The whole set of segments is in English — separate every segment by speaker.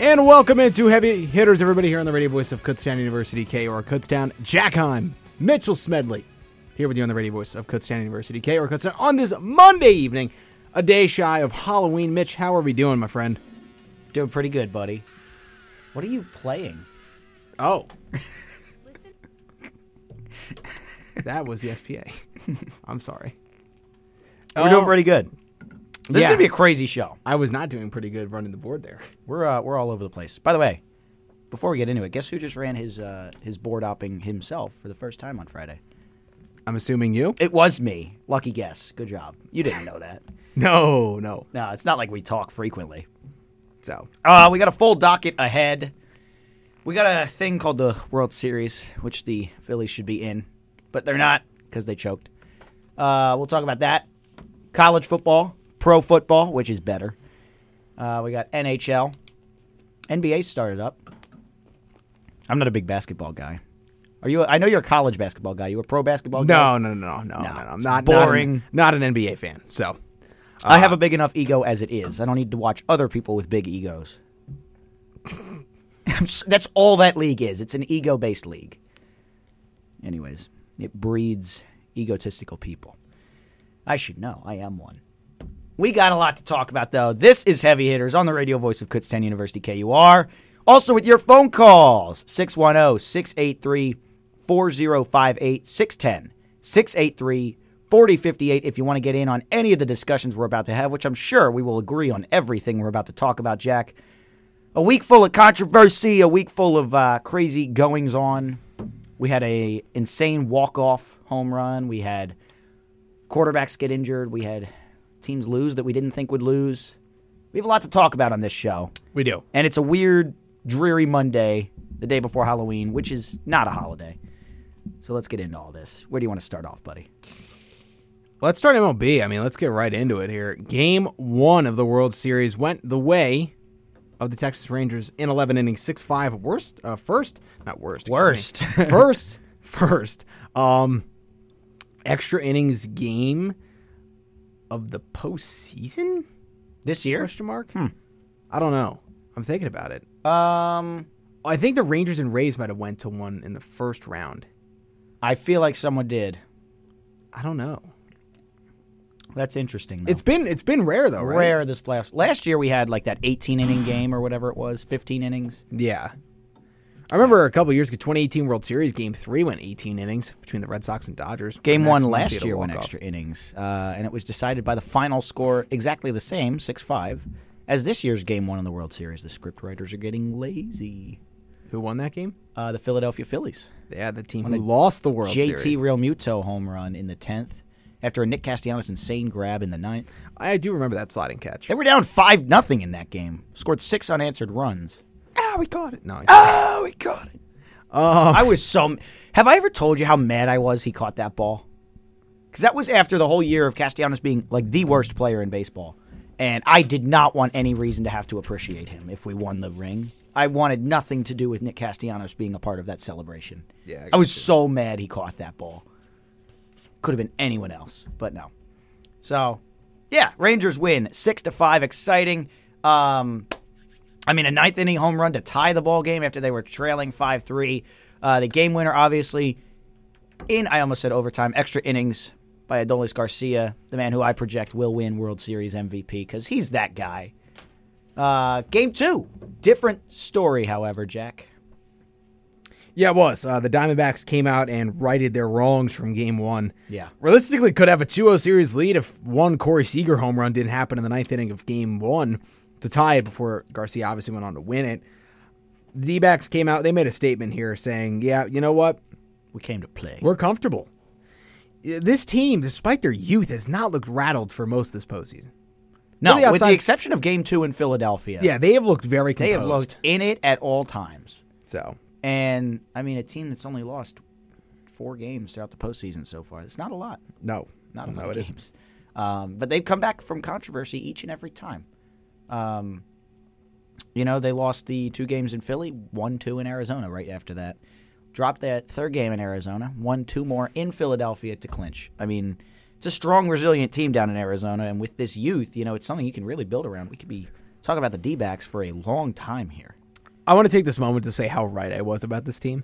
Speaker 1: And welcome into Heavy Hitters, everybody, here on the radio voice of Kutztown University K or Kutztown Jackheim. Mitchell Smedley here with you on the radio voice of Kutztown University K or Kutztown on this Monday evening, a day shy of Halloween. Mitch, how are we doing, my friend?
Speaker 2: Doing pretty good, buddy. What are you playing?
Speaker 1: Oh. that was the SPA. I'm sorry.
Speaker 2: We're doing pretty good. This
Speaker 1: Yeah.
Speaker 2: is gonna be a crazy show.
Speaker 1: I was not doing pretty good running the board there.
Speaker 2: We're uh, we're all over the place. By the way, before we get into it, guess who just ran his uh, his board hopping himself for the first time on Friday?
Speaker 1: I'm assuming you?
Speaker 2: It was me. Lucky guess. Good job. You didn't know that.
Speaker 1: No, no.
Speaker 2: No, it's not like we talk frequently.
Speaker 1: So,
Speaker 2: Uh, we got a full docket ahead. We got a thing called the World Series, which the Phillies should be in, but they're not because they choked. Uh, we'll talk about that. College football, pro football, which is better. Uh, we got NHL. NBA started up. I'm not a big basketball guy. Are you? A, I know you're a college basketball guy. You a pro basketball guy?
Speaker 1: no, no, no, no, no, no, no. I'm
Speaker 2: it's
Speaker 1: not
Speaker 2: boring.
Speaker 1: Not an, not an NBA fan. So,
Speaker 2: I have a big enough ego as it is. I don't need to watch other people with big egos. I'm s- That's all that league is. It's an ego based league. Anyways, it breeds egotistical people. I should know. I am one. We got a lot to talk about, though. This is Heavy Hitters on the radio voice of Kutztown University KUR. Also, with your phone calls oh, 610 683 4058 610 683 4058 if you want to get in on any of the discussions we're about to have, which I'm sure we will agree on everything we're about to talk about, Jack. A week full of controversy, a week full of uh, crazy goings on. We had a insane walk off home run. We had quarterbacks get injured. We had teams lose that we didn't think would lose. We have a lot to talk about on this show.
Speaker 1: we do.
Speaker 2: And it's a weird, dreary Monday, the day before Halloween, which is not a holiday. So let's get into all this. Where do you want to start off, buddy?
Speaker 1: Let's start MLB. I mean, let's get right into it here. Game one of the World Series went the way of the Texas Rangers in 11 innings, 6 5. Worst, uh, first, not worst. excuse
Speaker 2: Worst.
Speaker 1: me. first, first. Um, extra innings game of the postseason?
Speaker 2: This year?
Speaker 1: Question mark? I don't know. I'm thinking about it.
Speaker 2: Um,
Speaker 1: I think the Rangers and Rays might have went to one in the first round.
Speaker 2: I feel like someone did.
Speaker 1: I don't know.
Speaker 2: That's interesting. Though.
Speaker 1: It's been it's been rare though, right?
Speaker 2: rare this last last year we had like that 18 inning game or whatever it was, 15 innings.
Speaker 1: Yeah. I remember a couple years ago, 2018 World Series Game Three went 18 innings between the Red Sox and Dodgers.
Speaker 2: Game
Speaker 1: And
Speaker 2: one
Speaker 1: that's when
Speaker 2: last
Speaker 1: Seattle
Speaker 2: year went
Speaker 1: walked off.
Speaker 2: extra innings, uh, and it was decided by the final score exactly the same, 6 5, as this year's game one in the World Series. The script writers are getting lazy.
Speaker 1: Who won that game?
Speaker 2: Uh, the Philadelphia Phillies.
Speaker 1: Yeah, the team who lost the World
Speaker 2: JT
Speaker 1: Series.
Speaker 2: Real Muto home run in the 10th after a Nick Castellanos insane grab in the 9th.
Speaker 1: I do remember that sliding catch.
Speaker 2: They were down 5 nothing in that game, scored six unanswered runs.
Speaker 1: Ah, we caught it. No, I-
Speaker 2: Oh, he caught it.
Speaker 1: Um,
Speaker 2: I was so. Have I ever told you how mad I was he caught that ball? Because that was after the whole year of Castellanos being like the worst player in baseball. And I did not want any reason to have to appreciate him if we won the ring. I wanted nothing to do with Nick Castellanos being a part of that celebration.
Speaker 1: Yeah, I
Speaker 2: I, was so mad he caught that ball. Could have been anyone else, but no. So, yeah, Rangers win six to five. Exciting. Um, I mean, a ninth inning home run to tie the ball game after they were trailing five three. Uh, the game winner, obviously, in I almost said overtime, extra innings by Adolis Garcia, the man who I project will win World Series MVP because he's that guy. Uh, game two, different story, however, Jack.
Speaker 1: yeah, it was. Uh, the Diamondbacks came out and righted their wrongs from Game One.
Speaker 2: Yeah.
Speaker 1: realistically, could have a 2-0 series lead if one Corey Seager home run didn't happen in the ninth inning of Game One to tie it before Garcia obviously went on to win it. The D-backs came out. They made a statement here saying, "Yeah, you know what."
Speaker 2: We came to play.
Speaker 1: We're comfortable. This team, despite their youth, has not looked rattled for most this postseason.
Speaker 2: no,
Speaker 1: really
Speaker 2: with the
Speaker 1: outside-
Speaker 2: exception of game two in Philadelphia,
Speaker 1: Yeah, uh, they have looked very
Speaker 2: they
Speaker 1: composed.
Speaker 2: have looked in it at all times.
Speaker 1: so.
Speaker 2: And I mean, a team that's only lost four games throughout the postseason so far. It's not a lot.
Speaker 1: No,
Speaker 2: Not a
Speaker 1: no,
Speaker 2: lot of
Speaker 1: it
Speaker 2: games.
Speaker 1: isn't.
Speaker 2: Um, but they've come back from controversy each and every time. Um, you know, they lost the two games in Philly, one two in Arizona right after that. Dropped that third game in Arizona, won two more in Philadelphia to clinch. I mean, it's a strong, resilient team down in Arizona, and with this youth, you know, it's something you can really build around. We could be talk about the D backs for a long time here.
Speaker 1: I want to take this moment to say how right I was about this team.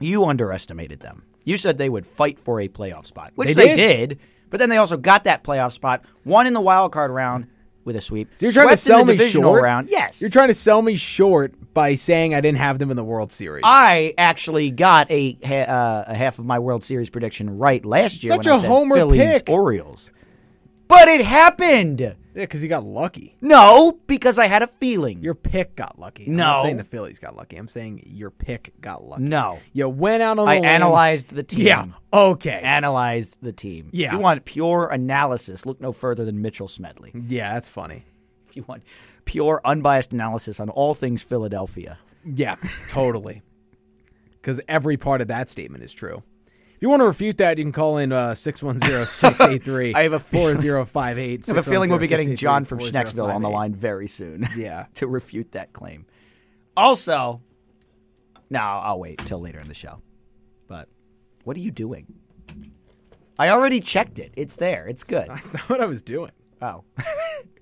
Speaker 2: You underestimated them. You said they would fight for a playoff spot, which
Speaker 1: They
Speaker 2: they, did. But then they also got that playoff spot, won in the wild card round with a sweep.
Speaker 1: So you're trying
Speaker 2: swept
Speaker 1: to sell
Speaker 2: in the
Speaker 1: me
Speaker 2: divisional
Speaker 1: short.
Speaker 2: round. Yes,
Speaker 1: You're trying to sell me short by saying I didn't have them in the World Series.
Speaker 2: I actually got a ha- uh, a half of my World Series prediction right last year.
Speaker 1: Such
Speaker 2: when I
Speaker 1: a
Speaker 2: said
Speaker 1: homer
Speaker 2: Phillies,
Speaker 1: pick.
Speaker 2: Orioles, but it happened.
Speaker 1: yeah, because you got lucky.
Speaker 2: No, because I had a feeling.
Speaker 1: Your pick got lucky. I'm
Speaker 2: No.
Speaker 1: not saying the Phillies got lucky. I'm saying your pick got lucky.
Speaker 2: No.
Speaker 1: You went out on
Speaker 2: I
Speaker 1: a limb.
Speaker 2: analyzed the team.
Speaker 1: Yeah. Okay.
Speaker 2: Analyzed the team.
Speaker 1: Yeah.
Speaker 2: If you want pure analysis, look no further than Mitchell Smedley.
Speaker 1: yeah, that's funny.
Speaker 2: If you want pure unbiased analysis on all things Philadelphia.
Speaker 1: Yeah, totally. Because every part of that statement is true. If you want to refute that, you can call in uh, 610 683
Speaker 2: I have a feeling-
Speaker 1: 4058.
Speaker 2: I have a feeling we'll be getting John from Schnecksville on the line very soon.
Speaker 1: Yeah.
Speaker 2: to refute that claim. Also, no, I'll wait till later in the show. But what are you doing? I already checked it. It's there. It's good.
Speaker 1: That's not what I was doing.
Speaker 2: Oh.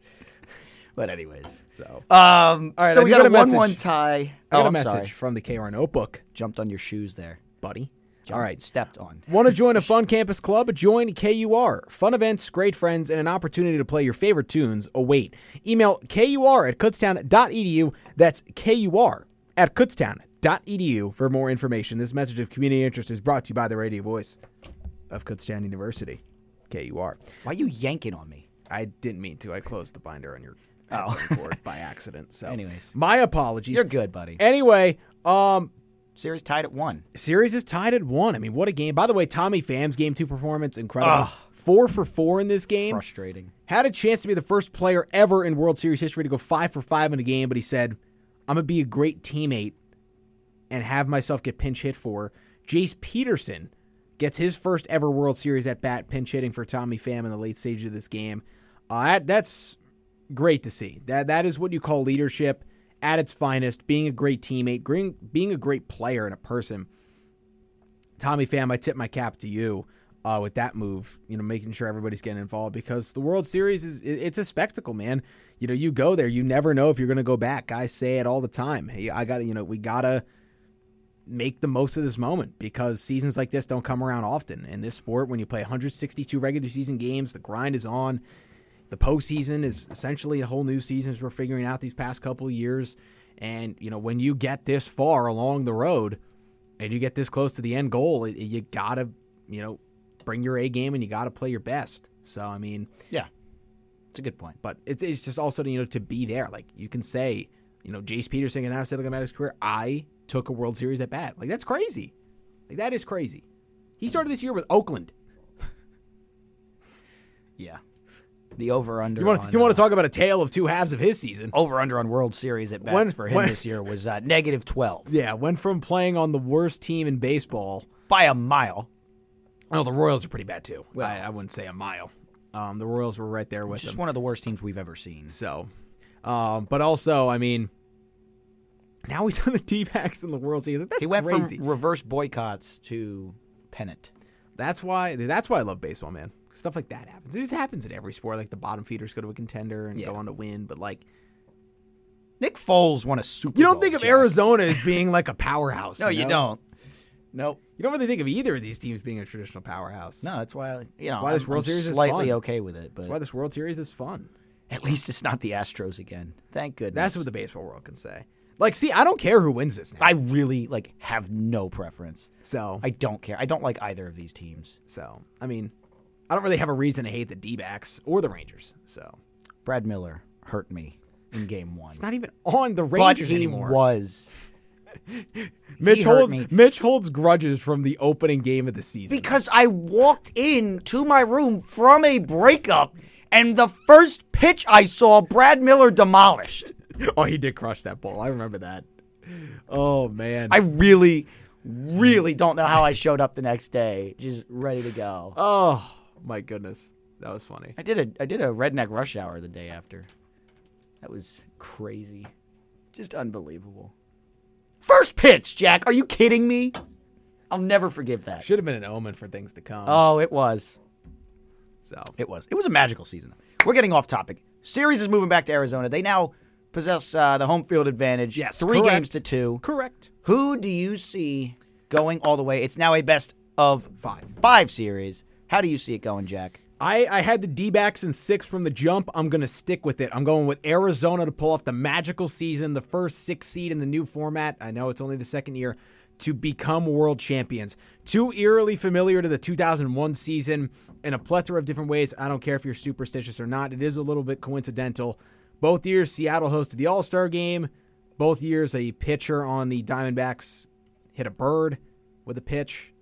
Speaker 2: but anyways.
Speaker 1: So
Speaker 2: Um
Speaker 1: right,
Speaker 2: so
Speaker 1: I
Speaker 2: we
Speaker 1: got
Speaker 2: got,
Speaker 1: a
Speaker 2: a one one
Speaker 1: message.
Speaker 2: tie.
Speaker 1: I got
Speaker 2: oh,
Speaker 1: a
Speaker 2: I'm
Speaker 1: message
Speaker 2: sorry.
Speaker 1: from the KR Notebook,
Speaker 2: Jumped on your shoes there.
Speaker 1: buddy. All right.
Speaker 2: Stepped on.
Speaker 1: Want to join a fun campus club? Join KUR. Fun events, great friends, and an opportunity to play your favorite tunes await. Email KUR at kutztown.edu. That's KUR at kutztown.edu for more information. This message of community interest is brought to you by the radio voice of Kutztown University, KUR.
Speaker 2: Why are you yanking on me?
Speaker 1: I didn't mean to. I closed the binder on your
Speaker 2: Oh.
Speaker 1: headphone cord by accident. So,
Speaker 2: Anyways.
Speaker 1: my apologies.
Speaker 2: You're good, buddy.
Speaker 1: Anyway, um,
Speaker 2: Series tied at one.
Speaker 1: Series is tied at one. I mean, what a game. By the way, Tommy Pham's game two performance, incredible.
Speaker 2: Ugh.
Speaker 1: Four for four in this game.
Speaker 2: Frustrating.
Speaker 1: Had a chance to be the first player ever in World Series history to go five for five in a game, but he said, I'm going to be a great teammate and have myself get pinch hit for. Jace Peterson gets his first ever World Series at bat, pinch hitting for Tommy Pham in the late stage of this game. Uh, that, that's great to see. That that is what you call leadership at its finest. Being a great teammate, green, being a great player and a person. Tommy Pham, I tip my cap to you uh, with that move. You know, making sure everybody's getting involved because the World Series is it- it's a spectacle, man. You know, you go there, you never know if you're going to go back. Guys say it all the time. Hey, I got to, you know, we gotta make the most of this moment because seasons like this don't come around often in this sport. When you play 162 regular season games, the grind is on. The postseason is essentially a whole new season as we're figuring out these past couple of years. And you know, when you get this far along the road and you get this close to the end goal, it, you gotta you know bring your A game and you gotta play your best. So I mean,
Speaker 2: Yeah. It's a good point.
Speaker 1: but it's it's just also you know to be there. Like you can say, you know, Jace Peterson can now say like about his career. I took a World Series at bat. Like that's crazy. Like that is crazy. He started this year with Oakland.
Speaker 2: Yeah. The over under.
Speaker 1: You want you want to talk about a tale of two halves of his season?
Speaker 2: over under on World Series at bats
Speaker 1: When-
Speaker 2: for him
Speaker 1: when-
Speaker 2: this year was uh, negative 12
Speaker 1: Yeah, went from playing on the worst team in baseball.
Speaker 2: by a mile.
Speaker 1: Oh, the Royals are pretty bad too. I, I wouldn't say a mile. Um, the Royals were right there with
Speaker 2: Just
Speaker 1: them.
Speaker 2: one of the worst teams we've ever seen.
Speaker 1: So, um, but also, I mean, now he's on the D-backs in the World Series. That's
Speaker 2: He went
Speaker 1: crazy.
Speaker 2: from reverse boycotts to pennant.
Speaker 1: That's why. That's why I love baseball, man. Stuff like that happens. This happens in every sport. Like the bottom feeders go to a contender and
Speaker 2: Yeah.
Speaker 1: go on to win. But like,
Speaker 2: Nick Foles won a Super.
Speaker 1: you don't
Speaker 2: Bowl,
Speaker 1: think of
Speaker 2: Jack.
Speaker 1: Arizona as being like a powerhouse.
Speaker 2: No, you,
Speaker 1: know?
Speaker 2: don't. Nope.
Speaker 1: You don't really think of either of these teams being a traditional powerhouse.
Speaker 2: No, that's why I- you know
Speaker 1: why this
Speaker 2: I'm-
Speaker 1: World
Speaker 2: I'm
Speaker 1: Series is
Speaker 2: slightly
Speaker 1: fun.
Speaker 2: okay with it, but
Speaker 1: That's why this World Series is fun.
Speaker 2: at least it's not the Astros again. Thank goodness.
Speaker 1: That's what the baseball world can say. Like, see, I don't care who wins this now.
Speaker 2: I really like have no preference.
Speaker 1: So,
Speaker 2: I don't care. I don't like either of these teams.
Speaker 1: so I mean, I don't really have a reason to hate the D-backs or the Rangers. So
Speaker 2: Brad Miller hurt me in game one,
Speaker 1: it's not even on the
Speaker 2: but
Speaker 1: Rangers
Speaker 2: he
Speaker 1: anymore.
Speaker 2: was
Speaker 1: Mitch
Speaker 2: he hurt
Speaker 1: holds
Speaker 2: me.
Speaker 1: Mitch holds grudges from the opening game of the season.
Speaker 2: because I walked in to my room from a breakup, and the first pitch I saw, Brad Miller demolished.
Speaker 1: oh, he did crush that ball. I remember that. Oh man.
Speaker 2: I really, really don't know how I showed up the next day, just ready to go.
Speaker 1: oh my goodness, that was funny.
Speaker 2: I did a I did a redneck rush hour the day after. That was crazy, just unbelievable. First pitch, Jack. Are you kidding me? I'll never forgive that.
Speaker 1: Should have been an omen for things to come.
Speaker 2: Oh, it was.
Speaker 1: so
Speaker 2: It was. It was a magical season. We're getting off topic. Series is moving back to Arizona. They now possess uh, the home field advantage.
Speaker 1: Yes,
Speaker 2: three
Speaker 1: correct.
Speaker 2: games to two.
Speaker 1: Correct.
Speaker 2: Who do you see going all the way? It's now a best of
Speaker 1: Five.
Speaker 2: five series. How do you see it going, Jack?
Speaker 1: I, I had the D backs in six from the jump. I'm going to stick with it. I'm going with Arizona to pull off the magical season, the first six seed in the new format. I know it's only the second year to become world champions. Too eerily familiar to the 2001 season in a plethora of different ways. I don't care if you're superstitious or not, it is a little bit coincidental. Both years, Seattle hosted the All Star game. Both years, a pitcher on the Diamondbacks hit a bird with a pitch.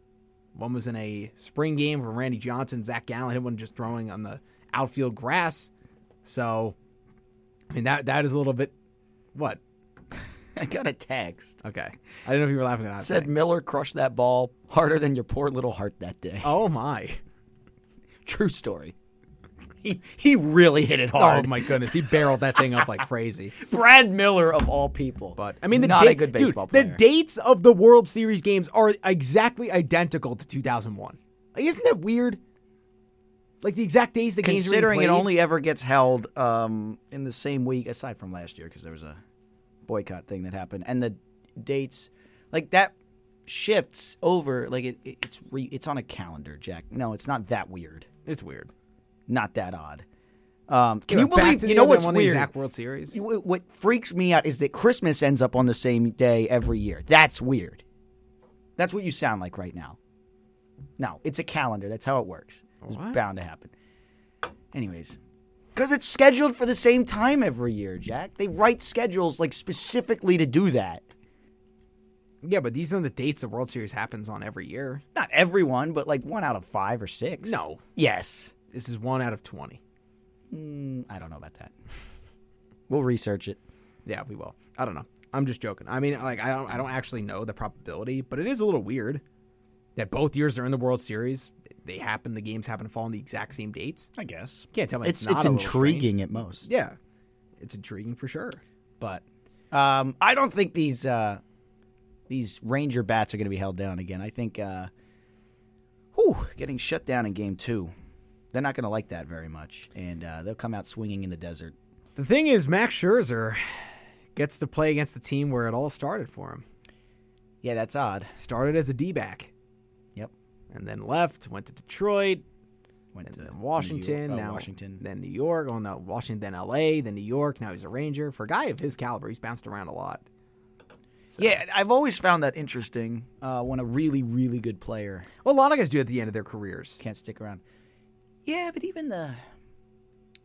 Speaker 1: One was in a spring game from Randy Johnson. Zach Gallen hit one just throwing on the outfield grass. So, I mean that that is a little bit. What?
Speaker 2: I got a text.
Speaker 1: Okay, I didn't know if you were laughing at that.
Speaker 2: Said Miller crushed that ball harder than your poor little heart that day.
Speaker 1: oh my!
Speaker 2: True story. He he really hit it hard.
Speaker 1: Oh my goodness! He barreled that thing up like crazy.
Speaker 2: Brad Miller of all people.
Speaker 1: But I mean, the
Speaker 2: not
Speaker 1: da-
Speaker 2: a good
Speaker 1: dude,
Speaker 2: baseball
Speaker 1: The
Speaker 2: player.
Speaker 1: dates of the World Series games are exactly identical to 2001. Like, isn't that weird? Like the exact days the games were
Speaker 2: Considering
Speaker 1: being
Speaker 2: it
Speaker 1: played?
Speaker 2: only ever gets held um, in the same week, aside from last year because there was a boycott thing that happened, and the dates like that shifts over. Like it, it- it's re, it's on a calendar, Jack. No, it's not that weird.
Speaker 1: it's weird.
Speaker 2: Not that odd. Um, can you
Speaker 1: Back
Speaker 2: believe?
Speaker 1: to
Speaker 2: You
Speaker 1: the
Speaker 2: know
Speaker 1: other
Speaker 2: what's
Speaker 1: one,
Speaker 2: weird?
Speaker 1: The exact World Series.
Speaker 2: You- What what freaks me out is that Christmas ends up on the same day every year. That's weird. That's what you sound like right now. No, it's a calendar. That's how it works. It's
Speaker 1: What?
Speaker 2: bound to happen. Anyways, because it's scheduled for the same time every year, Jack. They write schedules like specifically to do that.
Speaker 1: Yeah, but these are the dates the World Series happens on every year.
Speaker 2: Not everyone, but like one out of five or six.
Speaker 1: No.
Speaker 2: Yes.
Speaker 1: This is one out of 20.
Speaker 2: Mm, I don't know about that. We'll research it.
Speaker 1: Yeah, we will. I don't know. I'm just joking. I mean, like I don't I don't actually know the probability, but it is a little weird that both years are in the World Series. They happen the games happen to fall on the exact same dates.
Speaker 2: I guess.
Speaker 1: Can't tell me
Speaker 2: It's
Speaker 1: it's,
Speaker 2: it's,
Speaker 1: not a little strange.
Speaker 2: intriguing at most.
Speaker 1: Yeah. It's intriguing for sure.
Speaker 2: but um, I don't think these uh, these Ranger bats are going to be held down again. I think, uh, whew, getting shut down in game two, they're not going to like that very much, and uh, they'll come out swinging in the desert.
Speaker 1: The thing is Max Scherzer gets to play against the team where it all started for him.
Speaker 2: Yeah, that's odd.
Speaker 1: Started as a D-back
Speaker 2: Yep.
Speaker 1: and then left, went to Detroit,
Speaker 2: Went
Speaker 1: then uh, Washington,
Speaker 2: New York- oh,
Speaker 1: now
Speaker 2: Washington.
Speaker 1: then New York, oh no, Washington, then L.A., then New York. Now he's a Ranger. For a guy of his caliber, he's bounced around a lot.
Speaker 2: Yeah, I've always found that interesting uh, when a really, really good player
Speaker 1: Well, a lot of guys do at the end of their careers.
Speaker 2: can't stick around. Yeah, but even the,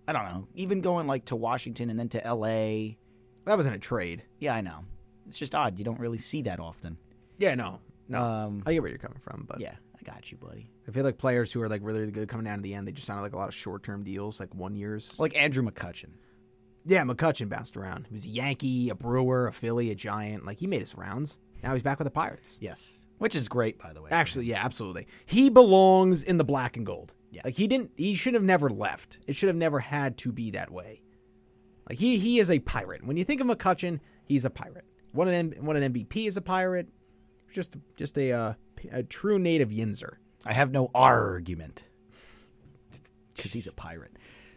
Speaker 2: I don't know, even going like to Washington and then to L.A.
Speaker 1: That wasn't a trade.
Speaker 2: Yeah, I know. It's just odd. You don't really see that often.
Speaker 1: Yeah, no, no.
Speaker 2: Um,
Speaker 1: I get where you're coming from, but
Speaker 2: Yeah, I got you, buddy.
Speaker 1: I feel like players who are like really, really good coming down to the end, they just sounded like a lot of short-term deals, like one years.
Speaker 2: Like Andrew McCutcheon.
Speaker 1: yeah, McCutcheon bounced around. He was a Yankee, a Brewer, a Philly, a Giant. Like he made his rounds. Now he's back with the Pirates.
Speaker 2: Yes. Which is great, by the way.
Speaker 1: Actually, yeah, absolutely. He belongs in the black and gold.
Speaker 2: Yeah.
Speaker 1: Like he didn't he should have never left. It should have never had to be that way. Like he he is a pirate. When you think of McCutcheon, he's a pirate. What an M- what an MVP is a pirate. Just just a uh, a true native Yinzer.
Speaker 2: I have no argument. Because he's a pirate.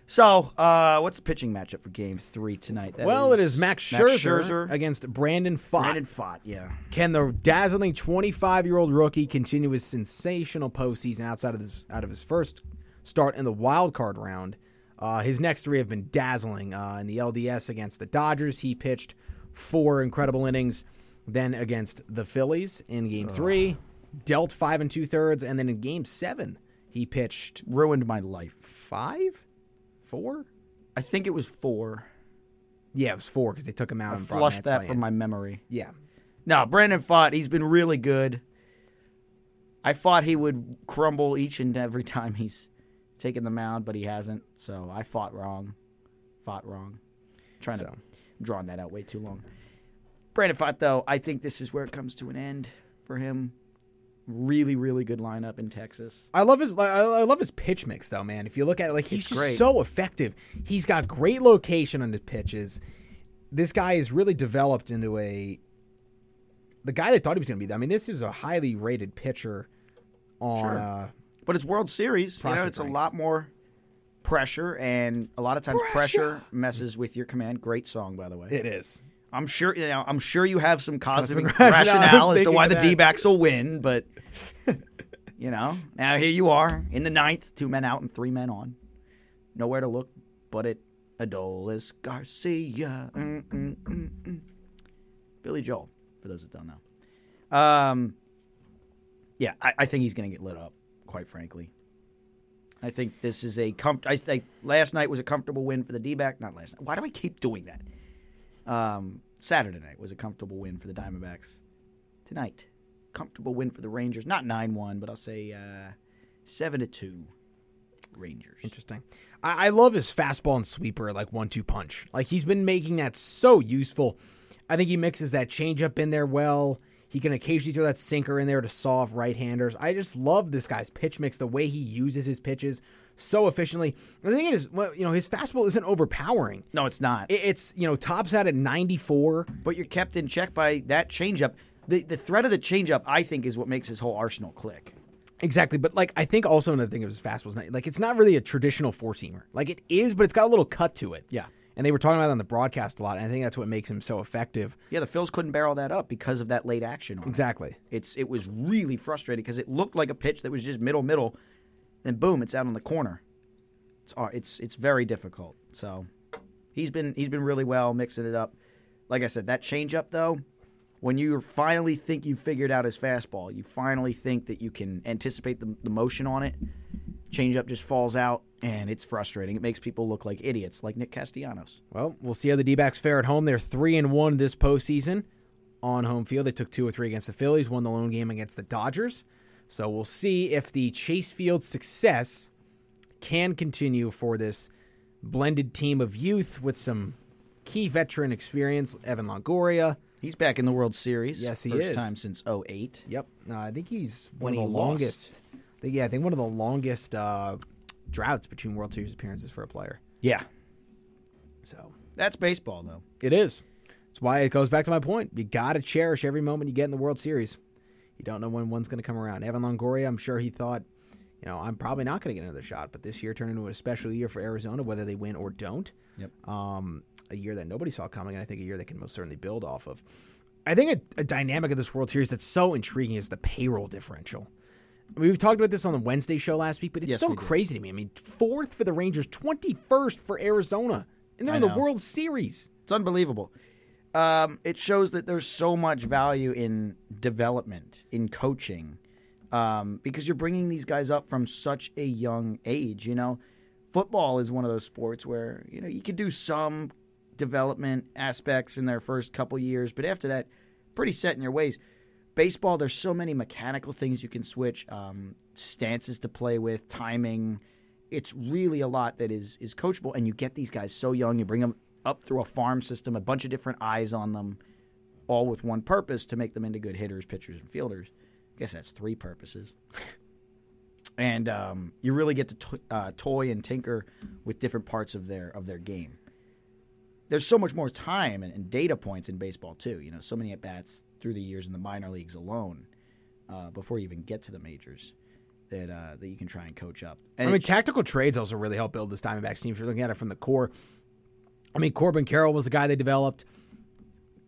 Speaker 2: So, uh, what's the pitching matchup for game three tonight? That
Speaker 1: Well, it is Max Scherzer,
Speaker 2: Scherzer.
Speaker 1: against Brandon Fott.
Speaker 2: Brandon Fott, yeah.
Speaker 1: Can the dazzling 25 year old rookie continue his sensational postseason outside of his, out of his first start in the wild card round? Uh, his next three have been dazzling. Uh, in the LDS against the Dodgers, he pitched four incredible innings. Then against the Phillies in Game Three, dealt five and two thirds, and then in Game Seven he pitched
Speaker 2: Ruined my life.
Speaker 1: five, four.
Speaker 2: I think it was four.
Speaker 1: Yeah, it was four because they took him out and brought
Speaker 2: Flushed that
Speaker 1: Mantz
Speaker 2: from my memory.
Speaker 1: yeah.
Speaker 2: No, Brandon Fott, he's been really good. I thought he would crumble each and every time he's taken the mound, but he hasn't. So I fought wrong. Fought wrong. trying to
Speaker 1: So.
Speaker 2: drawing that out way too long. Brandon Fott, though, I think this is where it comes to an end for him. Really, really good lineup in Texas.
Speaker 1: I love his I- I love his pitch mix though, man. If you look at it, like he's
Speaker 2: It's
Speaker 1: just
Speaker 2: great.
Speaker 1: so effective. He's got great location on his pitches. This guy is really developed into a the guy that thought he was going to be. I mean, this is a highly rated pitcher on
Speaker 2: Sure.
Speaker 1: uh,
Speaker 2: But it's World Series.
Speaker 1: Prospect ranks.
Speaker 2: more pressure, and a lot of times pressure, messes with your command. Great song, by the way.
Speaker 1: It is.
Speaker 2: I'm sure. You know, I'm sure you have some cosmic
Speaker 1: rationale. I was
Speaker 2: rationale as to
Speaker 1: thinking
Speaker 2: why
Speaker 1: of
Speaker 2: the
Speaker 1: that.
Speaker 2: D-backs will win, but you know, now here you are in the ninth, two men out and three men on. Nowhere to look but at Adolis Garcia, Mm, mm, mm, mm. Billy Joel. For those that don't know, um, yeah, I, I think he's going to get lit up. Quite frankly, I think this is a com- I think last night was a comfortable win for the D-back. Not last night. Why do I keep doing that? Um, Saturday night was a comfortable win for the Diamondbacks. Tonight, comfortable win for the Rangers. Not nine one, but I'll say uh, seven to two. Rangers.
Speaker 1: Interesting. I, I love his fastball and sweeper, like one two punch. Like he's been making that so useful. I think he mixes that changeup in there well. He can occasionally throw that sinker in there to saw off right handers. I just love this guy's pitch mix, the way he uses his pitches so efficiently. And the thing is, well, you know, his fastball isn't overpowering.
Speaker 2: No, it's not.
Speaker 1: It- It's you know tops out at 94.
Speaker 2: but you're kept in check by that changeup. The the threat of the changeup, I think, is what makes his whole arsenal click.
Speaker 1: Exactly, but like I think also another thing of his fastball is not, like it's not really a traditional four seamer. Like it is, but it's got a little cut to it.
Speaker 2: Yeah.
Speaker 1: and they were talking about it on the broadcast a lot, and I think that's what makes him so effective.
Speaker 2: Yeah, the Phils couldn't barrel that up because of that late action. On it.
Speaker 1: Exactly.
Speaker 2: It's it was really frustrating because it looked like a pitch that was just middle middle, then boom, it's out on the corner. It's uh, it's it's very difficult. So he's been he's been really well mixing it up. Like I said, that changeup though, when you finally think you figured out his fastball, you finally think that you can anticipate the, the motion on it. Changeup just falls out, and it's frustrating. It makes people look like idiots, like Nick Castellanos.
Speaker 1: Well, we'll see how the D-backs fare at home. They're three and one this postseason on home field. They took two or three against the Phillies, won the lone game against the Dodgers. So we'll see if the Chase Field success can continue for this blended team of youth with some key veteran experience. Evan Longoria.
Speaker 2: He's back in the World Series.
Speaker 1: Yes, he
Speaker 2: First
Speaker 1: is.
Speaker 2: time since 08.
Speaker 1: Yep. Uh, I think he's one
Speaker 2: When
Speaker 1: of
Speaker 2: he
Speaker 1: the
Speaker 2: lost.
Speaker 1: longest. I think- Yeah, I think one of the longest uh, droughts between World Series appearances for a player.
Speaker 2: Yeah.
Speaker 1: So
Speaker 2: That's baseball, though.
Speaker 1: It is. That's why it goes back to my point. You got to cherish every moment you get in the World Series. You don't know when one's going to come around. Evan Longoria, I'm sure he thought, you know, I'm probably not going to get another shot, but this year turned into a special year for Arizona, whether they win or don't.
Speaker 2: Yep.
Speaker 1: Um, a year that nobody saw coming, and I think a year they can most certainly build off of. I think a, a dynamic of this World Series that's so intriguing is the payroll differential. I mean, we talked about this on the Wednesday show last week, but it's
Speaker 2: Yes,
Speaker 1: still
Speaker 2: we did.
Speaker 1: crazy to me. I mean, fourth for the Rangers, 21st for Arizona, and they're
Speaker 2: I
Speaker 1: in the
Speaker 2: know.
Speaker 1: World Series.
Speaker 2: It's unbelievable. Um, it shows that there's so much value in development, in coaching, um, because you're bringing these guys up from such a young age. You know, football is one of those sports where you know you could do some development aspects in their first couple years, but after that, pretty set in your ways. Baseball, there's so many mechanical things you can switch, um, stances to play with, timing. It's really a lot that is is coachable, and you get these guys so young. You bring them up through a farm system, a bunch of different eyes on them, all with one purpose to make them into good hitters, pitchers, and fielders. I guess that's three purposes. And um, you really get to to- uh, toy and tinker with different parts of their of their game. There's so much more time and, and data points in baseball too. You know, so many at bats through the years in the minor leagues alone uh, before you even get to the majors that uh, that you can try and coach up. And
Speaker 1: I
Speaker 2: it
Speaker 1: mean, tactical trades also really help build this Diamondbacks team. If you're looking at it from the core, I mean, Corbin Carroll was the guy they developed.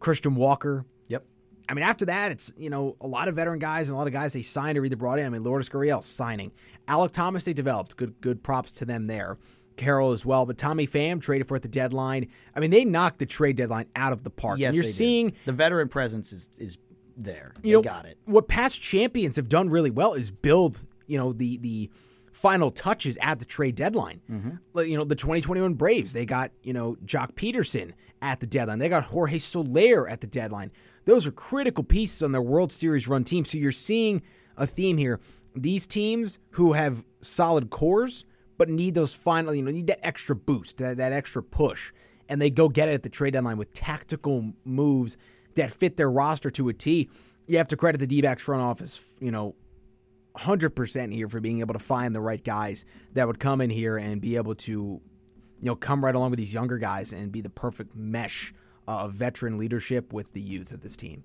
Speaker 1: Christian Walker.
Speaker 2: Yep.
Speaker 1: I mean, after that, it's you know a lot of veteran guys and a lot of guys they signed or either brought in. I mean, Lourdes Gurriel signing, Alec Thomas they developed. Good, good props to them there. Carroll as well, but Tommy Pham traded for at the deadline. I mean, they knocked the trade deadline out of the park.
Speaker 2: Yes,
Speaker 1: and you're
Speaker 2: they do.
Speaker 1: seeing
Speaker 2: the veteran presence is is there.
Speaker 1: you
Speaker 2: they
Speaker 1: know,
Speaker 2: got it.
Speaker 1: What past champions have done really well is build, you know, the the final touches at the trade deadline.
Speaker 2: Mm-hmm.
Speaker 1: Like, you know, the 2021 Braves, they got, you know, Jock Peterson at the deadline. They got Jorge Soler at the deadline. Those are critical pieces on their World Series run team. So you're seeing a theme here. These teams who have solid cores but need those final, you know, need that extra boost, that, that extra push. And they go get it at the trade deadline with tactical moves that fit their roster to a T. You have to credit the D backs front office, you know, 100% here for being able to find the right guys that would come in here and be able to, you know, come right along with these younger guys and be the perfect mesh of veteran leadership with the youth of this team.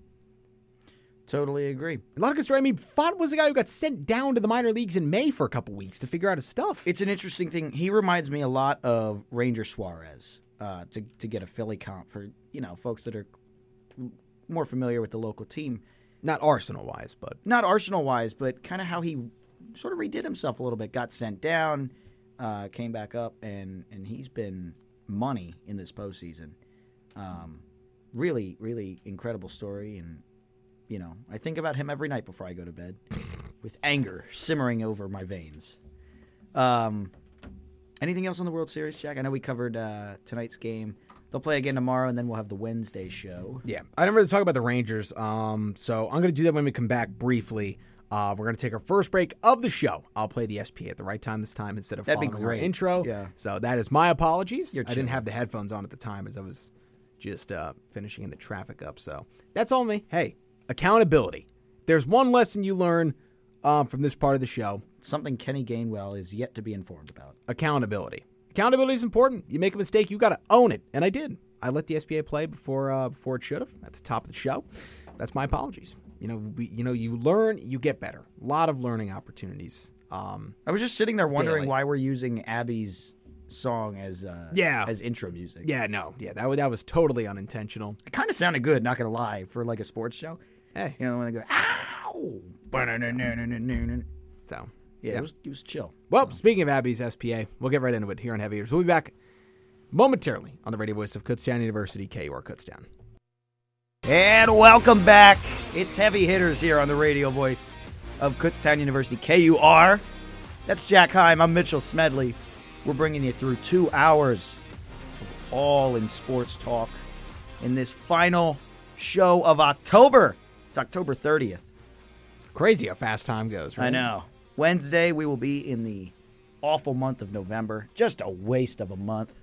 Speaker 2: Totally agree.
Speaker 1: Laticus I mean, Font was the guy who got sent down to the minor leagues in May for a couple weeks to figure out his stuff.
Speaker 2: It's an interesting thing. He reminds me a lot of Ranger Suarez uh, to to get a Philly comp for you know folks that are more familiar with the local team.
Speaker 1: Not Arsenal wise, but
Speaker 2: Not Arsenal wise, but kind of how he sort of redid himself a little bit. Got sent down, uh, came back up, and and he's been money in this postseason. Um, really, really incredible story, and you know I think about him every night before I go to bed, with anger simmering over my veins. Um, anything else on the World Series, Jack? I know we covered uh, tonight's game. They'll play again tomorrow, and then we'll have the Wednesday show.
Speaker 1: yeah. I didn't really talk about the Rangers. Um, so I'm going to do that when we come back briefly. Uh, we're going to take our first break of the show. I'll play the SP at the right time this time instead of
Speaker 2: That'd be
Speaker 1: following our
Speaker 2: great.
Speaker 1: intro.
Speaker 2: Yeah.
Speaker 1: So that is my apologies.
Speaker 2: You're
Speaker 1: I didn't
Speaker 2: chill.
Speaker 1: have the headphones on at the time as I was just uh, finishing in the traffic up. So that's all me. Hey, accountability. If There's one lesson you learn um, from this part of the show.
Speaker 2: Something Kenny Gainwell is yet to be informed about.
Speaker 1: accountability. Accountability is important. You make a mistake, you got to own it, and I did. I let the SBA play before uh, before it should have at the top of the show. That's my apologies. You know, we, you know, you learn, you get better. A lot of learning opportunities. Um,
Speaker 2: I was just sitting there wondering
Speaker 1: Daily.
Speaker 2: why we're using Abby's song as uh,
Speaker 1: Yeah.
Speaker 2: as intro music.
Speaker 1: yeah, no, yeah, that was, that was totally unintentional.
Speaker 2: It kind of sounded good, not gonna lie, for like a sports show.
Speaker 1: Hey,
Speaker 2: You know, when they go, ow, Ba-na-na-na-na-na-na-na.
Speaker 1: so
Speaker 2: yeah, It, was, it was chill.
Speaker 1: Well, speaking of Abby's SPA, we'll get right into it here on Heavy Eaters. We'll be back momentarily on the radio voice of Kutztown University, KUR Kutztown.
Speaker 2: And welcome back. It's Heavy Hitters here on the radio voice of Kutztown University, KUR. That's Jack Heim. I'm Mitchell Smedley. We're bringing you through two hours of all in sports talk in this final show of October. It's October 30th.
Speaker 1: Crazy how fast time goes, right?
Speaker 2: I know. Wednesday, we will be in the awful month of November. Just a waste of a month.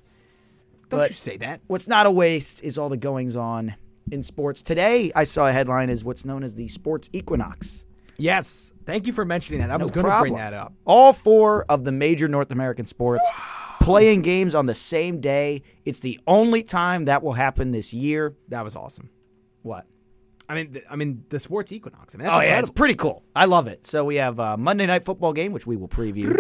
Speaker 1: Don't
Speaker 2: But-
Speaker 1: you say that.
Speaker 2: What's not a waste is all the goings on in sports. Today, I saw a headline as what's known as the sports equinox.
Speaker 1: Yes. Thank you for mentioning that. I was
Speaker 2: No
Speaker 1: going to bring
Speaker 2: problem.
Speaker 1: that up.
Speaker 2: All four of the major North American sports playing games on the same day. It's the only time that will happen this year.
Speaker 1: That was awesome.
Speaker 2: What?
Speaker 1: I mean, th- I mean the sports equinox. I mean, that's
Speaker 2: Oh yeah, it's
Speaker 1: incredible.
Speaker 2: pretty cool. I love it. So we have uh, Monday night football game, which we will preview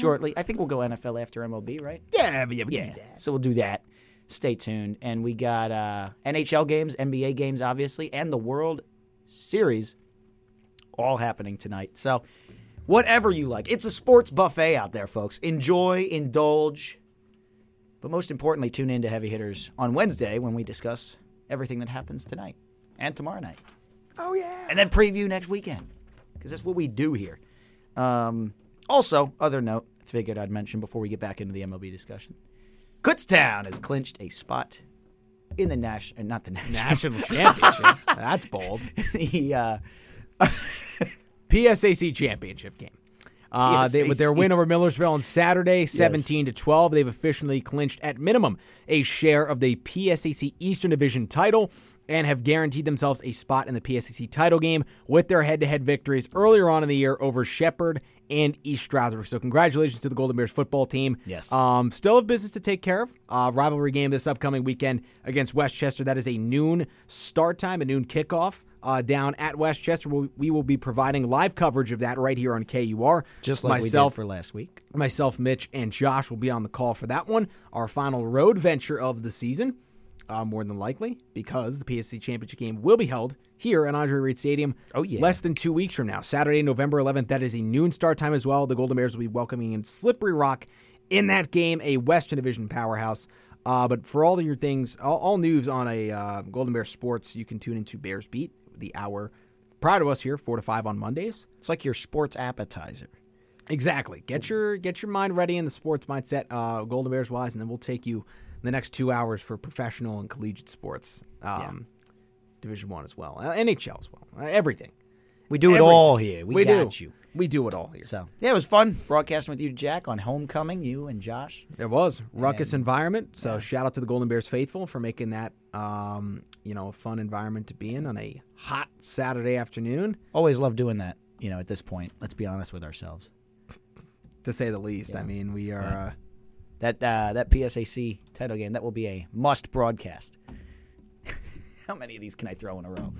Speaker 2: shortly. I think we'll go NFL after MLB, right?
Speaker 1: Yeah, but yeah, we can
Speaker 2: Yeah.
Speaker 1: do that.
Speaker 2: So we'll do that. Stay tuned. And we got uh, NHL games, NBA games, obviously, and the World Series all happening tonight. So whatever you like, it's a sports buffet out there, folks. Enjoy, indulge. But most importantly, tune in to Heavy Hitters on Wednesday when we discuss everything that happens tonight and tomorrow night
Speaker 1: Oh yeah.
Speaker 2: and then preview next weekend because that's what we do here. Um, also, other note, I figured I'd mention before we get back into the MLB discussion. Kutztown has clinched a spot in the national, not the national,
Speaker 1: National championship. That's bold.
Speaker 2: the uh,
Speaker 1: PSAC championship game. Uh, they, with their
Speaker 2: PSAC.
Speaker 1: win over Millersville on Saturday, 17 to 12, they've officially clinched at minimum a share of the PSAC Eastern Division title and have guaranteed themselves a spot in the PSAC title game with their head-to-head victories earlier on in the year over Shepherd and East Stroudsburg. So congratulations to the Golden Bears football team.
Speaker 2: Yes.
Speaker 1: Um, still have business to take care of. Uh, rivalry game this upcoming weekend against Westchester. That is a noon start time, a noon kickoff uh, down at Westchester. We, we will be providing live coverage of that right here on KUR. myself,
Speaker 2: for last week.
Speaker 1: myself, Mitch, and Josh will be on the call for that one. Our final road venture of the season, uh, more than likely, because the PSC championship game will be held here at Andre Reed Stadium.
Speaker 2: Oh, yeah.
Speaker 1: less than two weeks from now, Saturday, November 11th. That is a noon start time as well. The Golden Bears will be welcoming in Slippery Rock in that game, a Western Division powerhouse. Uh, but for all your things, all, all news on a uh, Golden Bear Sports, you can tune into Bears Beat the hour prior to us here, four to five on Mondays.
Speaker 2: It's like your sports appetizer.
Speaker 1: Exactly. Get your get your mind ready in the sports mindset, uh, Golden Bears wise, and then we'll take you the next two hours for professional and collegiate sports, um, Division One as well, uh, NHL as well, uh, everything.
Speaker 2: We do it
Speaker 1: Everything.
Speaker 2: all here. We, got
Speaker 1: do.
Speaker 2: you.
Speaker 1: We do it all here.
Speaker 2: So yeah, it was fun broadcasting with you, Jack, on homecoming. You and Josh.
Speaker 1: There was ruckus environment. So shout out to the Golden Bears faithful for making that um, you know a fun environment to be in on a hot Saturday afternoon,
Speaker 2: Always love doing that. You know, at this point, let's be honest with ourselves.
Speaker 1: to say the least. I mean, we are. Uh,
Speaker 2: That uh, that PSAC title game that will be a must broadcast. How many of these can I throw in a row?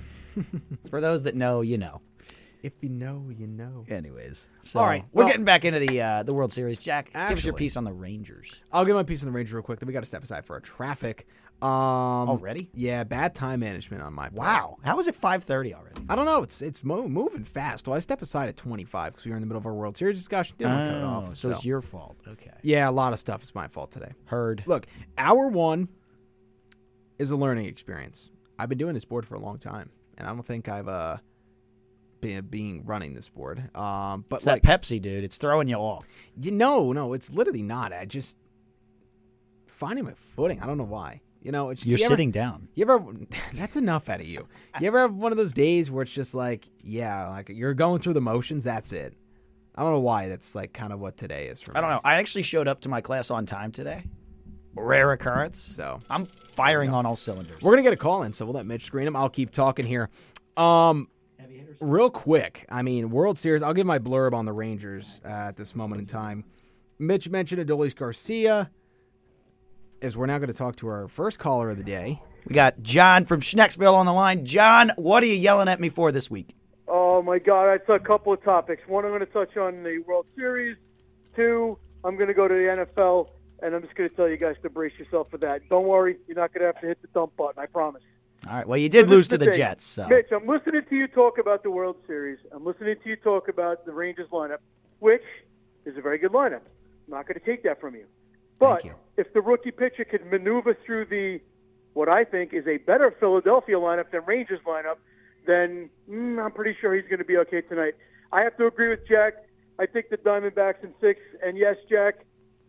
Speaker 2: For those that know, you know.
Speaker 1: If you know, you know.
Speaker 2: Anyways, so,
Speaker 1: All right,
Speaker 2: we're
Speaker 1: well-
Speaker 2: getting back into the uh, the World Series. Jack, give us your
Speaker 1: Actually-
Speaker 2: piece on the Rangers.
Speaker 1: I'll get my piece on the Ranger real quick. Then we got to step aside for our traffic. Um,
Speaker 2: Already?
Speaker 1: Yeah, bad time management on my part.
Speaker 2: Wow, how is it five thirty already?
Speaker 1: I don't know. It's it's mo- moving fast. Well, I step aside at 25 because we were in the middle of our World Series discussion. Didn't want to cut it
Speaker 2: Oh,
Speaker 1: off.
Speaker 2: so it's your fault. Okay,
Speaker 1: yeah, a lot of stuff is my fault today.
Speaker 2: heard.
Speaker 1: Look, hour one is a learning experience. I've been doing this board for a long time, and I don't think I've uh been being running this board. Um, but
Speaker 2: It's
Speaker 1: like,
Speaker 2: that Pepsi dude. It's throwing you off.
Speaker 1: you know, no, it's literally not. I just finding my footing. I don't know why. You know, it's just,
Speaker 2: You're
Speaker 1: you ever-
Speaker 2: sitting down.
Speaker 1: you ever? That's enough out of you. You ever have one of those days where it's just like, yeah, like you're going through the motions. That's it. I don't know why. That's like kind of what today is for me.
Speaker 2: I don't know. I actually showed up to my class on time today. Rare occurrence.
Speaker 1: So.
Speaker 2: I'm firing on all cylinders.
Speaker 1: We're gonna get a call in, so we'll let Mitch screen him. I'll keep talking here. Um, real quick. I mean, World Series. I'll give my blurb on the Rangers uh, at this moment in time. Mitch mentioned Adolis Garcia. As we're now going to talk to our first caller of the day.
Speaker 2: We got John from Schnecksville on the line. John, what are you yelling at me for this week?
Speaker 3: Oh my God! It's a couple of topics. One, I'm going to touch on the World Series. Two, I'm going to go to the NFL, and I'm just going to tell you guys to brace yourself for that. Don't worry, you're not going to have to hit the dump button. I promise.
Speaker 2: All right. Well, you did lose to the
Speaker 3: thing.
Speaker 2: Jets. So.
Speaker 3: Mitch, I'm listening to you talk about the World Series. I'm listening to you talk about the Rangers lineup, which is a very good lineup. I'm not going to take that from you. But
Speaker 2: you.
Speaker 3: if the rookie pitcher could maneuver through the what I think is a better Philadelphia lineup than Rangers lineup, then mm, I'm pretty sure he's going to be okay tonight. I have to agree with Jack. I think the Diamondbacks in six. And yes, Jack,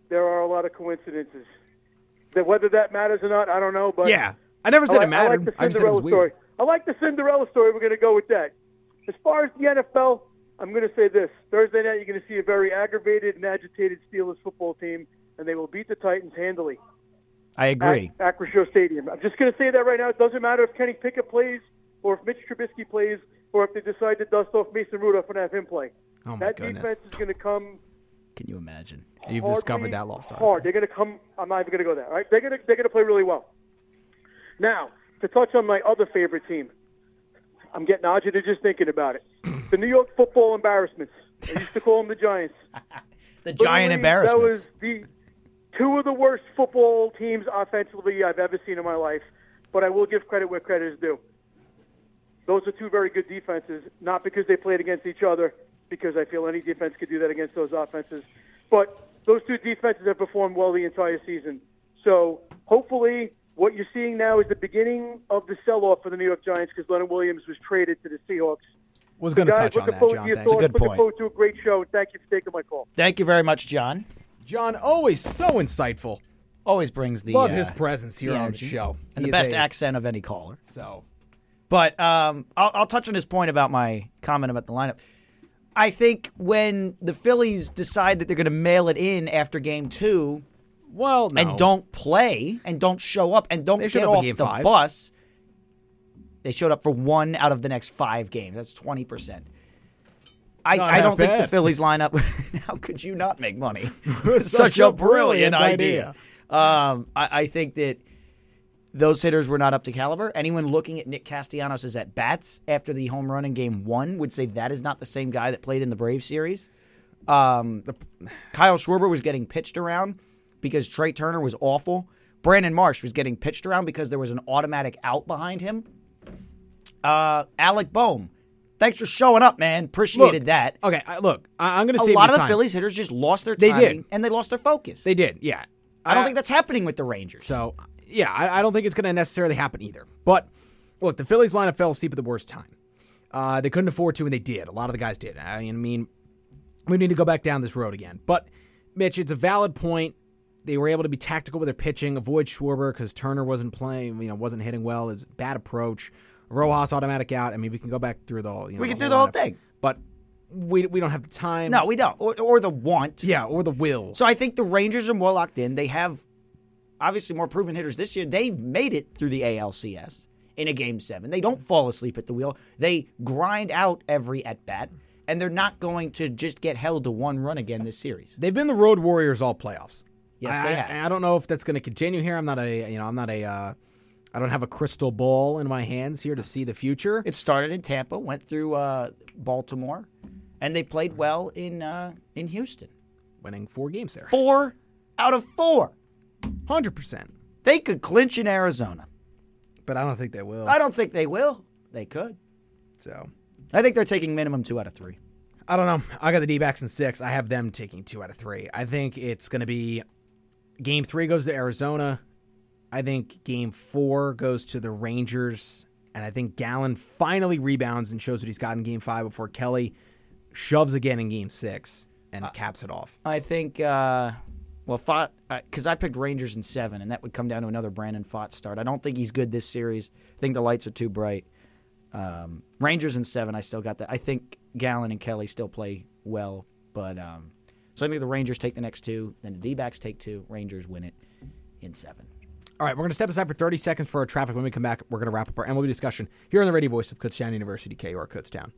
Speaker 3: there are a lot of coincidences. That whether that matters or not, I don't know. But
Speaker 1: Yeah, I never said
Speaker 3: Oh, I
Speaker 1: it
Speaker 3: like-
Speaker 1: mattered.
Speaker 3: I like the
Speaker 1: I just said it
Speaker 3: Cinderella
Speaker 1: was
Speaker 3: story.
Speaker 1: weird.
Speaker 3: I like the Cinderella story. We're going to go with that. As far as the NFL, I'm going to say this: Thursday night, you're going to see a very aggravated and agitated Steelers football team, and they will beat the Titans handily
Speaker 2: I agree.
Speaker 3: at Acrisure Stadium. I'm just going to say that right now. It doesn't matter if Kenny Pickett plays, or if Mitch Trubisky plays, or if they decide to dust off Mason Rudolph and have him play.
Speaker 1: Oh, my
Speaker 3: that
Speaker 1: goodness.
Speaker 3: defense is going to come
Speaker 2: Can you imagine?
Speaker 1: You've
Speaker 3: hard
Speaker 1: discovered
Speaker 3: lead,
Speaker 1: that lost art.
Speaker 3: Hard. They're going to come. I'm not even going to go there. All right. They're going to they're going to play really well. Now to touch on my other favorite team, I'm getting agitated just thinking about it. the New York football embarrassments. I used to call them the Giants.
Speaker 2: The giant
Speaker 3: Literally,
Speaker 2: embarrassment.
Speaker 3: That was the two of the worst football teams offensively I've ever seen in my life. But I will give credit where credit is due. Those are two very good defenses, not because they played against each other, because I feel any defense could do that against those offenses. But those two defenses have performed well the entire season. So hopefully, what you're seeing now is the beginning of the sell-off for the New York Giants because Leonard Williams was traded to the Seahawks.
Speaker 1: Was going to
Speaker 3: Guys,
Speaker 1: touch on
Speaker 3: looking
Speaker 1: that,
Speaker 3: forward to
Speaker 1: John.
Speaker 3: your
Speaker 1: Thanks.
Speaker 3: thoughts.
Speaker 2: good
Speaker 3: looking
Speaker 2: point.
Speaker 3: forward to a great show. Thank you for taking my call.
Speaker 2: Thank you very much, John.
Speaker 1: John always so insightful.
Speaker 2: Always brings the
Speaker 1: Love
Speaker 2: uh,
Speaker 1: his presence here
Speaker 2: the
Speaker 1: on the
Speaker 2: energy.
Speaker 1: show
Speaker 2: and
Speaker 1: He
Speaker 2: the
Speaker 1: is
Speaker 2: best
Speaker 1: a-
Speaker 2: accent of any caller.
Speaker 1: So
Speaker 2: But um, I'll, I'll touch on his point about my comment about the lineup. I think when the Phillies decide that they're going to mail it in after Game Two,
Speaker 1: well, no.
Speaker 2: and don't play and don't show up and don't
Speaker 1: They showed
Speaker 2: get
Speaker 1: up in
Speaker 2: off
Speaker 1: game
Speaker 2: the
Speaker 1: five.
Speaker 2: bus. They showed up for one out of the next five games. That's twenty percent. I,
Speaker 1: Not
Speaker 2: I
Speaker 1: half
Speaker 2: don't think the
Speaker 1: bad.
Speaker 2: Phillies lineup. how could you not make money?
Speaker 1: Such a brilliant idea.
Speaker 2: Um, I, I think that those hitters were not up to caliber. Anyone looking at Nick Castellanos as at bats after the home run in Game One would say that is not the same guy that played in the Brave series. Um, Kyle Schwarber was getting pitched around because Trey Turner was awful. Brandon Marsh was getting pitched around because there was an automatic out behind him. Uh, Alec Boehm, thanks for showing up, man. Appreciated
Speaker 1: Look,
Speaker 2: that.
Speaker 1: Okay, I, look, I, I'm going to
Speaker 2: A
Speaker 1: save
Speaker 2: lot
Speaker 1: you
Speaker 2: of the
Speaker 1: time.
Speaker 2: Phillies hitters just lost their
Speaker 1: They
Speaker 2: timing
Speaker 1: did.
Speaker 2: and they lost their focus.
Speaker 1: They did, yeah.
Speaker 2: I don't think that's happening with the Rangers.
Speaker 1: So, yeah, I, I don't think it's going to necessarily happen either. But look, the Phillies lineup fell asleep at the worst time. Uh, they couldn't afford to, and they did. A lot of the guys did. I mean, we need to go back down this road again. But Mitch, it's a valid point. They were able to be tactical with their pitching, avoid Schwarber because Turner wasn't playing, you know, wasn't hitting well. It's a bad approach. Rojas automatic out. I mean, we can go back through the whole. You know,
Speaker 2: We can do the whole
Speaker 1: lineup.
Speaker 2: thing.
Speaker 1: but we we don't have the time.
Speaker 2: no, we don't. Or, or the want.
Speaker 1: yeah, or the will.
Speaker 2: So I think the Rangers are more locked in. They have obviously more proven hitters this year. They've made it through the ALCS in a game seven. They don't fall asleep at the wheel. They grind out every at bat, and they're not going to just get held to one run again this series.
Speaker 1: They've been the road warriors all playoffs.
Speaker 2: Yes,
Speaker 1: I,
Speaker 2: they
Speaker 1: I-
Speaker 2: have.
Speaker 1: I don't know if that's going to continue here. I'm not a you know I'm not a uh, I don't have a crystal ball in my hands here to see the future.
Speaker 2: It started in Tampa, went through uh, Baltimore, and they played well in uh, in Houston.
Speaker 1: Winning four games there.
Speaker 2: Four out of four.
Speaker 1: 100%.
Speaker 2: They could clinch in Arizona.
Speaker 1: But I don't think they will.
Speaker 2: I don't think they will. They could.
Speaker 1: So
Speaker 2: I think they're taking minimum two out of three.
Speaker 1: I don't know. I got the D backs in six. I have them taking two out of three. I think it's going to be game three goes to Arizona. I think game four goes to the Rangers. And I think Gallon finally rebounds and shows what he's got in game five before Kelly shoves again in game six and caps it off.
Speaker 2: I think, uh, well, Fott, because I picked Rangers in seven, and that would come down to another Brandon Fott start. I don't think he's good this series. I think the lights are too bright. Um, Rangers in seven, I still got that. I think Gallon and Kelly still play well, but um, so I think the Rangers take the next two, then the D backs take two, Rangers win it in seven.
Speaker 1: All right, we're going to step aside for 30 seconds for our traffic. When we come back, we're going to wrap up our MLB discussion here on the radio voice of Kutztown University, KR Kutztown.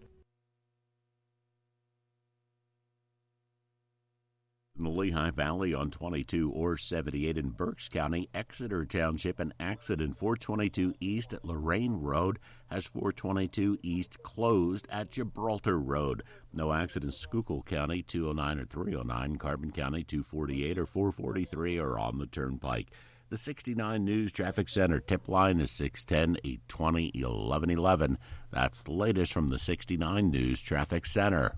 Speaker 4: in the Lehigh Valley on 22 or 78 in Berks County, Exeter Township, an accident 422 East at Lorraine Road has 422 East closed at Gibraltar Road. No accidents, Schuylkill County 209 or 309, Carbon County 248 or 443 are on the turnpike. The 69 News Traffic Center tip line is 610 820 1111. That's the latest from the 69 News Traffic Center.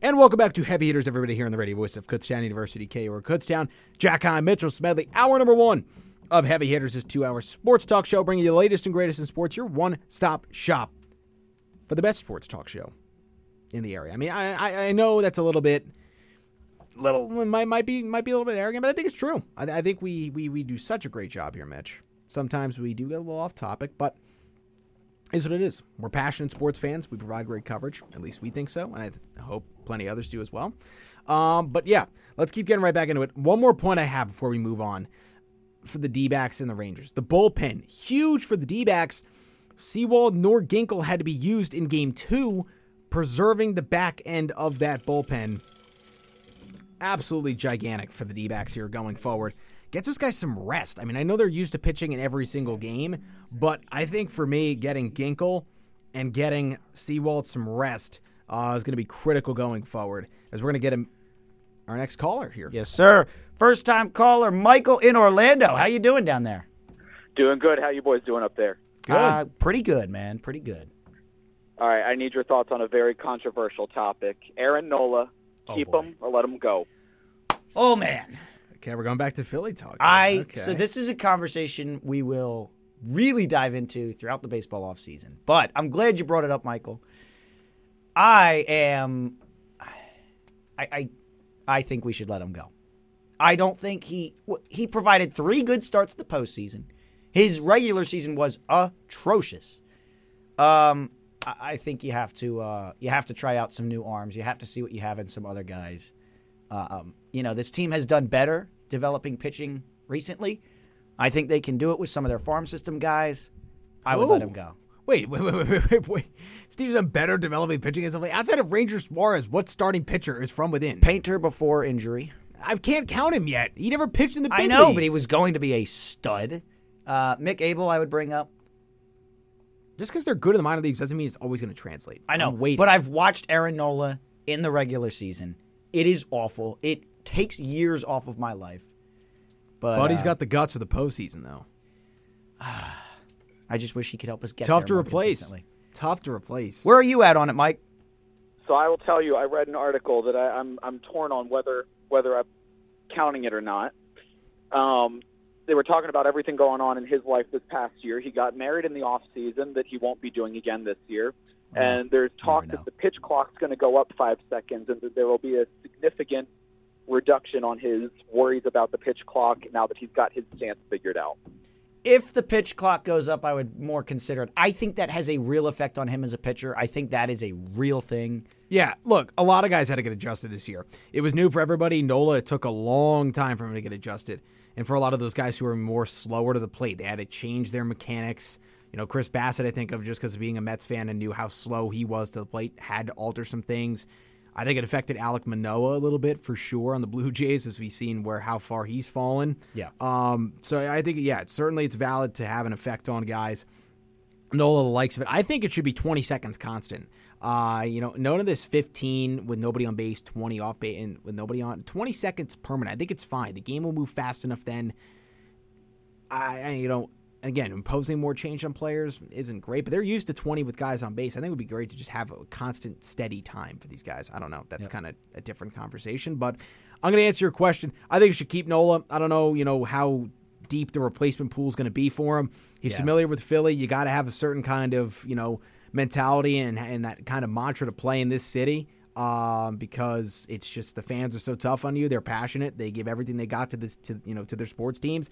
Speaker 1: And welcome back to Heavy Hitters, everybody, here on the radio voice of Kutztown University, KOR Kutztown. Jack High, Mitchell Smedley, hour number one of Heavy Hitters, is two hour sports talk show, bringing you the latest and greatest in sports, your one stop shop for the best sports talk show in the area. I mean, I, I, I know that's a little bit. Little might might be might be a little bit arrogant, but I think it's true. I, I think we, we we do such a great job here, Mitch. Sometimes we do get a little off topic, but is what it is. We're passionate sports fans. We provide great coverage. At least we think so, and I th- hope plenty others do as well. Um, but yeah, let's keep getting right back into it. One more point I have before we move on for the D backs and the Rangers. The bullpen, huge for the D backs. Seawald nor Ginkle had to be used in game two, preserving the back end of that bullpen. Absolutely gigantic for the D backs here going forward. Gets those guys some rest. I mean, I know they're used to pitching in every single game, but I think for me, getting Ginkle and getting Seawald some rest uh, is going to be critical going forward as we're going to get him our next caller here.
Speaker 2: Yes, sir. First time caller, Michael in Orlando. How you doing down there?
Speaker 5: Doing good. How you boys doing up there?
Speaker 1: Good.
Speaker 2: Uh, pretty good, man. Pretty good.
Speaker 5: All right, I need your thoughts on a very controversial topic. Aaron Nola, keep
Speaker 2: Oh, boy.
Speaker 5: him or let him go.
Speaker 2: Oh man,
Speaker 1: Okay, we're going back to Philly talk.
Speaker 2: I
Speaker 1: Okay.
Speaker 2: so this is a conversation we will really dive into throughout the baseball offseason. But I'm glad you brought it up, Michael. I am I I, I think we should let him go. I don't think he w- he provided three good starts to the postseason. His regular season was atrocious. Um, I, I think you have to uh, you have to try out some new arms. You have to see what you have in some other guys. Um, you know, this team has done better developing pitching recently. I think they can do it with some of their farm system guys. I would let
Speaker 1: Ooh.
Speaker 2: him go.
Speaker 1: Wait, wait, wait, wait, wait, wait, wait. Steve's done better developing pitching and stuff like outside of Ranger Suarez, what starting pitcher is from within?
Speaker 2: Painter before injury.
Speaker 1: I can't count him yet. He never pitched in the big
Speaker 2: I know,
Speaker 1: leagues.
Speaker 2: but he was going to be a stud. Uh, Mick Abel, I would bring up.
Speaker 1: just because they're good in the minor leagues doesn't mean it's always going to translate.
Speaker 2: I know,
Speaker 1: I'm waiting.
Speaker 2: but I've watched Aaron Nola in the regular season. It is awful. It takes years off of my life. But
Speaker 1: Buddy's
Speaker 2: uh,
Speaker 1: got the guts for the postseason though.
Speaker 2: I just wish he could help us get
Speaker 1: Tough
Speaker 2: there
Speaker 1: to
Speaker 2: more
Speaker 1: replace.
Speaker 2: consistently.
Speaker 1: Tough to replace.
Speaker 2: Where are you at on it, Mike?
Speaker 5: So I will tell you, I read an article that I, I'm I'm torn on whether whether I'm counting it or not. Um, they were talking about everything going on in his life this past year. He got married in the off season that he won't be doing again this year. and there's talk
Speaker 2: know.
Speaker 5: that the pitch clock's going to go up five seconds, and that there will be a significant reduction on his worries about the pitch clock now that he's got his stance figured out.
Speaker 2: if the pitch clock goes up, I would more consider it. I think that has a real effect on him as a pitcher. I think that is a real thing.
Speaker 1: Yeah, look, a lot of guys had to get adjusted this year. It was new for everybody. Nola, it took a long time for him to get adjusted. And for a lot of those guys who are more slower to the plate, they had to change their mechanics. You know, Chris Bassett, I think of just because of being a Mets fan and knew how slow he was to the plate, had to alter some things. I think it affected Alec Manoa a little bit for sure on the Blue Jays, as we've seen where how far he's fallen.
Speaker 2: Yeah.
Speaker 1: Um. So I think yeah, it's, certainly it's valid to have an effect on guys. Nola the likes of it. I think it should be 20 seconds constant. Uh, you know, none of this 15 with nobody on base, 20 off base, and with nobody on 20 seconds permanent. I think it's fine. The game will move fast enough then. I, I you know, again, imposing more change on players isn't great, but they're used to 20 with guys on base. I think it would be great to just have a constant, steady time for these guys. I don't know. That's kind of a different conversation, but I'm going to answer your question. I think you should keep Nola. I don't know, you know, how deep the replacement pool is going to be for him. He's
Speaker 2: Yeah.
Speaker 1: familiar with Philly. You got to have a certain kind of, you know, mentality and, and that kind of mantra to play in this city. Um, because it's just the fans are so tough on you. They're passionate. They give everything they got to this, to you know, to their sports teams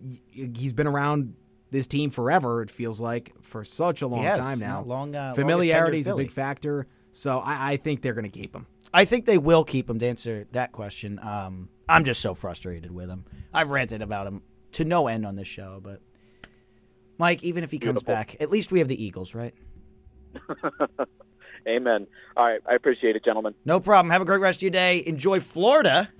Speaker 1: y- he's been around this team forever. It feels like for such a long
Speaker 2: has.
Speaker 1: time now.
Speaker 2: Yeah, long, uh, longest
Speaker 1: familiarity is
Speaker 2: tenured
Speaker 1: a big
Speaker 2: Philly.
Speaker 1: factor. So I, I think they're going to keep him.
Speaker 2: I think they will keep him to answer that question. Um, I'm just so frustrated with him. I've ranted about him to no end on this show, but Mike, even if he comes
Speaker 5: Beautiful.
Speaker 2: back, at least we have the Eagles, right?
Speaker 5: Amen. All right. I appreciate it, gentlemen.
Speaker 2: No problem. Have a great rest of your day. Enjoy Florida.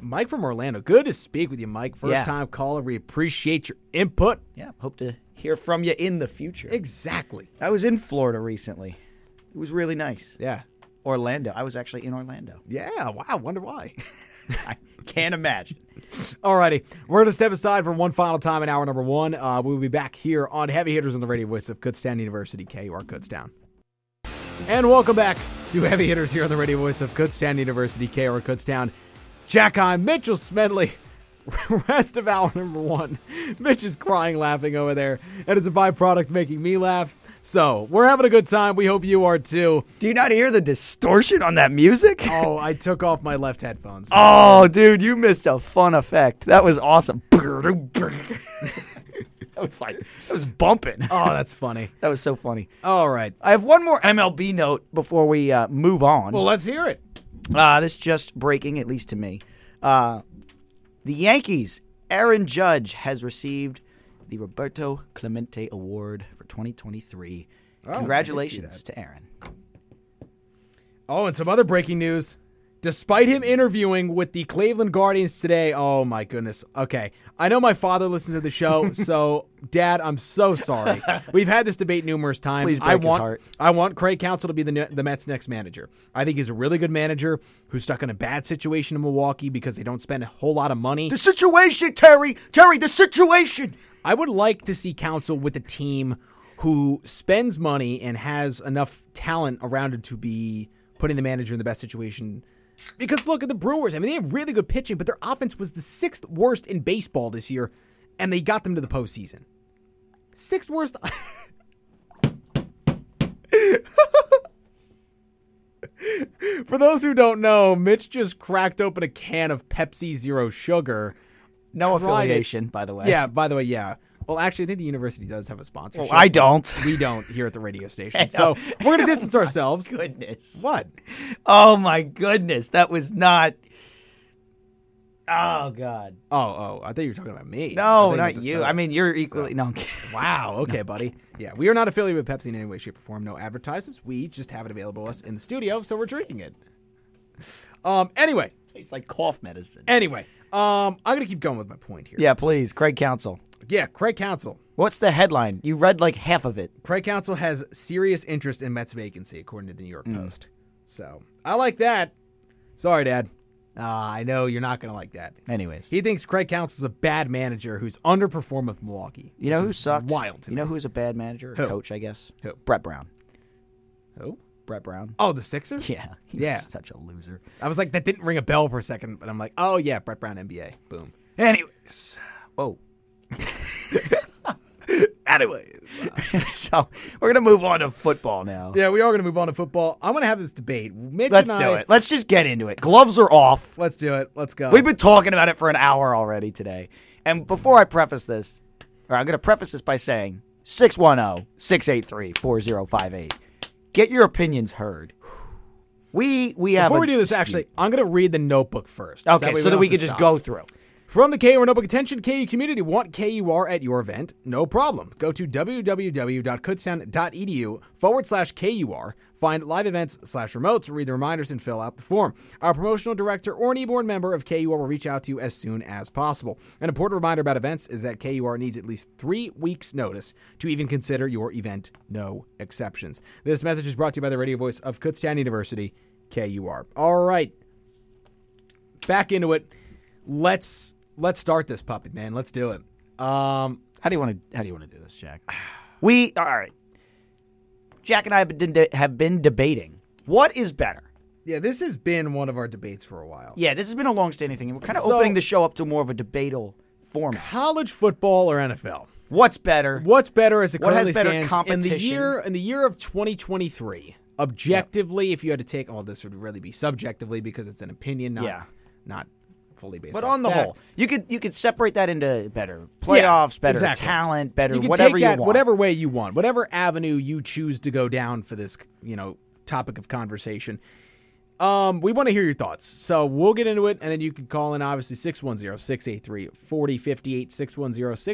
Speaker 1: Mike from Orlando. Good to speak with you, Mike. First
Speaker 2: Yeah.
Speaker 1: time caller. We appreciate your input.
Speaker 2: Yeah, hope to hear from you in the future.
Speaker 1: Exactly.
Speaker 2: I was in Florida recently. It was really nice. Yeah. Orlando. I was actually in Orlando.
Speaker 1: Yeah. Wow. Wonder why.
Speaker 2: I can't imagine.
Speaker 1: Alrighty, we're gonna step aside for one final time in hour number one. Uh, we'll be back here on Heavy Hitters on the Radio Voice of Kutztown University, KUR Kutztown. And welcome back to Heavy Hitters here on the Radio Voice of Kutztown University, KUR Kutztown. Jack I, Mitchell Smedley. Rest of hour number one. Mitch is crying, laughing over there, and it's a byproduct making me laugh. So we're having a good time. We hope you are too.
Speaker 2: Do you not hear the distortion on that music?
Speaker 1: Oh, I took off my left headphones.
Speaker 2: Oh, dude, you missed a fun effect. That was awesome. that was like, that was bumping.
Speaker 1: oh that's funny.
Speaker 2: That was so funny.
Speaker 1: All right.
Speaker 2: I have one more MLB note before we uh, move on.
Speaker 1: Well, let's hear it.
Speaker 2: Uh, this just breaking, at least to me. Uh, the Yankees, Aaron Judge has received the Roberto Clemente Award for 2023. Congratulations to Aaron.
Speaker 1: Oh, and some other breaking news. Despite him interviewing with the Cleveland Guardians today, oh my goodness. Okay. I know my father listened to the show, so dad, I'm so sorry. We've had this debate numerous times.
Speaker 2: Please
Speaker 1: I
Speaker 2: break his
Speaker 1: want
Speaker 2: heart.
Speaker 1: I want Craig Counsell to be the ne- the Mets next manager. I think he's a really good manager who's stuck in a bad situation in Milwaukee because they don't spend a whole lot of money.
Speaker 2: situation, Terry! Terry, the situation!
Speaker 1: I would like to see Council with a team who spends money and has enough talent around it to be putting the manager in the best situation. Because look at the Brewers. I mean, they have really good pitching, but their offense was the sixth worst in baseball this year, and they got them to the postseason. Sixth worst. For those who don't know, Mitch just cracked open a can of Pepsi Zero Sugar.
Speaker 2: No
Speaker 1: Tried it.
Speaker 2: affiliation, by the way.
Speaker 1: Yeah, by the way, yeah. Well, actually, I think the university does have a sponsorship.
Speaker 2: I don't.
Speaker 1: We don't here at the radio station. So we're going to distance ourselves.
Speaker 2: Goodness.
Speaker 1: What?
Speaker 2: Oh my goodness, that was not. Oh God,
Speaker 1: Oh, oh, I thought you were talking about me.
Speaker 2: no,
Speaker 1: I thought
Speaker 2: not
Speaker 1: meant the
Speaker 2: you.
Speaker 1: soda.
Speaker 2: I mean, you're equally no. I'm kidding.
Speaker 1: wow. Okay, buddy. Yeah, we are not affiliated with Pepsi in any way, shape, or form. No advertises. We just have it available to us in the studio, so we're drinking it. Um. Anyway,
Speaker 2: It's like cough medicine.
Speaker 1: anyway, um, I'm going to keep going with my point here.
Speaker 2: Yeah, please, Craig Council.
Speaker 1: Yeah. Craig Council.
Speaker 2: What's the headline? You read like half of it.
Speaker 1: Craig Council has serious interest in Mets vacancy, according to the New York
Speaker 2: Hmm.
Speaker 1: Post. So I like that. Sorry, Dad. Uh, I know you're not going to like that.
Speaker 2: Anyways,
Speaker 1: He thinks Craig Council's a bad manager who's underperformed with Milwaukee.
Speaker 2: you know
Speaker 1: which
Speaker 2: who
Speaker 1: is
Speaker 2: sucked?
Speaker 1: Wild. To
Speaker 2: You know who's a bad manager, or
Speaker 1: Who?
Speaker 2: coach? I guess.
Speaker 1: Who?
Speaker 2: Brett Brown.
Speaker 1: who? Who?
Speaker 2: Brett Brown.
Speaker 1: Oh, the Sixers.
Speaker 2: Yeah. He's
Speaker 1: Yeah.
Speaker 2: Such a loser.
Speaker 1: I was like, that didn't ring a bell for a second, but I'm like, oh yeah, Brett Brown, NBA. Boom.
Speaker 2: Anyways, whoa.
Speaker 1: Anyways.
Speaker 2: so we're gonna move on to football now.
Speaker 1: Yeah, we are going to move on to football. I'm going to have this debate. Mitch
Speaker 2: Let's
Speaker 1: and
Speaker 2: do
Speaker 1: I-
Speaker 2: it. Let's just get into it. Gloves are off.
Speaker 1: Let's do it. Let's go.
Speaker 2: We've been talking about it for an hour already today. And before I preface this, or I'm going to preface this by saying 610 683 4058. Get your opinions heard. We we have
Speaker 1: Before
Speaker 2: a
Speaker 1: we do this,
Speaker 2: dispute.
Speaker 1: actually, I'm going to read the notebook first.
Speaker 2: Okay, so that we
Speaker 1: can
Speaker 2: can just go through.
Speaker 1: From the KU Roanoke Contention KU community, want KUR at your event? No problem. Go to www.kutztown.edu E forward slash KUR, find live events slash remotes, read the reminders, and fill out the form. Our promotional director or an eborn member of KUR will reach out to you as soon as possible. An important reminder about events is that KUR needs at least three weeks' notice to even consider your event, no exceptions. This message is brought to you by the radio voice of Kutztown University, KUR. All right back into it. Let's let's start this puppet, man. Let's do it. Um,
Speaker 2: How do you want to? How do you want to do this, Jack? We all right. Jack and I have been, de- have been debating what is better.
Speaker 1: yeah, this has been one of our debates for a while.
Speaker 2: Yeah, this has been a long-standing thing, and we're kind of
Speaker 1: So-
Speaker 2: opening the show up to more of a debatal format.
Speaker 1: College football or NFL?
Speaker 2: What's better?
Speaker 1: What's better as it
Speaker 2: What has
Speaker 1: currently
Speaker 2: better
Speaker 1: stands in the
Speaker 2: competition?
Speaker 1: year in the year of 2023? Objectively, if you had to take all this would really be subjectively because it's an opinion, not
Speaker 2: Yeah.
Speaker 1: not fully based.
Speaker 2: But
Speaker 1: off
Speaker 2: on the
Speaker 1: fact.
Speaker 2: whole, you could you could separate that into better
Speaker 1: Yeah,
Speaker 2: playoffs, better
Speaker 1: exactly.
Speaker 2: talent, better
Speaker 1: you can
Speaker 2: whatever
Speaker 1: take
Speaker 2: you
Speaker 1: that
Speaker 2: want.
Speaker 1: whatever way you want, whatever avenue you choose to go down for this, you know, topic of conversation. Um, we want to hear your thoughts. So we'll get into it, and then you can call in, obviously, 610-683-4058,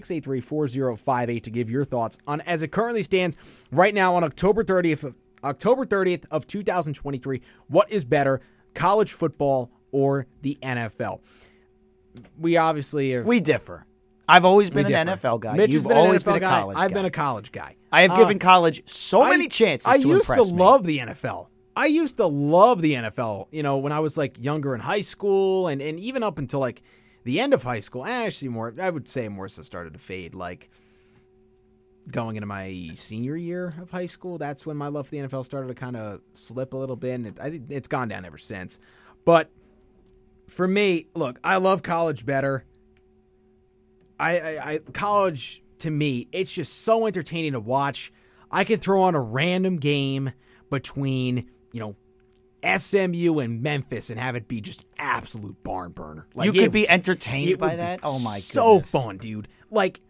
Speaker 1: 610-683-4058 to give your thoughts on, as it currently stands right now on October 30th, of- October 30th of 2023, what is better, college football or the NFL? We obviously are
Speaker 2: We differ. I've always been an
Speaker 1: differ.
Speaker 2: NFL guy.
Speaker 1: Mitch
Speaker 2: You've
Speaker 1: has been
Speaker 2: always
Speaker 1: an NFL
Speaker 2: been a
Speaker 1: guy.
Speaker 2: college
Speaker 1: I've
Speaker 2: guy.
Speaker 1: been a college guy.
Speaker 2: I have
Speaker 1: Uh,
Speaker 2: given college so
Speaker 1: I-
Speaker 2: many chances.
Speaker 1: I
Speaker 2: to
Speaker 1: used to
Speaker 2: impress me.
Speaker 1: love the NFL. I used to love the NFL. You know, when I was like younger in high school, and and even up until like the end of high school, actually more. I would say more so started to fade. Like going into my senior year of high school, that's when my love for the NFL started to kind of slip a little bit, and it, I think it's gone down ever since. But for me, look, I love college better. I, I, I college to me, it's just so entertaining to watch. I could throw on a random game between you know SMU and Memphis and have it be just absolute barn burner. Like,
Speaker 2: You
Speaker 1: it
Speaker 2: could be
Speaker 1: would-
Speaker 2: entertained
Speaker 1: it
Speaker 2: by
Speaker 1: would be
Speaker 2: that? Oh my
Speaker 1: so
Speaker 2: goodness.
Speaker 1: fun, dude! Like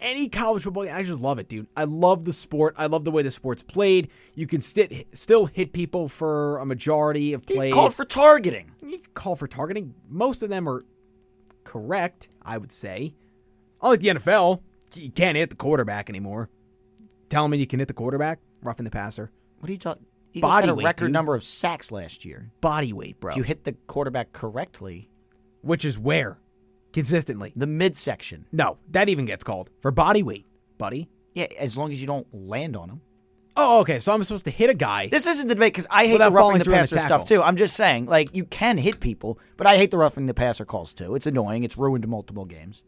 Speaker 1: any college football, game, I just love it, dude. I love the sport. I love the way the sport's played. You can sti- still hit people for a majority of
Speaker 2: He
Speaker 1: plays
Speaker 2: called for targeting.
Speaker 1: you can call for targeting. Most of them are correct, I would say. Unlike the NFL, you can't hit the quarterback anymore. Tell me you can hit the quarterback, roughing the passer,
Speaker 2: What are you talking? Eagles
Speaker 1: Body
Speaker 2: had a
Speaker 1: weight,
Speaker 2: record
Speaker 1: dude.
Speaker 2: number of sacks last year.
Speaker 1: body weight, bro.
Speaker 2: If you hit the quarterback correctly,
Speaker 1: which is where consistently.
Speaker 2: the midsection.
Speaker 1: No, that even gets called for body weight, buddy.
Speaker 2: Yeah, as long as you don't land on him.
Speaker 1: Oh, okay. So I'm supposed to hit a guy.
Speaker 2: This isn't the debate because I hate
Speaker 1: Without
Speaker 2: the roughing
Speaker 1: falling
Speaker 2: the
Speaker 1: through on the
Speaker 2: passer
Speaker 1: tackle.
Speaker 2: stuff too. I'm just saying, like you can hit people, but I hate the roughing the passer calls too. It's annoying. It's ruined multiple games.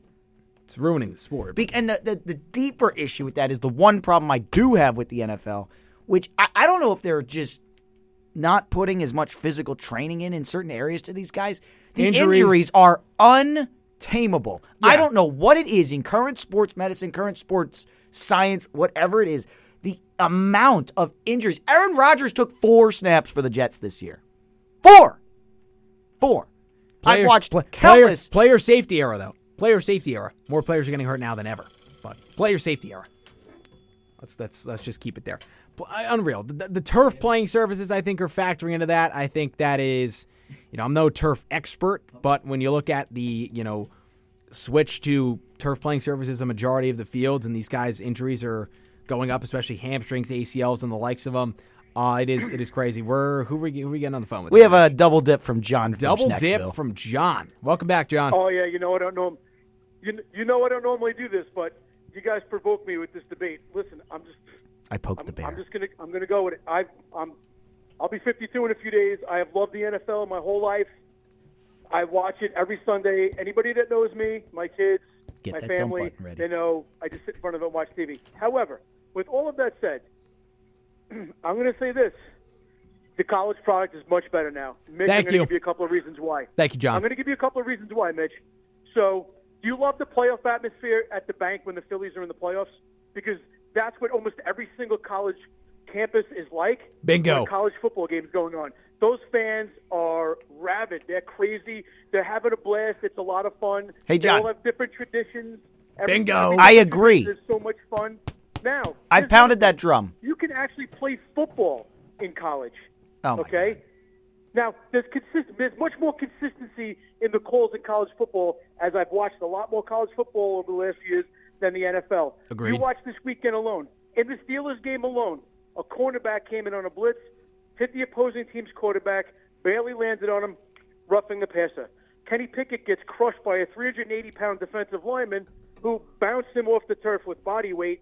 Speaker 1: It's ruining the sport.
Speaker 2: Be- and the, the the deeper issue with that is the one problem I do have with the NFL, which I, I don't know if they're just not putting as much physical training in in certain areas to these guys. The
Speaker 1: Injuries.
Speaker 2: injuries, are untameable. I
Speaker 1: Yeah.
Speaker 2: don't know what it is in current sports medicine, current sports science, whatever it is. The amount of injuries. Aaron Rodgers took four snaps for the Jets this year. Four. Four. I've watched
Speaker 1: pla-
Speaker 2: countless.
Speaker 1: player, player safety era though. Player safety era. More players are getting hurt now than ever. But player safety era. Let's let's let's just keep it there. Pl- uh, Unreal. The, the- the turf playing surfaces I think are factoring into that. I think that is, you know, I'm no turf expert, but when you look at the you know switch to turf playing surfaces, a majority of the fields and these guys' injuries are going up, especially hamstrings, ACLs, and the likes of them. Uh, it is it is crazy. We're who are we, who we getting on the phone with?
Speaker 2: We have a double dip from John. from
Speaker 1: Double
Speaker 2: Schnecksville.
Speaker 1: dip from John. Welcome back, John.
Speaker 3: Oh yeah, you know I don't know. You kn- you know I don't normally do this, but you guys provoke me with this debate. Listen, I'm just
Speaker 2: I poked
Speaker 3: I'm,
Speaker 2: the bear.
Speaker 3: I'm just gonna I'm gonna go with it. I I'm I'll be 52 in a few days. I have loved the NFL my whole life. I watch it every Sunday. Anybody that knows me, my kids,
Speaker 2: Get
Speaker 3: my
Speaker 2: that dump
Speaker 3: family,
Speaker 2: button ready.
Speaker 3: they know I just sit in front of it and watch TV. However, with all of that said, I'm going to say this: the college product is much better now. Mitch, I'm
Speaker 1: Thank
Speaker 3: going
Speaker 1: you.
Speaker 3: to give you a couple of reasons why.
Speaker 1: Thank you, John.
Speaker 3: I'm going to give you a couple of reasons why, Mitch. So, do you love the playoff atmosphere at the bank when the Phillies are in the playoffs? Because that's what almost every single college campus is like.
Speaker 1: Bingo.
Speaker 3: when a college football games going on. Those fans are rabid. They're crazy. They're having a blast. It's a lot of fun.
Speaker 2: Hey,
Speaker 3: They
Speaker 2: John.
Speaker 3: all have different traditions. Every-
Speaker 1: Bingo.
Speaker 2: I agree.
Speaker 3: There's so much fun. Now,
Speaker 2: I
Speaker 3: here's
Speaker 2: pounded
Speaker 3: the thing.
Speaker 2: that drum.
Speaker 3: You can actually play football in college.
Speaker 2: Oh my
Speaker 3: okay.
Speaker 2: God.
Speaker 3: Now, there's, consist- there's much more consistency in the calls in college football as I've watched a lot more college football over the last years than the NFL.
Speaker 1: Agreed.
Speaker 3: You watch this weekend alone. In the Steelers game alone, a cornerback came in on a blitz, hit the opposing team's quarterback, barely landed on him, roughing the passer. Kenny Pickett gets crushed by a 380 pound defensive lineman who bounced him off the turf with body weight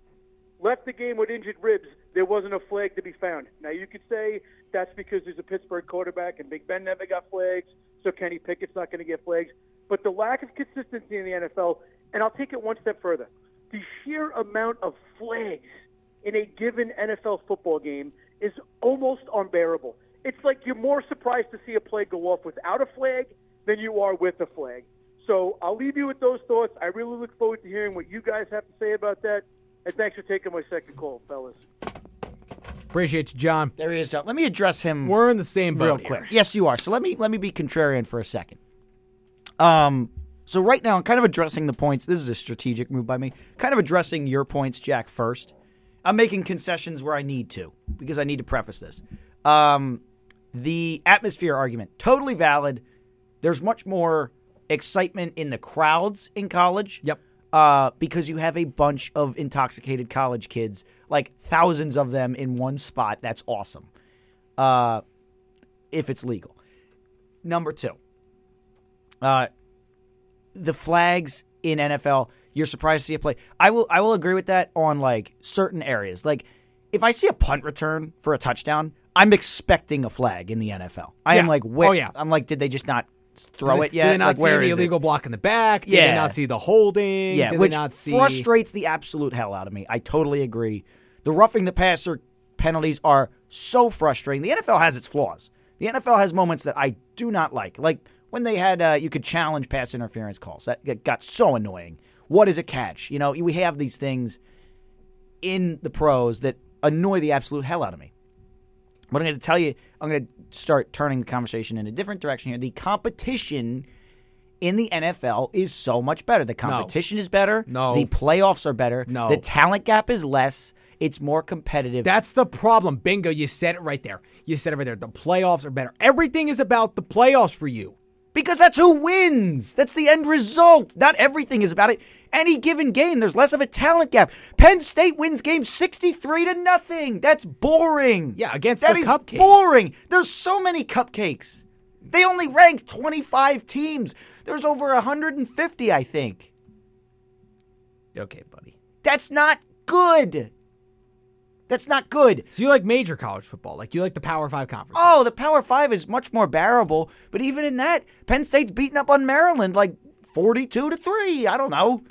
Speaker 3: left the game with injured ribs, there wasn't a flag to be found. Now you could say that's because there's a Pittsburgh quarterback and Big Ben never got flags, so Kenny Pickett's not going to get flags. But the lack of consistency in the NFL, and I'll take it one step further, the sheer amount of flags in a given NFL football game is almost unbearable. It's like you're more surprised to see a play go off without a flag than you are with a flag. So I'll leave you with those thoughts. I really look forward to hearing what you guys have to say about that. And thanks for taking my second call, fellas.
Speaker 1: Appreciate you, John.
Speaker 2: There he is, John. Let me address him
Speaker 1: We're in the same boat.
Speaker 2: real
Speaker 1: here.
Speaker 2: quick. Yes, you are. So let me let me be contrarian for a second. Um, so right now I'm kind of addressing the points. This is a strategic move by me. Kind of addressing your points, Jack. First, I'm making concessions where I need to because I need to preface this. Um, the atmosphere argument totally valid. There's much more excitement in the crowds in college.
Speaker 1: Yep.
Speaker 2: Uh, because you have a bunch of intoxicated college kids, like thousands of them in one spot. That's awesome Uh, if it's legal. Number two, uh, the flags in NFL. You're surprised to see a play. I will. I will agree with that on like certain areas. Like if I see a punt return for a touchdown, I'm expecting a flag in the NFL. I am
Speaker 1: Yeah.
Speaker 2: like, wait.
Speaker 1: Oh, yeah.
Speaker 2: I'm like, did they just not throw
Speaker 1: Did they-
Speaker 2: it yet?
Speaker 1: Did they not
Speaker 2: like,
Speaker 1: see
Speaker 2: where
Speaker 1: the
Speaker 2: is it?
Speaker 1: illegal block in the back? Did they
Speaker 2: Yeah.
Speaker 1: not see the holding?
Speaker 2: Yeah,
Speaker 1: Did
Speaker 2: which
Speaker 1: they not see
Speaker 2: frustrates the absolute hell out of me. I totally agree. The roughing the passer penalties are so frustrating. The NFL has its flaws. The NFL has moments that I do not like, like when they had uh, you could challenge pass interference calls. That, that got so annoying. What is a catch? You know, we have these things in the pros that annoy the absolute hell out of me. But I'm going to tell you, I'm going to start turning the conversation in a different direction here. The competition in the NFL is so much better. The competition is better.
Speaker 1: No.
Speaker 2: The playoffs are better.
Speaker 1: No.
Speaker 2: The talent gap is less. It's more competitive.
Speaker 1: That's the problem. Bingo, you said it right there. You said it right there. The playoffs are better. Everything is about the playoffs for you.
Speaker 2: because that's who wins. That's the end result. Not everything is about it. Any given game, there's less of a talent gap. Penn State wins games 63 to nothing. That's boring.
Speaker 1: Yeah, against
Speaker 2: That
Speaker 1: the
Speaker 2: is
Speaker 1: cupcakes.
Speaker 2: boring. There's so many cupcakes. They only ranked 25 teams. There's over 150, I think.
Speaker 1: Okay, buddy.
Speaker 2: That's not good. That's not good.
Speaker 1: So you like major college football? Like you like the Power Five conference?
Speaker 2: Oh, the Power Five is much more bearable, but even in that, Penn State's beating up on Maryland like forty-two to three. I don't know.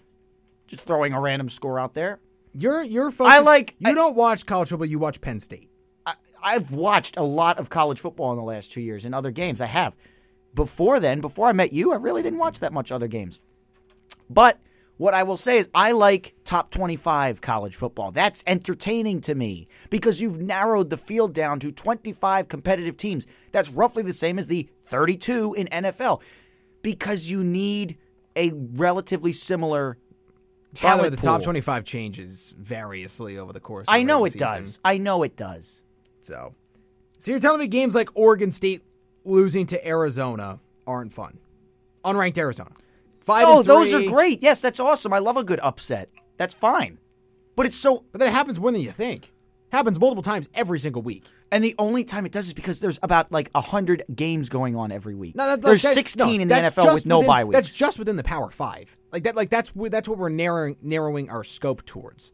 Speaker 2: Just throwing a random score out there.
Speaker 1: You're you're focused.
Speaker 2: I like-
Speaker 1: You
Speaker 2: I-
Speaker 1: don't watch college football. You watch Penn State.
Speaker 2: I, I've watched a lot of college football in the last two years and other games. I have. Before then, before I met you, I really didn't watch that much other games. But what I will say is, I like top 25 college football. That's entertaining to me because you've narrowed the field down to 25 competitive teams. That's roughly the same as the 32 in NFL because you need a relatively similar
Speaker 1: By
Speaker 2: talent.
Speaker 1: the way, the top
Speaker 2: pool.
Speaker 1: twenty-five changes variously over the course. of
Speaker 2: I know
Speaker 1: the
Speaker 2: it
Speaker 1: season,
Speaker 2: does. I know it does.
Speaker 1: So, so you're telling me games like Oregon State losing to Arizona aren't fun? Unranked Arizona. Five.
Speaker 2: Oh,
Speaker 1: and three,
Speaker 2: those are great. Yes, that's awesome. I love a good upset. That's fine. But it's so
Speaker 1: But that happens more than you think. Happens multiple times every single week.
Speaker 2: and the only time it does is because there's about like hundred games going on every week.
Speaker 1: No, that, like,
Speaker 2: there's
Speaker 1: that-
Speaker 2: sixteen
Speaker 1: no,
Speaker 2: in the
Speaker 1: that's
Speaker 2: NFL
Speaker 1: just
Speaker 2: with no
Speaker 1: within,
Speaker 2: bye weeks.
Speaker 1: That's just within the Power Five. Like that. Like that's wh- that's what we're narrowing narrowing our scope towards.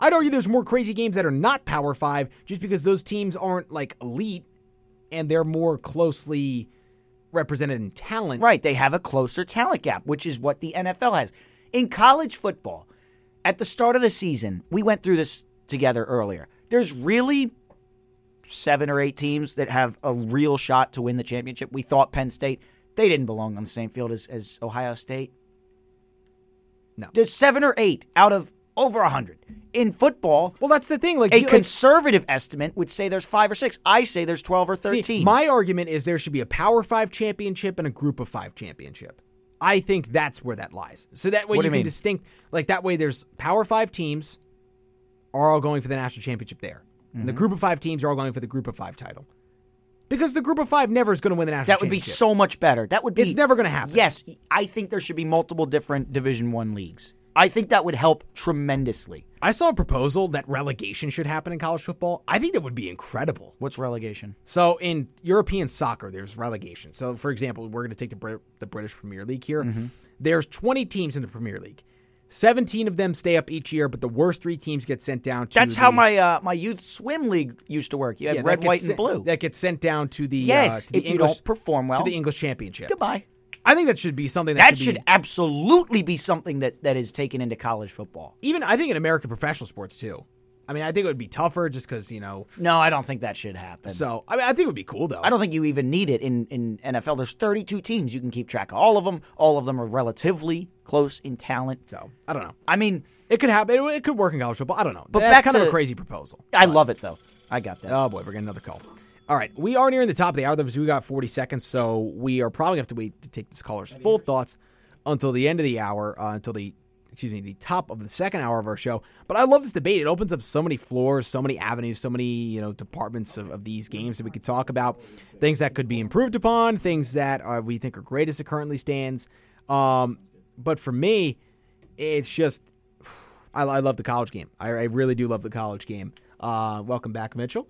Speaker 1: I'd argue there's more crazy games that are not Power Five, just because those teams aren't like elite, and they're more closely represented in talent.
Speaker 2: Right. They have a closer talent gap, which is what the NFL has. In college football, at the start of the season, we went through this together earlier. There's really seven or eight teams that have a real shot to win the championship. We thought Penn State, they didn't belong on the same field as, as Ohio State.
Speaker 1: No.
Speaker 2: There's seven or eight out of over a 100. In football,
Speaker 1: Well, that's the thing. Like
Speaker 2: a
Speaker 1: you- like,
Speaker 2: conservative estimate would say there's five or six. I say there's 12 or 13.
Speaker 1: See, my argument is there should be a Power Five championship and a Group of Five championship. I think that's where that lies. So that way
Speaker 2: What do
Speaker 1: you
Speaker 2: you
Speaker 1: can
Speaker 2: mean?
Speaker 1: distinct, like that way, there's Power Five teams
Speaker 2: Mm-hmm.
Speaker 1: are all going for the national championship there, and the Group of Five teams are all going for the Group of Five title. Because the group of five never is going to win the national
Speaker 2: That would be
Speaker 1: championship.
Speaker 2: so much better. That would be
Speaker 1: It's never gonna happen.
Speaker 2: Yes, I think there should be multiple different Division 1 leagues. I think that would help tremendously.
Speaker 1: I saw a proposal that relegation should happen in college football. I think that would be incredible.
Speaker 2: What's relegation?
Speaker 1: So in European soccer, there's relegation. So for example, we're going to take the Brit- the British Premier League here.
Speaker 2: Mm-hmm.
Speaker 1: There's 20 teams in the Premier League. 17 of them stay up each year, but the worst three teams get sent down. to
Speaker 2: That's how
Speaker 1: the-
Speaker 2: my uh, my youth swim league used to work. You had
Speaker 1: yeah, that
Speaker 2: red,
Speaker 1: gets
Speaker 2: white, and
Speaker 1: sent-
Speaker 2: blue.
Speaker 1: that gets sent down to the uh,
Speaker 2: Yes,
Speaker 1: to the
Speaker 2: if you
Speaker 1: English,
Speaker 2: don't perform well.
Speaker 1: to the English Championship.
Speaker 2: Goodbye.
Speaker 1: I think that should be something that,
Speaker 2: That,
Speaker 1: should,
Speaker 2: should
Speaker 1: be,
Speaker 2: absolutely be something that, that is taken into college football.
Speaker 1: even I think in American professional sports too. I mean, I think it would be tougher just because you know.
Speaker 2: No, I don't think that should happen.
Speaker 1: So I mean, I think it would be cool though.
Speaker 2: I don't think you even need it in, in NFL. There's 32 teams. You can keep track of all of them. All of them are relatively close in talent.
Speaker 1: So I don't know.
Speaker 2: I mean,
Speaker 1: It could happen. It, it could work in college football. I don't know. But
Speaker 2: But
Speaker 1: that's
Speaker 2: back
Speaker 1: kind of
Speaker 2: to-
Speaker 1: a crazy proposal.
Speaker 2: I love it though. I got that.
Speaker 1: Oh boy, we're getting another call. All right, we are nearing the top of the hour. though, so We got 40 seconds, so we are probably gonna have to wait to take this caller's full thoughts until the end of the hour, uh, until the excuse me, the top of the second hour of our show. But I love this debate. It opens up so many floors, so many avenues, so many you know departments of, of these games that we could talk about. Things that could be improved upon, things that uh, we think are great as it currently stands. Um, but for me, it's just I, I love the college game. I, I really do love the college game. Uh, welcome back, Mitchell.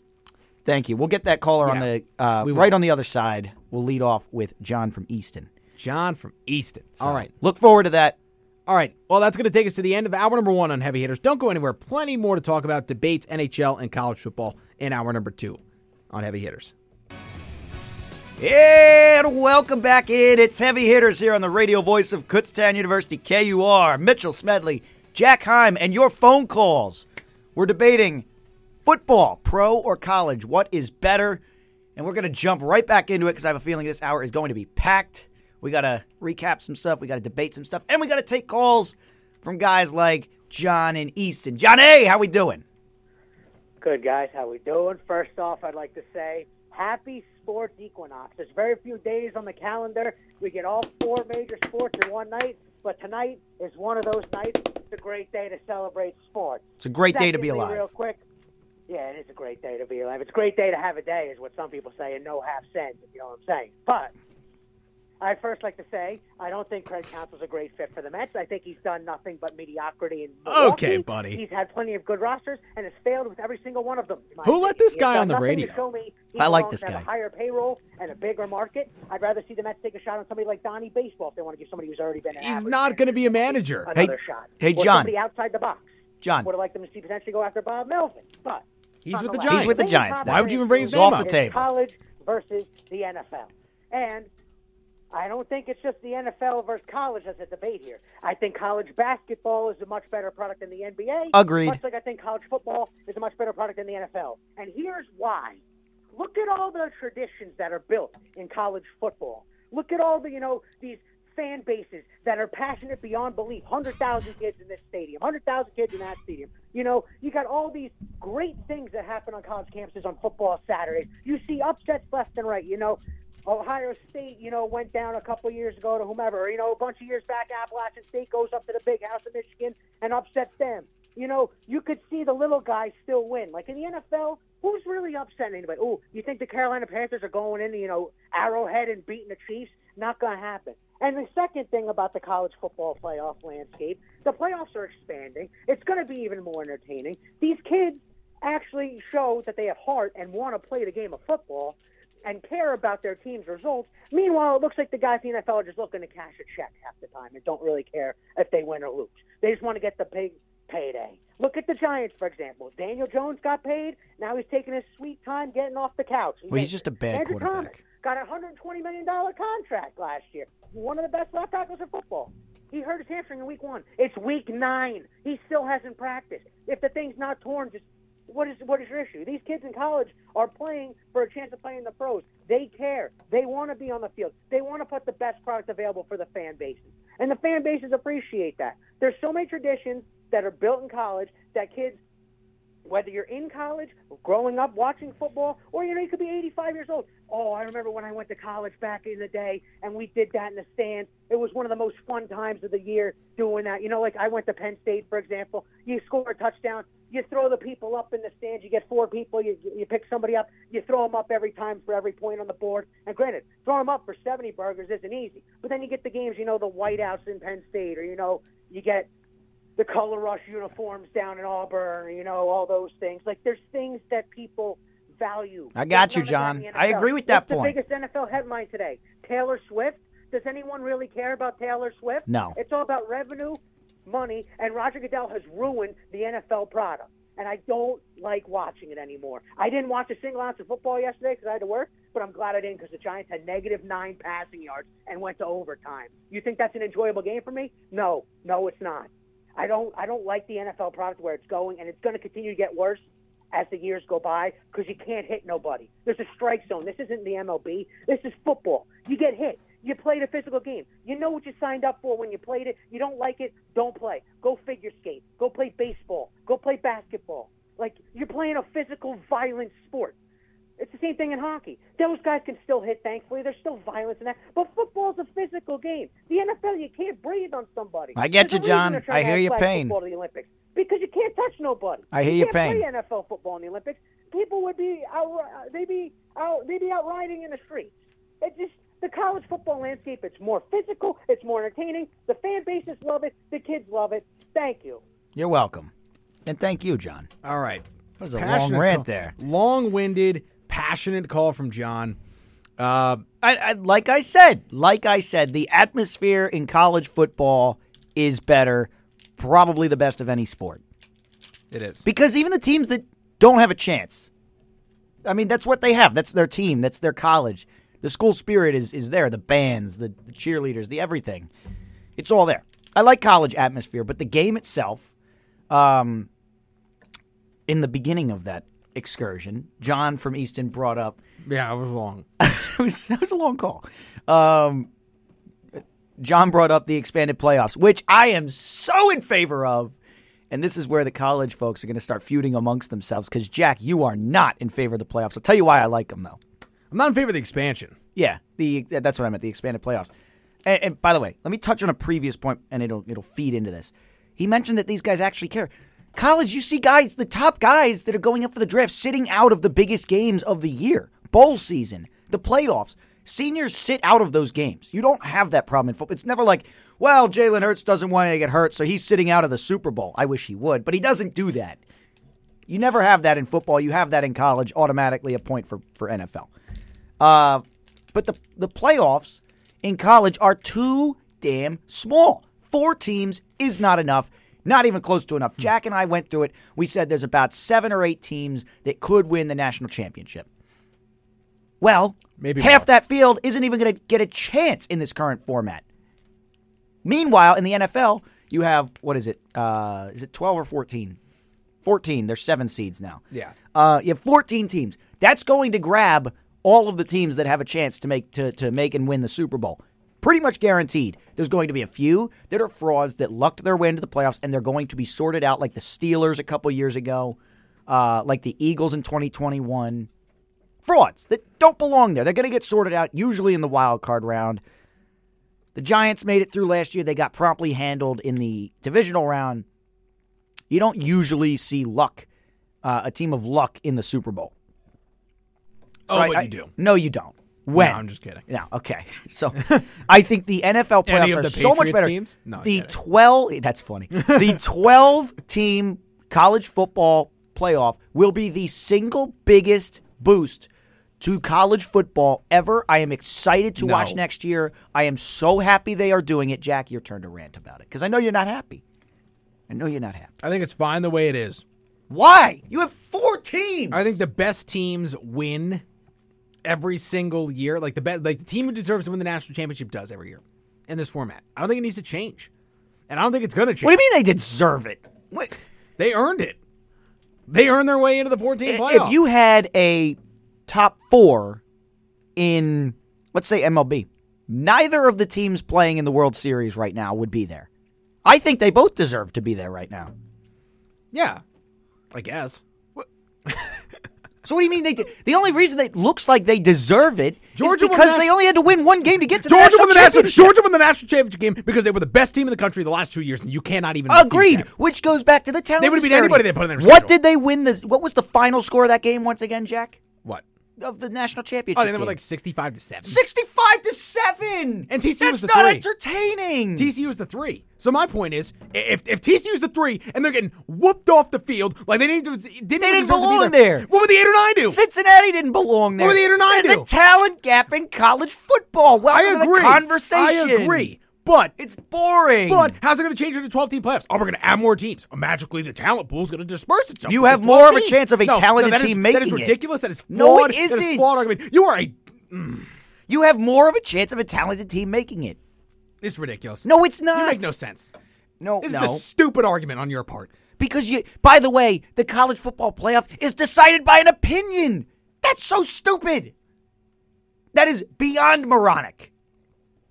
Speaker 2: Thank you. We'll get that caller on
Speaker 1: Yeah,
Speaker 2: the uh,
Speaker 1: we will.
Speaker 2: right on the other side. We'll lead off with John from Easton.
Speaker 1: John from Easton. All right.
Speaker 2: Look forward to that.
Speaker 1: All right. Well, that's going to take us to the end of hour number one on Heavy Hitters. Don't go anywhere. Plenty more to talk about debates, NHL, and college football in hour number two on Heavy Hitters.
Speaker 2: And welcome back in. It's Heavy Hitters here on the radio voice of Kutztown University, KUR, Mitchell Smedley, Jack Heim, and your phone calls. We're debating football, pro or college, what is better? And we're going to jump right back into it because I have a feeling this hour is going to be packed. We got to recap some stuff, we got to debate some stuff, and we got to take calls from guys like John and Easton. John A., how we doing?
Speaker 3: Good guys, how we doing? First off, I'd like to say happy sports equinox. There's very few days on the calendar. We get all four major sports in one night, but tonight is one of those nights. It's a great day to celebrate sports.
Speaker 2: It's a great day to be
Speaker 3: Secondly,
Speaker 2: alive.
Speaker 3: Real quick, yeah, it is a great day to be alive. It's a great day to have a day, is what some people say, and no half cents, if you know what I'm saying. But I first like to say I don't think Craig Council's a great fit for the Mets. I think he's done nothing but mediocrity in Milwaukee.
Speaker 1: Okay, buddy.
Speaker 3: He's had plenty of good rosters and has failed with every single one of them. in my
Speaker 1: Who
Speaker 3: opinion.
Speaker 1: let this
Speaker 3: He's
Speaker 1: guy
Speaker 3: done
Speaker 1: on the
Speaker 3: nothing to
Speaker 1: radio?
Speaker 3: show me he
Speaker 2: I like
Speaker 3: belongs
Speaker 2: this
Speaker 3: to have
Speaker 2: guy.
Speaker 3: A higher payroll and a bigger market. I'd rather see the Mets take a shot on somebody like Donnie Baseball if they want to give somebody who's already been. An
Speaker 1: He's
Speaker 3: average
Speaker 1: not going to be a manager.
Speaker 2: Hey-
Speaker 3: another shot.
Speaker 2: hey,
Speaker 3: or
Speaker 2: John.
Speaker 3: Somebody outside the box.
Speaker 2: John.
Speaker 3: Would have liked them to see potentially go after Bob Melvin, but
Speaker 1: He's with the
Speaker 3: nonetheless,
Speaker 1: Giants. He's with the
Speaker 3: only
Speaker 2: Giants now.
Speaker 1: Why would you even bring his
Speaker 3: It's
Speaker 1: name off the
Speaker 3: is
Speaker 2: table?
Speaker 3: College versus the NFL, and I don't think it's just the NFL versus college as a debate here. I think college basketball is a much better product than the NBA.
Speaker 2: Agreed.
Speaker 3: Much like I think college football is a much better product than the NFL. And here's why. Look at all the traditions that are built in college football. Look at all the, you know, these fan bases that are passionate beyond belief. 100,000 kids in this stadium, 100,000 kids in that stadium. You know, you got all these great things that happen on college campuses on football Saturdays. You see upsets left and right, you know. Ohio State, you know, went down a couple years ago to whomever. Or, You know, a bunch of years back, Appalachian State goes up to the big house of Michigan and upsets them. You know, you could see the little guys still win. Like in the NFL, who's really upsetting anybody? Oh, you think the Carolina Panthers are going in, you know, Arrowhead and beating the Chiefs? Not going to happen. And the second thing about the college football playoff landscape, the playoffs are expanding. It's going to be even more entertaining. These kids actually show that they have heart and want to play the game of football and care about their team's results. Meanwhile, it looks like the guys in the NFL are just looking to cash a check half the time and don't really care if they win or lose. They just want to get the big payday. Look at the Giants, for example. Daniel Jones got paid. Now he's taking his sweet time getting off the couch.
Speaker 2: Well, he's just a bad
Speaker 3: Andrew
Speaker 2: quarterback.
Speaker 3: Thomas got a $120 million contract last year. One of the best left tackles in football. He hurt his hamstring in week one. It's week nine. He still hasn't practiced. If the thing's not torn, just what is what is your issue? These kids in college are playing for a chance to play in the pros. They care. They want to be on the field. They want to put the best product available for the fan bases. And the fan bases appreciate that. There's so many traditions that are built in college that kids whether you're in college, growing up watching football, or you know you could be 85 years old. Oh, I remember when I went to college back in the day, and we did that in the stands. It was one of the most fun times of the year doing that. You know, like I went to Penn State, for example. You score a touchdown, You throw the people up in the stands. You get four people. You you pick somebody up. You throw them up every time for every point on the board. And granted, throwing them up for 70 burgers isn't easy. But then you get the games. You know the White House in Penn State, or you know you get the color rush uniforms down in Auburn. You know all those things. Like there's things that people value.
Speaker 2: I got
Speaker 3: There's
Speaker 2: you,
Speaker 3: none of that
Speaker 2: John.
Speaker 3: in the
Speaker 2: I
Speaker 3: NFL.
Speaker 2: agree with that
Speaker 3: What's
Speaker 2: point.
Speaker 3: The biggest NFL headline today: Taylor Swift. Does anyone really care about Taylor Swift?
Speaker 2: No.
Speaker 3: It's all about revenue, money, and Roger Goodell has ruined the NFL product. And I don't like watching it anymore. I didn't watch a single ounce of football yesterday because I had to work, but I'm glad I didn't because the Giants had negative nine passing yards and went to overtime. You think that's an enjoyable game for me? No, no, it's not. I don't, I don't like the NFL product where it's going, and it's going to continue to get worse as the years go by because you can't hit nobody. There's a strike zone. This isn't the MLB. This is football. You get hit. You played a physical game. You know what you signed up for when you played it. You don't like it, don't play. Go figure skate. Go play baseball. Go play basketball. Like you're playing a physical, violent sport. It's the same thing in hockey. Those guys can still hit, thankfully. There's still violence in that. But football's a physical game. The NFL, you can't breathe on somebody.
Speaker 2: I get
Speaker 3: There's
Speaker 2: you,
Speaker 3: a reason
Speaker 2: John.
Speaker 3: they're trying
Speaker 2: I
Speaker 3: to
Speaker 2: hear
Speaker 3: add
Speaker 2: your
Speaker 3: flag
Speaker 2: pain.
Speaker 3: football to the Olympics because you can't touch nobody.
Speaker 2: I hear
Speaker 3: you
Speaker 2: your
Speaker 3: can't
Speaker 2: pain.
Speaker 3: Play NFL football in the Olympics. People would be out. uh, They'd be out. They'd be out riding in the streets. It just the college football landscape. It's more physical. It's more entertaining. The fan bases love it. The kids love it. Thank you.
Speaker 2: You're welcome. And thank you, John.
Speaker 1: All right. That
Speaker 2: was a long rant there.
Speaker 1: Long winded, passionate call from John. Uh,
Speaker 2: I, I like I said, like I said, the atmosphere in college football is better, probably the best of any sport.
Speaker 1: it is.
Speaker 2: Because even the teams that don't have a chance, I mean, that's what they have. That's their team. That's their college. The school spirit is is there. The bands, the, the cheerleaders, the everything. It's all there. I like college atmosphere, but the game itself. Um, in the beginning of that excursion, John from Easton brought up
Speaker 1: yeah, it was long.
Speaker 2: it was, that was a long call. Um, John brought up the expanded playoffs, which I am so in favor of. And this is where the college folks are going to start feuding amongst themselves because, Jack, you are not in favor of the playoffs. I'll tell you why I like them, though.
Speaker 1: I'm not in favor of the expansion.
Speaker 2: Yeah, the that's what I meant. The expanded playoffs. And, and by the way, let me touch on a previous point, and it'll it'll feed into this. He mentioned that these guys actually care. College, you see guys, the top guys that are going up for the draft, sitting out of the biggest games of the year, bowl season, the playoffs. Seniors sit out of those games. You don't have that problem in football. It's never like, well, Jalen Hurts doesn't want to get hurt, so he's sitting out of the Super Bowl. I wish he would, but he doesn't do that. You never have that in football. You have that in college. Automatically a point for for NFL. Uh, but the the playoffs in college are too damn small. Four teams is not enough. Not even close to
Speaker 1: Hmm.
Speaker 2: enough. Jack and I went through it. We said there's about seven or eight teams that could win the national championship. Well,
Speaker 1: Maybe
Speaker 2: half
Speaker 1: more.
Speaker 2: that field isn't even going to get a chance in this current format. Meanwhile, in the NFL, you have what is it? Uh, is it twelve or fourteen? Fourteen. There's seven seeds now.
Speaker 1: Yeah.
Speaker 2: Uh, you have fourteen teams. That's going to grab all of the teams that have a chance to make to, to make and win the Super Bowl. Pretty much guaranteed. There's going to be a few that are frauds that lucked their way into the playoffs, and they're going to be sorted out like the Steelers a couple years ago, uh, like the Eagles in 2021 frauds that don't belong there. They're going to get sorted out usually in the wild card round. The Giants made it through last year. They got promptly handled in the divisional round. You don't usually see luck, uh, a team of luck in the Super Bowl.
Speaker 1: Oh,
Speaker 2: I-
Speaker 1: but
Speaker 2: I-
Speaker 1: you do.
Speaker 2: No, you don't. When?
Speaker 1: No, I'm just kidding.
Speaker 2: No, okay. So I think the NFL playoffs
Speaker 1: Any of
Speaker 2: are
Speaker 1: the
Speaker 2: so much
Speaker 1: Patriots
Speaker 2: better.
Speaker 1: teams? No, I'm
Speaker 2: the
Speaker 1: kidding.
Speaker 2: 12 that's funny. the 12 team college football playoff will be the single biggest boost to college football ever. I am excited to
Speaker 1: No.
Speaker 2: watch next year. I am so happy they are doing it. Jack, your turn to rant about it cuz I know you're not happy. I know you're not happy.
Speaker 1: I think it's fine the way it is.
Speaker 2: Why? You have 4 teams.
Speaker 1: I think the best teams win every single year. Like the best, like the team who deserves to win the national championship does every year in this format. I don't think it needs to change, and I don't think it's going to change.
Speaker 2: What do you mean they deserve it? What
Speaker 1: They earned it. They earned their way into the 14 playoff.
Speaker 2: if you had a top four in let's say MLB, neither of the teams playing in the World Series right now would be there. I think they both deserve to be there right now.
Speaker 1: yeah, I guess.
Speaker 2: So what do you mean they? De- the only reason they looks like they deserve it is
Speaker 1: Georgia won
Speaker 2: because
Speaker 1: the-
Speaker 2: they only had to win one game to get to
Speaker 1: Georgia
Speaker 2: the
Speaker 1: won the
Speaker 2: national
Speaker 1: national
Speaker 2: championship.
Speaker 1: Georgia won the national championship game because they were the best team in the country the last two years, and you cannot even refute
Speaker 2: Agreed.
Speaker 1: that.
Speaker 2: Which goes back to the talent.
Speaker 1: would've beat
Speaker 2: disparity.
Speaker 1: anybody they put on their schedule.
Speaker 2: What did they win? This? What was the final score of that game once again, Jack?
Speaker 1: What?
Speaker 2: Of the national championship.
Speaker 1: Oh, they were
Speaker 2: game.
Speaker 1: like sixty-five to seven.
Speaker 2: sixty-five to seven.
Speaker 1: And TCU
Speaker 2: That's
Speaker 1: was the
Speaker 2: not
Speaker 1: three.
Speaker 2: entertaining.
Speaker 1: TCU is the three. So my point is, i- if if TCU is the three and they're getting whooped off the field, like they didn't didn't, they
Speaker 2: didn't belong there.
Speaker 1: What would the eight or nine do?
Speaker 2: Cincinnati didn't belong there.
Speaker 1: were the eight or nine
Speaker 2: There's
Speaker 1: do?
Speaker 2: a talent gap in college football.
Speaker 1: I
Speaker 2: Welcome
Speaker 1: agree.
Speaker 2: To the conversation.
Speaker 1: I agree. But
Speaker 2: It's boring.
Speaker 1: but how's it going to change into twelve team playoffs? Oh, we're going to add more teams. Magically, the talent pool is going to disperse itself.
Speaker 2: You
Speaker 1: because
Speaker 2: have
Speaker 1: 12
Speaker 2: more of a
Speaker 1: teams.
Speaker 2: chance of a
Speaker 1: No, no,
Speaker 2: talented
Speaker 1: that is-
Speaker 2: team
Speaker 1: That is
Speaker 2: making it.
Speaker 1: ridiculous. That is
Speaker 2: No,
Speaker 1: flawed.
Speaker 2: it
Speaker 1: That is
Speaker 2: isn't.
Speaker 1: flawed argument. You are a.
Speaker 2: you have more of a chance of a talented team making it.
Speaker 1: It's ridiculous.
Speaker 2: No, it's not.
Speaker 1: you make no sense.
Speaker 2: No,
Speaker 1: This
Speaker 2: no.
Speaker 1: is a stupid argument on your part.
Speaker 2: Because you, by the way, the college football playoff is decided by an opinion. That's so stupid. That is beyond moronic.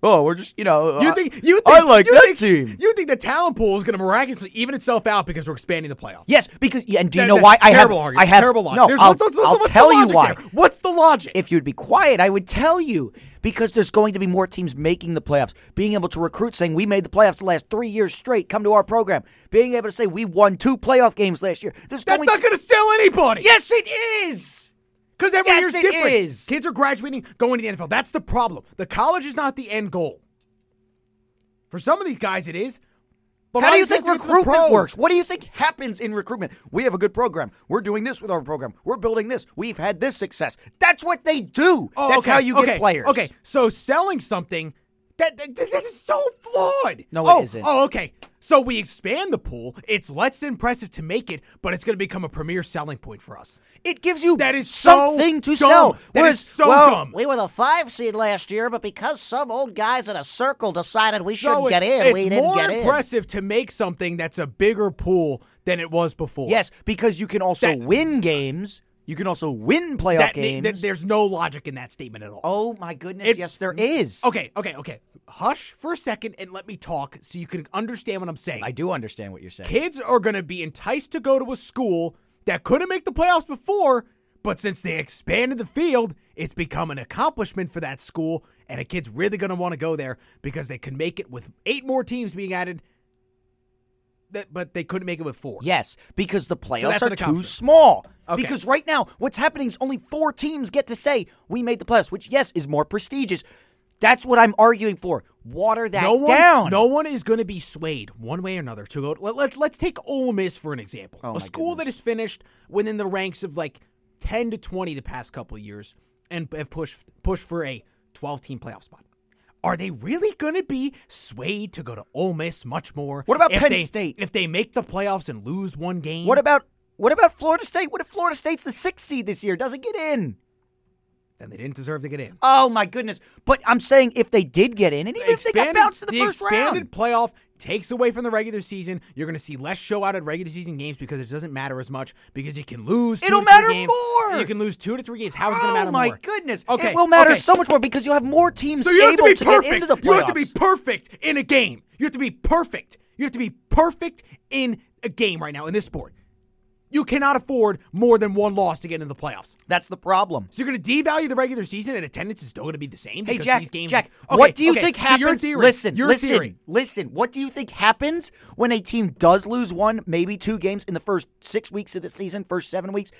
Speaker 2: Oh, we're just you know.
Speaker 1: You uh, think you think you think, You think the talent pool is going to miraculously even itself out because we're expanding the playoffs?
Speaker 2: yes, because yeah, and do you
Speaker 1: That-
Speaker 2: know
Speaker 1: that's
Speaker 2: why I have
Speaker 1: terrible argument,
Speaker 2: I have
Speaker 1: terrible logic.
Speaker 2: No,
Speaker 1: There's-
Speaker 2: I'll,
Speaker 1: what's- what's-
Speaker 2: I'll
Speaker 1: what's the
Speaker 2: tell you
Speaker 1: logic
Speaker 2: why.
Speaker 1: there? What's the logic?
Speaker 2: If you'd be quiet, I would tell you because there's going to be more teams making the playoffs, being able to recruit, saying we made the playoffs the last three years straight. Come to our program, being able to say we won two playoff games last year. There's
Speaker 1: That's
Speaker 2: going
Speaker 1: not
Speaker 2: to
Speaker 1: going to sell anybody.
Speaker 2: yes, it is.
Speaker 1: because every
Speaker 2: yes,
Speaker 1: year's
Speaker 2: it
Speaker 1: different.
Speaker 2: is.
Speaker 1: Kids are graduating, going to the NFL. That's the problem. The college is not the end goal. For some of these guys, it is. But
Speaker 2: How
Speaker 1: why
Speaker 2: do you
Speaker 1: these guys
Speaker 2: think
Speaker 1: get to the
Speaker 2: recruitment
Speaker 1: pros?
Speaker 2: works? What do you think happens in recruitment? We have a good program. We're doing this with our program. We're building this. We've had this success. That's what they do.
Speaker 1: Oh,
Speaker 2: That's
Speaker 1: okay,
Speaker 2: how you get
Speaker 1: okay,
Speaker 2: players.
Speaker 1: Okay, so selling something that that, that- that is so flawed.
Speaker 2: No, it
Speaker 1: oh,
Speaker 2: isn't.
Speaker 1: Oh, okay. So we expand the pool. It's less impressive to make it, but it's going to become a premier selling point for us.
Speaker 2: It gives you
Speaker 1: That is so
Speaker 2: something
Speaker 1: dumb.
Speaker 2: to sell.
Speaker 1: That is
Speaker 2: Whereas,
Speaker 1: so
Speaker 2: well,
Speaker 1: dumb.
Speaker 6: We were the five seed last year, but because some old guys in a circle decided we
Speaker 1: So
Speaker 6: shouldn't
Speaker 1: it-
Speaker 6: get in,
Speaker 1: it's
Speaker 6: we didn't
Speaker 1: more
Speaker 6: get in.
Speaker 1: impressive to make something that's a bigger pool than it was before.
Speaker 2: Yes, because you can also
Speaker 1: That-
Speaker 2: win games. You can also win playoff
Speaker 1: that,
Speaker 2: games.
Speaker 1: that- there's no logic in that statement at all.
Speaker 2: oh my goodness,
Speaker 1: It-
Speaker 2: yes there is.
Speaker 1: Okay, okay, okay. Hush for a second and let me talk so you can understand what I'm saying.
Speaker 2: I do understand what you're saying.
Speaker 1: kids are going to be enticed to go to a school that couldn't make the playoffs before, but since they expanded the field, it's become an accomplishment for that school, and a kid's really going to want to go there because they could make it with eight more teams being added, that, but they couldn't make it with four.
Speaker 2: Yes, because the playoffs
Speaker 1: that's an
Speaker 2: are too
Speaker 1: accomplishment.
Speaker 2: small.
Speaker 1: Okay.
Speaker 2: Because right now, what's happening is only four teams get to say we made the playoffs, which yes is more prestigious. That's what I'm arguing for. Water that
Speaker 1: no one,
Speaker 2: down.
Speaker 1: No one is going to be swayed one way or another to go. Let, let, let's take Ole Miss for an example.
Speaker 2: Oh
Speaker 1: a school that has finished within the ranks of like 10 to 20 the past couple of years and have pushed, pushed for a 12 team playoff spot. Are they really going to be swayed to go to Ole Miss much more?
Speaker 2: What about
Speaker 1: if
Speaker 2: Penn
Speaker 1: they-
Speaker 2: State?
Speaker 1: If they make the playoffs and lose one game?
Speaker 2: What about what about Florida State? What if Florida State's the sixth seed this year? Doesn't get in.
Speaker 1: Then they didn't deserve to get in.
Speaker 2: Oh my goodness! But I'm saying if they did get in, and even if they got bounced in the, first
Speaker 1: expanded
Speaker 2: round,
Speaker 1: playoff takes away from the regular season. You're going to see less show out at regular season games because it doesn't matter as much because you can lose. Two
Speaker 2: It'll
Speaker 1: to three
Speaker 2: matter
Speaker 1: games.
Speaker 2: more.
Speaker 1: You can lose two to three games. How is it going to matter
Speaker 2: oh my
Speaker 1: more?
Speaker 2: goodness!
Speaker 1: Okay,
Speaker 2: it will matter
Speaker 1: okay.
Speaker 2: so much more because you'll have more teams
Speaker 1: So you have to
Speaker 2: able
Speaker 1: be
Speaker 2: get
Speaker 1: perfect.
Speaker 2: into the playoffs.
Speaker 1: you have to be perfect in a game. You have to be perfect. You have to be perfect in a game right now in this sport. You cannot afford more than one loss to get into the playoffs.
Speaker 2: That's the problem.
Speaker 1: So you're going to devalue the regular season, and attendance is still going to be the same.
Speaker 2: Hey
Speaker 1: because
Speaker 2: Jack,
Speaker 1: these games.
Speaker 2: Jack,
Speaker 1: Okay,
Speaker 2: what do you
Speaker 1: okay,
Speaker 2: think
Speaker 1: so
Speaker 2: happens?
Speaker 1: Your theory,
Speaker 2: listen,
Speaker 1: your
Speaker 2: listen,
Speaker 1: theory.
Speaker 2: listen. What do you think happens when a team does lose one, maybe two games in the first six weeks of the season, first seven weeks?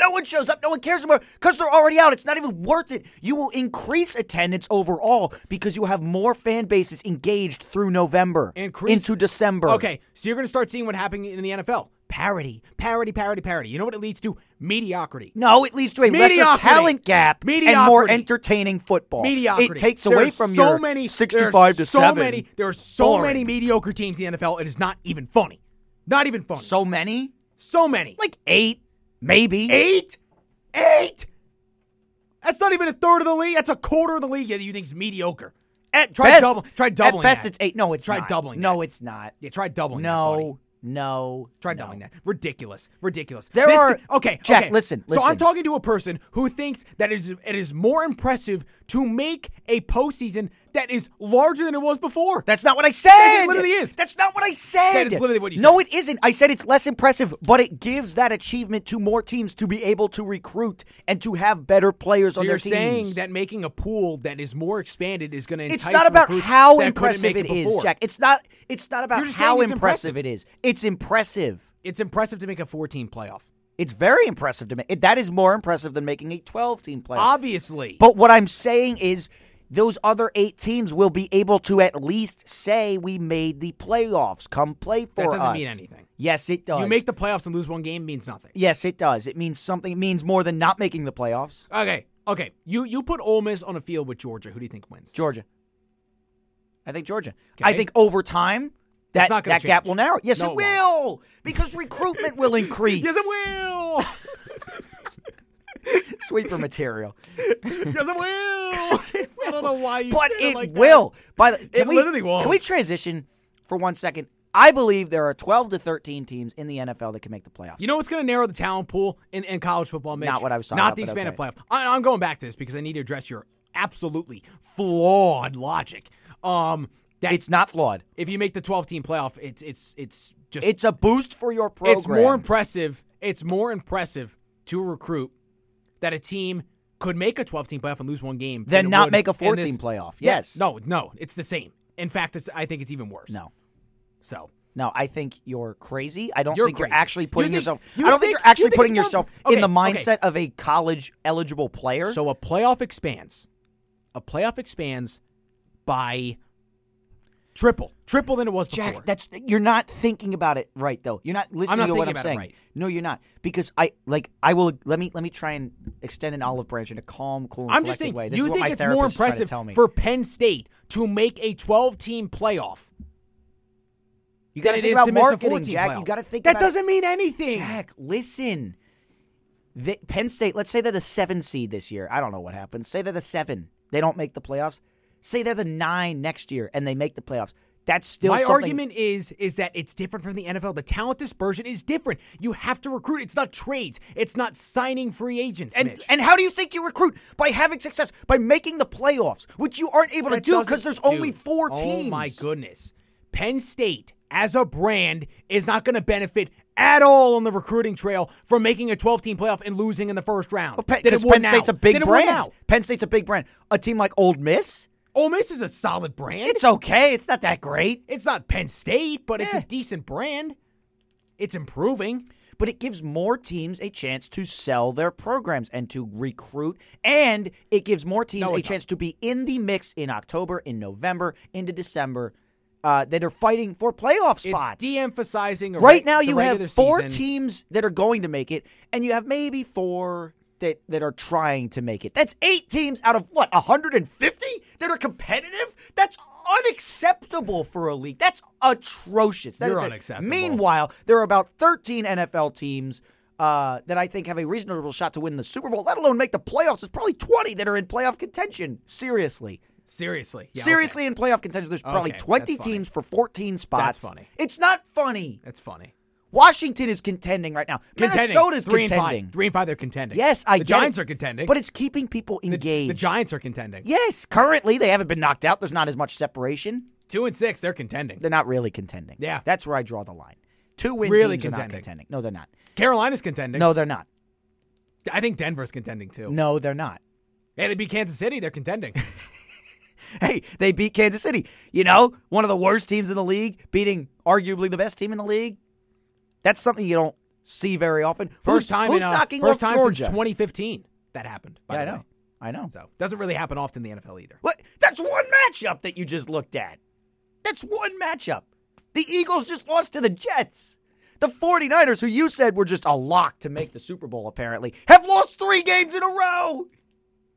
Speaker 2: No one shows up. No one cares anymore because they're already out. It's not even worth it. You will increase attendance overall because you have more fan bases engaged through November
Speaker 1: Increase-
Speaker 2: into December.
Speaker 1: Okay, so you're going to start seeing what happening in the NFL. Parody, parody, parody, parody. You know what it leads to? Mediocrity.
Speaker 2: No, it leads to a lesser
Speaker 1: Mediocrity.
Speaker 2: talent gap and more
Speaker 1: Mediocrity.
Speaker 2: entertaining football.
Speaker 1: Mediocrity.
Speaker 2: It takes
Speaker 1: There
Speaker 2: away
Speaker 1: are
Speaker 2: from
Speaker 1: so
Speaker 2: your
Speaker 1: many,
Speaker 2: sixty-five
Speaker 1: there are
Speaker 2: to
Speaker 1: so
Speaker 2: seven.
Speaker 1: Many, there are so
Speaker 2: Boring.
Speaker 1: many mediocre teams in the NFL. It is not even funny. Not even funny. So,
Speaker 2: So many.
Speaker 1: many.
Speaker 2: like eight, maybe.
Speaker 1: eight, eight. That's not even a third of the league. That's a quarter of the league that you think is mediocre.
Speaker 2: At
Speaker 1: Try
Speaker 2: best,
Speaker 1: double- try doubling
Speaker 2: At best,
Speaker 1: that.
Speaker 2: it's eight. No, it's
Speaker 1: Try
Speaker 2: not.
Speaker 1: doubling
Speaker 2: No,
Speaker 1: that.
Speaker 2: it's not.
Speaker 1: Yeah, try doubling that. buddy.
Speaker 2: no, no.
Speaker 1: Try
Speaker 2: no.
Speaker 1: doubling that. Ridiculous. Ridiculous.
Speaker 2: There
Speaker 1: This
Speaker 2: are-
Speaker 1: g- okay,
Speaker 2: Jack,
Speaker 1: okay.
Speaker 2: listen,
Speaker 1: So I'm
Speaker 2: listen.
Speaker 1: talking to a person who thinks that it is, it is more impressive to make a postseason that is larger than it was before.
Speaker 2: That's not what I said.
Speaker 1: it literally is.
Speaker 2: That's not what I said.
Speaker 1: That is literally what you
Speaker 2: No,
Speaker 1: said.
Speaker 2: it isn't. I said it's less impressive, but it gives that achievement to more teams to be able to recruit and to have better players
Speaker 1: So
Speaker 2: on
Speaker 1: you're
Speaker 2: their teams.
Speaker 1: saying that making a pool that is more expanded is going to
Speaker 2: it's not about how impressive
Speaker 1: it
Speaker 2: it is,
Speaker 1: before.
Speaker 2: Jack. It's not. It's not about
Speaker 1: You're just
Speaker 2: how
Speaker 1: saying it's
Speaker 2: impressive, it is. It's impressive.
Speaker 1: It's impressive to make a 14 playoff.
Speaker 2: It's very impressive to me. It- That is more impressive than making a 12-team playoff.
Speaker 1: Obviously,
Speaker 2: But what I'm saying is those other eight teams will be able to at least say we made the playoffs. Come play for us.
Speaker 1: doesn't mean anything.
Speaker 2: Yes, it does.
Speaker 1: you make the playoffs and lose one game means nothing.
Speaker 2: Yes, it does. It means something. It means more than not making the playoffs.
Speaker 1: Okay, okay. You you put Ole Miss on a field with Georgia. Who do you think wins?
Speaker 2: Georgia. I think Georgia. I
Speaker 1: Okay.
Speaker 2: think over time that
Speaker 1: not
Speaker 2: that
Speaker 1: gonna
Speaker 2: gap
Speaker 1: change.
Speaker 2: will narrow. Yes,
Speaker 1: No,
Speaker 2: it
Speaker 1: it
Speaker 2: will because recruitment will increase.
Speaker 1: Yes, it will.
Speaker 2: Sweeper material.
Speaker 1: yes, it will. I don't know why you
Speaker 2: but
Speaker 1: said
Speaker 2: it,
Speaker 1: like that.
Speaker 2: will. By the, can we,
Speaker 1: literally will.
Speaker 2: Can we transition for one second? I believe there are 12 to 13 teams in the NFL that can make the playoffs.
Speaker 1: You know what's going to narrow the talent pool in, in college football, Mitch?
Speaker 2: Not what I was talking
Speaker 1: Not
Speaker 2: about,
Speaker 1: the
Speaker 2: but
Speaker 1: expanded
Speaker 2: okay.
Speaker 1: playoff. I, I'm going back to this because I need to address your absolutely flawed logic. Um, that
Speaker 2: it's not flawed.
Speaker 1: if you make the 12 team playoff, it's it's it's just
Speaker 2: It's a boost for your program.
Speaker 1: it's more impressive. It's more impressive to recruit that a team could make a 12 team playoff and lose one game
Speaker 2: Than
Speaker 1: it
Speaker 2: not
Speaker 1: would
Speaker 2: make a
Speaker 1: in
Speaker 2: 14
Speaker 1: this-
Speaker 2: playoff.
Speaker 1: Yeah,
Speaker 2: Yes.
Speaker 1: no, no, it's the same. In fact, it's I think it's even worse.
Speaker 2: No.
Speaker 1: So
Speaker 2: No, I think you're crazy. I don't
Speaker 1: You're
Speaker 2: think
Speaker 1: crazy.
Speaker 2: you're actually putting
Speaker 1: You think-
Speaker 2: yourself.
Speaker 1: you
Speaker 2: I don't think,
Speaker 1: think-
Speaker 2: you're actually
Speaker 1: you think
Speaker 2: putting
Speaker 1: it's more-
Speaker 2: yourself in
Speaker 1: okay,
Speaker 2: the
Speaker 1: okay.
Speaker 2: mindset of a college eligible player.
Speaker 1: So a playoff expands. A playoff expands by triple, triple than it was
Speaker 2: Jack,
Speaker 1: before.
Speaker 2: that's you're not thinking about it right though. You're not listening
Speaker 1: not
Speaker 2: to what
Speaker 1: thinking about
Speaker 2: I'm
Speaker 1: it
Speaker 2: saying.
Speaker 1: right.
Speaker 2: No, you're not because I like I will let me let me try and extend an olive branch in a calm, cool, and
Speaker 1: I'm just
Speaker 2: collected
Speaker 1: saying,
Speaker 2: way. This
Speaker 1: you
Speaker 2: is what
Speaker 1: think
Speaker 2: my
Speaker 1: it's more
Speaker 2: therapist is trying to
Speaker 1: impressive
Speaker 2: tell me.
Speaker 1: for Penn State to make a 12 team playoff
Speaker 2: you got
Speaker 1: than
Speaker 2: to
Speaker 1: it
Speaker 2: think
Speaker 1: is
Speaker 2: about
Speaker 1: to miss a
Speaker 2: marketing,
Speaker 1: 14
Speaker 2: Jack.
Speaker 1: playoff.
Speaker 2: You got to think
Speaker 1: that
Speaker 2: about it.
Speaker 1: doesn't mean anything.
Speaker 2: Jack, listen. The, Penn State, let's say they're the seven seed this year. I don't know what happens. Say they're the seven. They don't make the playoffs. Say they're the nine next year and they make the playoffs. That's still
Speaker 1: My
Speaker 2: something-
Speaker 1: argument is is that it's different from the NFL. The talent dispersion is different. You have to recruit. It's not trades. It's not signing free agents.
Speaker 2: And,
Speaker 1: Mitch.
Speaker 2: and how do you think you recruit? By having success, by making the playoffs, which you aren't able to
Speaker 1: That
Speaker 2: do because
Speaker 1: doesn't-
Speaker 2: there's only
Speaker 1: Dude,
Speaker 2: four teams.
Speaker 1: Oh my goodness. Penn State as a brand is not going to benefit at all on the recruiting trail from making a 12 team playoff and losing in the first round.
Speaker 2: Well, Penn,
Speaker 1: Than it
Speaker 2: 'cause
Speaker 1: would
Speaker 2: Penn
Speaker 1: now.
Speaker 2: State's a big
Speaker 1: Than it would
Speaker 2: brand.
Speaker 1: now.
Speaker 2: Penn State's a big brand. A team like Old Miss,
Speaker 1: Ole Miss is a solid brand.
Speaker 2: it's okay. It's not that great,
Speaker 1: It's not Penn State, but it's
Speaker 2: Yeah.
Speaker 1: a decent brand. It's improving.
Speaker 2: but it gives more teams a chance to sell their programs and to recruit, and it gives more teams
Speaker 1: No,
Speaker 2: a
Speaker 1: it
Speaker 2: chance to be in the mix in October, in November, into December. Uh, that are fighting for playoff
Speaker 1: It's
Speaker 2: spots.
Speaker 1: de-emphasizing a
Speaker 2: right
Speaker 1: reg-
Speaker 2: now
Speaker 1: the
Speaker 2: you
Speaker 1: regular
Speaker 2: have four
Speaker 1: season.
Speaker 2: teams that are going to make it and you have maybe four that, that are trying to make it that's eight teams out of what 150 that are competitive that's unacceptable for a league that's atrocious That
Speaker 1: You're
Speaker 2: is a-
Speaker 1: unacceptable.
Speaker 2: meanwhile there are about 13 nfl teams uh, that I think have a reasonable shot to win the Super Bowl, let alone make the playoffs. There's probably 20 that are in playoff contention. Seriously.
Speaker 1: Seriously. Yeah, okay.
Speaker 2: Seriously, in playoff contention, there's
Speaker 1: Okay,
Speaker 2: probably
Speaker 1: that's
Speaker 2: 20
Speaker 1: funny.
Speaker 2: teams for 14 spots.
Speaker 1: funny.
Speaker 2: It's not funny.
Speaker 1: That's funny.
Speaker 2: Washington is contending right now.
Speaker 1: Contending.
Speaker 2: Minnesota's
Speaker 1: three
Speaker 2: contending.
Speaker 1: And five. Three and five, they're contending.
Speaker 2: Yes, I
Speaker 1: The
Speaker 2: get
Speaker 1: Giants
Speaker 2: it.
Speaker 1: are contending.
Speaker 2: But it's keeping people
Speaker 1: the,
Speaker 2: engaged.
Speaker 1: the Giants are contending.
Speaker 2: Yes, currently they haven't been knocked out. There's not as much separation.
Speaker 1: Two and six, they're contending.
Speaker 2: They're not really contending.
Speaker 1: Yeah.
Speaker 2: That's where I draw the line. Two win
Speaker 1: Really
Speaker 2: teams are not
Speaker 1: contending.
Speaker 2: contending. No, they're not.
Speaker 1: Carolina's contending.
Speaker 2: No, they're not.
Speaker 1: I think Denver's contending too.
Speaker 2: No, they're not.
Speaker 1: Hey, they beat Kansas City. They're contending.
Speaker 2: Hey, they beat Kansas City. You know, one of the worst teams in the league, beating arguably the best team in the league. That's something you don't see very often.
Speaker 1: First
Speaker 2: who's,
Speaker 1: time in
Speaker 2: who's
Speaker 1: uh,
Speaker 2: knocking
Speaker 1: first
Speaker 2: off
Speaker 1: time
Speaker 2: Georgia?
Speaker 1: since 2015 that happened. By
Speaker 2: yeah, I
Speaker 1: the
Speaker 2: know.
Speaker 1: Way.
Speaker 2: I know.
Speaker 1: So doesn't really happen often in the NFL either.
Speaker 2: What? That's one matchup that you just looked at. That's one matchup. The Eagles just lost to the Jets. The 49ers, who you said were just a lock to make the Super Bowl, apparently, have lost three games in a row.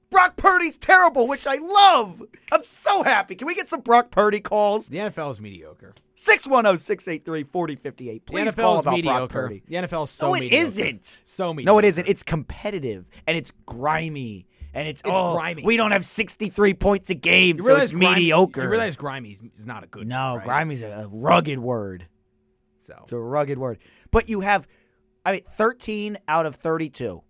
Speaker 2: Brock Purdy's terrible, which I love. I'm so happy. Can we get some Brock Purdy calls? oh,
Speaker 1: The NFL is mediocre.
Speaker 2: 610 683 4058. Please
Speaker 1: the NFL
Speaker 2: call
Speaker 1: is
Speaker 2: about
Speaker 1: mediocre.
Speaker 2: Brock Purdy.
Speaker 1: The NFL is so
Speaker 2: no, it
Speaker 1: mediocre.
Speaker 2: isn't.
Speaker 1: So mediocre.
Speaker 2: No, it isn't. It's competitive and it's grimy and it's,
Speaker 1: It's
Speaker 2: oh,
Speaker 1: grimy.
Speaker 2: We don't have 63 points a game, so it's
Speaker 1: Grimy-
Speaker 2: mediocre.
Speaker 1: You realize grimy is- is not a good.
Speaker 2: no,
Speaker 1: right?
Speaker 2: grimy's a, a rugged word.
Speaker 1: So
Speaker 2: It's a rugged word. But you have, I mean, 13 out of 32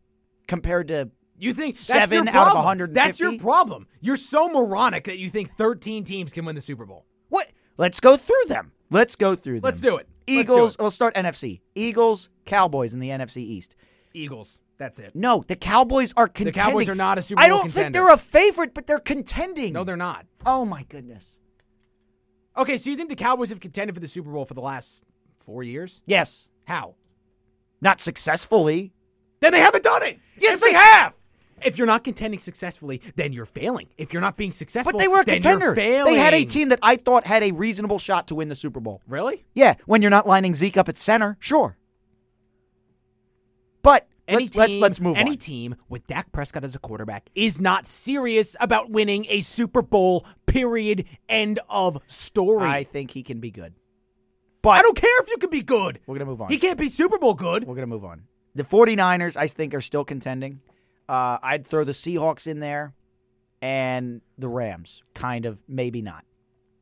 Speaker 2: compared to
Speaker 1: You think that's
Speaker 2: Seven
Speaker 1: your
Speaker 2: out of
Speaker 1: problem.
Speaker 2: 150?
Speaker 1: That's your problem. You're so moronic that you think 13 teams can win the Super Bowl.
Speaker 2: What? Let's go through them. Let's go through them.
Speaker 1: Let's do it. Let's do
Speaker 2: Eagles.
Speaker 1: it.
Speaker 2: We'll start NFC. Eagles, Cowboys in the NFC East.
Speaker 1: Eagles. That's it.
Speaker 2: No, the Cowboys are contending.
Speaker 1: Cowboys are not a Super
Speaker 2: I
Speaker 1: Bowl
Speaker 2: don't think
Speaker 1: contender.
Speaker 2: they're a favorite, but they're contending.
Speaker 1: No, they're not.
Speaker 2: Oh my goodness.
Speaker 1: Okay, so you think the Cowboys have contended for the Super Bowl for the last four years?
Speaker 2: Yes,
Speaker 1: How?
Speaker 2: not successfully.
Speaker 1: Then they haven't done it.
Speaker 2: Yes, they have.
Speaker 1: If you're not contending successfully, then you're failing. If you're not being successful,
Speaker 2: But they were a
Speaker 1: then
Speaker 2: contender.
Speaker 1: You're failing.
Speaker 2: They had a team that I thought had a reasonable shot to win the Super Bowl.
Speaker 1: Really?
Speaker 2: Yeah, when you're not lining Zeke up at center, sure. But
Speaker 1: Any
Speaker 2: let's,
Speaker 1: team,
Speaker 2: let's let's move
Speaker 1: Any
Speaker 2: on.
Speaker 1: team with Dak Prescott as a quarterback is not serious about winning a Super Bowl. Period. End of story.
Speaker 2: I think he can be good.
Speaker 1: I don't care if you can be good.
Speaker 2: We're gonna move on.
Speaker 1: He can't be Super Bowl good.
Speaker 2: We're going to move on. The 49ers, I think, are still contending. Uh, I'd throw the Seahawks in there and the Rams. Kind of, maybe not.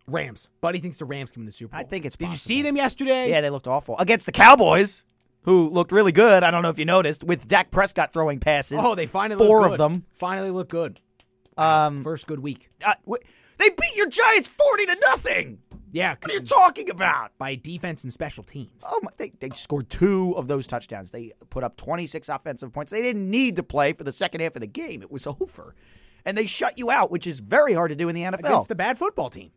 Speaker 1: Rams. Buddy thinks the Rams can win the Super Bowl.
Speaker 2: I think it's
Speaker 1: Did you
Speaker 2: possible.
Speaker 1: see them yesterday?
Speaker 2: Yeah, they looked awful. Against the Cowboys, who looked really good. I don't know if you noticed, with Dak Prescott throwing passes.
Speaker 1: Oh, they finally look
Speaker 2: Four
Speaker 1: good.
Speaker 2: of them.
Speaker 1: finally look good.
Speaker 2: Um,
Speaker 1: First good week.
Speaker 2: uh, wh- they beat your Giants 40 to nothing.
Speaker 1: Yeah,
Speaker 2: What are you talking about?
Speaker 1: by defense and special teams.
Speaker 2: Oh my, they, they scored two of those touchdowns. They put up 26 offensive points. They didn't need to play for the second half of the game. It was over. And they shut you out, which is very hard to do in the NFL.
Speaker 1: Against the bad football team.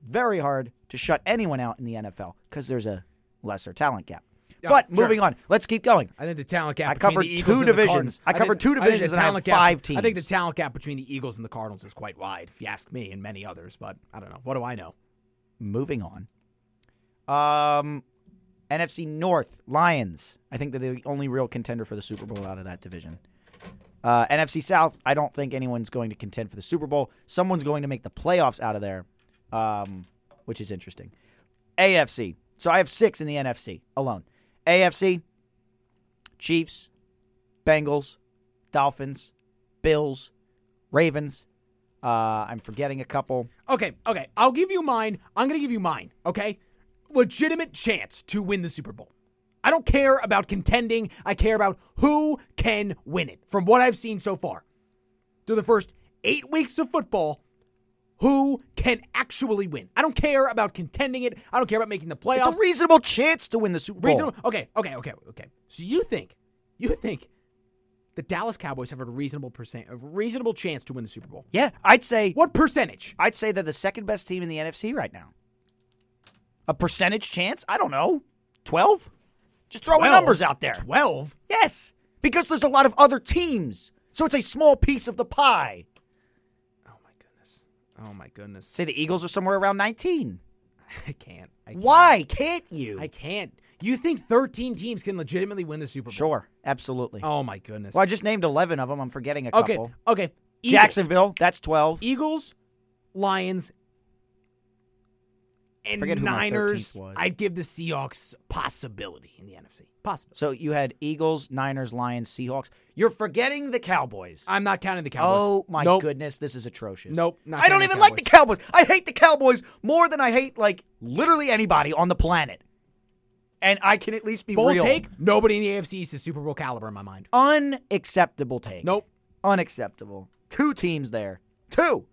Speaker 2: very hard to shut anyone out in the NFL because there's a lesser talent gap.
Speaker 1: Yeah,
Speaker 2: but
Speaker 1: sure.
Speaker 2: moving on, let's keep going.
Speaker 1: I think the talent gap.
Speaker 2: I
Speaker 1: between
Speaker 2: covered
Speaker 1: the Eagles
Speaker 2: two
Speaker 1: and the
Speaker 2: divisions.
Speaker 1: Cardinals-
Speaker 2: I covered
Speaker 1: think-
Speaker 2: two
Speaker 1: think the
Speaker 2: divisions and I have
Speaker 1: talent gap-
Speaker 2: five
Speaker 1: I think the
Speaker 2: teams.
Speaker 1: talent gap between the Eagles and the Cardinals is quite wide, if you ask me, and many others. But I don't know. What do I know?
Speaker 2: Moving on. Um, NFC North Lions. I think they're the only real contender for the Super Bowl out of that division. Uh, NFC South. I don't think anyone's going to contend for the Super Bowl. Someone's going to make the playoffs out of there, um, which is interesting. AFC. So I have six in the NFC alone. AFC. Chiefs, Bengals, Dolphins, Bills, Ravens. Uh, I'm forgetting a couple.
Speaker 1: Okay, okay. I'll give you mine. I'm going to give you mine, okay? Legitimate chance to win the Super Bowl. I don't care about contending. I care about who can win it. From what I've seen so far, through the first eight weeks of football, who can actually win? I don't care about contending it. I don't care about making the playoffs.
Speaker 2: It's a reasonable chance to win the Super Bowl.
Speaker 1: Reasonable. Okay, okay, okay, okay. So you think, you think, the Dallas Cowboys have a reasonable percent, a reasonable chance to win the Super Bowl?
Speaker 2: Yeah, I'd say
Speaker 1: What percentage?
Speaker 2: I'd say they're the second best team in the NFC right now. A percentage chance? I don't know. 12? Just throwing
Speaker 1: Twelve?
Speaker 2: numbers out there.
Speaker 1: Twelve.
Speaker 2: Yes, because there's a lot of other teams. So it's a small piece of the pie.
Speaker 1: Oh my goodness. Oh my goodness.
Speaker 2: Say the Eagles are somewhere around 19.
Speaker 1: I can't. I can't.
Speaker 2: Why can't you?
Speaker 1: I can't. You think 13 teams can legitimately win the Super Bowl?
Speaker 2: sure, absolutely.
Speaker 1: Oh my goodness.
Speaker 2: Well, I just named 11 of them. I'm forgetting a
Speaker 1: okay.
Speaker 2: couple.
Speaker 1: Okay. Eagles.
Speaker 2: Jacksonville, that's 12.
Speaker 1: Eagles, Lions, and
Speaker 2: Forget who my 13th
Speaker 1: Niners.
Speaker 2: was.
Speaker 1: I'd give the Seahawks possibility in the NFC. Possibility.
Speaker 2: So you had Eagles, Niners, Lions, Seahawks. You're forgetting the Cowboys.
Speaker 1: I'm not counting the Cowboys.
Speaker 2: Oh my
Speaker 1: Nope.
Speaker 2: goodness, this is atrocious.
Speaker 1: Nope, not
Speaker 2: I don't
Speaker 1: counting
Speaker 2: even
Speaker 1: the
Speaker 2: like the Cowboys. I hate the Cowboys more than I hate like literally anybody on the planet. And I can at least be
Speaker 1: Bold
Speaker 2: real.
Speaker 1: take. Nobody in the AFC East is Super Bowl caliber in my mind.
Speaker 2: Unacceptable take.
Speaker 1: Nope.
Speaker 2: Unacceptable. Two teams there. Two.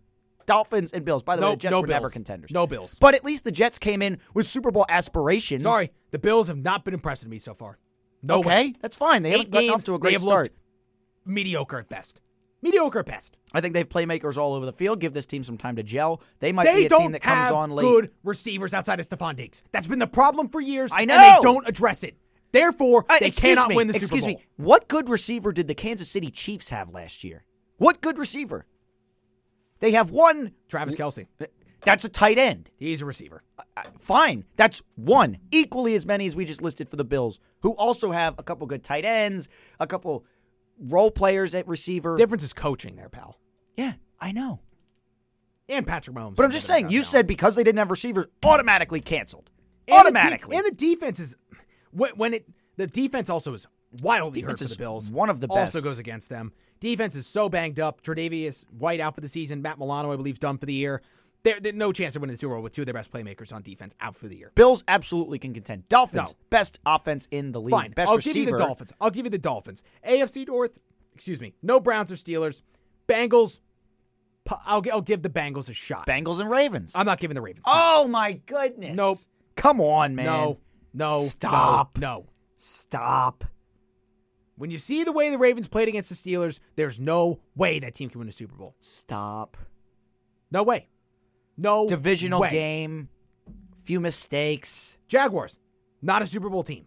Speaker 2: Dolphins and Bills. By the way,
Speaker 1: Nope.
Speaker 2: the Jets
Speaker 1: no
Speaker 2: were
Speaker 1: Bills.
Speaker 2: never contenders.
Speaker 1: No Bills.
Speaker 2: But at least the Jets came in with Super Bowl aspirations.
Speaker 1: Sorry, the Bills have not been impressive to me so far. No
Speaker 2: Okay,
Speaker 1: way.
Speaker 2: that's fine. They
Speaker 1: Eight
Speaker 2: haven't gotten
Speaker 1: games,
Speaker 2: off to a
Speaker 1: they
Speaker 2: great
Speaker 1: have
Speaker 2: start.
Speaker 1: looked Mediocre at best. Mediocre at best.
Speaker 2: I think they have playmakers all over the field. Give this team some time to gel. They might be
Speaker 1: They
Speaker 2: a
Speaker 1: don't
Speaker 2: team that
Speaker 1: have
Speaker 2: comes on late.
Speaker 1: good receivers outside of Stephon Diggs. That's been the problem for years.
Speaker 2: I
Speaker 1: And
Speaker 2: know.
Speaker 1: they don't address it. Therefore,
Speaker 2: Uh,
Speaker 1: they
Speaker 2: excuse
Speaker 1: cannot
Speaker 2: me,
Speaker 1: win the
Speaker 2: excuse
Speaker 1: Super Bowl.
Speaker 2: me. What good receiver did the Kansas City Chiefs have last year? What good receiver? They have one.
Speaker 1: Travis Kelsey,
Speaker 2: That's a tight end.
Speaker 1: he's a receiver.
Speaker 2: Fine. That's one. Equally as many as we just listed for the Bills, who also have a couple good tight ends, a couple role players at receiver.
Speaker 1: Difference is coaching there, pal.
Speaker 2: yeah, I know.
Speaker 1: And Patrick Mahomes.
Speaker 2: But I'm just saying, you said because they didn't have receivers, automatically canceled.
Speaker 1: And the de-
Speaker 2: automatically.
Speaker 1: and the defense is when when it the defense also is wildly
Speaker 2: Defense
Speaker 1: hurt for
Speaker 2: is
Speaker 1: the Bills.
Speaker 2: one of the
Speaker 1: Also
Speaker 2: best.
Speaker 1: goes against them. Defense is so banged up. Tre'Davious White out for the season. Matt Milano, I believe, done for the year. There, there no chance of winning the Super Bowl with two of their best playmakers on defense out for the year.
Speaker 2: Bills absolutely can contend. Dolphins,
Speaker 1: No.
Speaker 2: best offense in the league.
Speaker 1: Fine,
Speaker 2: Best
Speaker 1: I'll
Speaker 2: receiver.
Speaker 1: give you the Dolphins. I'll give you the Dolphins. AFC North, excuse me, no Browns or Steelers. Bengals, pu- I'll, gi- I'll give the Bengals a shot.
Speaker 2: Bengals and Ravens.
Speaker 1: I'm not giving the Ravens.
Speaker 2: oh my goodness.
Speaker 1: Nope.
Speaker 2: Come on, man.
Speaker 1: no, no, no,
Speaker 2: Stop.
Speaker 1: no.
Speaker 2: Stop.
Speaker 1: When you see the way the Ravens played against the Steelers, there's no way that team can win a Super Bowl.
Speaker 2: Stop.
Speaker 1: No way. No
Speaker 2: Divisional
Speaker 1: way.
Speaker 2: game. Few mistakes.
Speaker 1: Jaguars, not a Super Bowl team.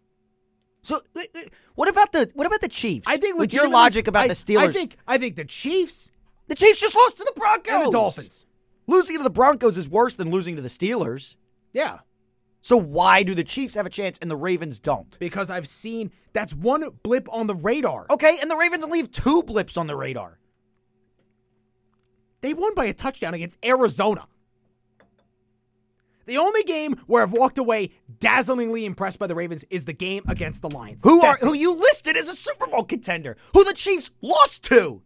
Speaker 2: So uh, uh, what about the what about the Chiefs?
Speaker 1: I think
Speaker 2: with your
Speaker 1: legitimately-
Speaker 2: logic about
Speaker 1: I-
Speaker 2: the Steelers,
Speaker 1: I think I think the Chiefs
Speaker 2: the Chiefs just lost to the Broncos
Speaker 1: and the Dolphins.
Speaker 2: Losing to the Broncos is worse than losing to the Steelers.
Speaker 1: Yeah,
Speaker 2: So why do the Chiefs have a chance and the Ravens don't?
Speaker 1: because I've seen that's one blip on the radar.
Speaker 2: Okay, and the Ravens only have two blips on the radar.
Speaker 1: They won by a touchdown against Arizona. The only game where I've walked away dazzlingly impressed by the Ravens is the game against the Lions.
Speaker 2: Who
Speaker 1: That's
Speaker 2: are
Speaker 1: it.
Speaker 2: who you listed as a Super Bowl contender? Who the Chiefs lost to?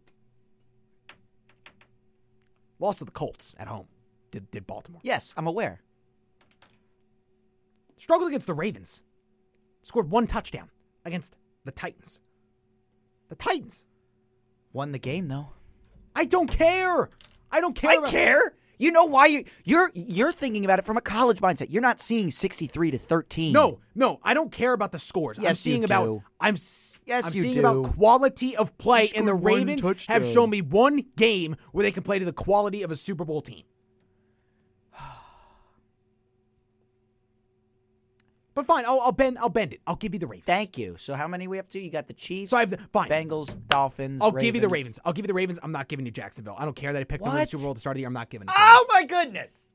Speaker 1: lost to the Colts at home? Did did Baltimore
Speaker 2: Yes, I'm aware.
Speaker 1: struggled against the Ravens? Scored one touchdown against the Titans. The Titans.
Speaker 2: Won the game though.
Speaker 1: I don't care. I don't care.
Speaker 2: I
Speaker 1: about-
Speaker 2: care. You know why you you're you're thinking about it from a college mindset. You're not seeing 63 to 13.
Speaker 1: No, no, I don't care about the scores. I'm
Speaker 2: Yes, you
Speaker 1: seeing about
Speaker 2: do.
Speaker 1: I'm s-
Speaker 2: Yes,
Speaker 1: I'm
Speaker 2: you
Speaker 1: seeing
Speaker 2: do.
Speaker 1: about quality of play,
Speaker 2: You
Speaker 1: and the
Speaker 2: scored one
Speaker 1: Ravens have
Speaker 2: touchdown.
Speaker 1: shown me one game where they can play to the quality of a Super Bowl team. But fine, I'll, I'll bend. I'll bend it. I'll give you the Ravens.
Speaker 2: Thank you. So how many we up to? You got the Chiefs,
Speaker 1: So I have the fine.
Speaker 2: Bengals, Dolphins.
Speaker 1: I'll give you the Ravens. I'll give you the Ravens. I'm not giving you Jacksonville. I don't care that I picked them in the
Speaker 2: What?
Speaker 1: Super Bowl at the start of the year. I'm not giving. It to them.
Speaker 2: Oh my goodness.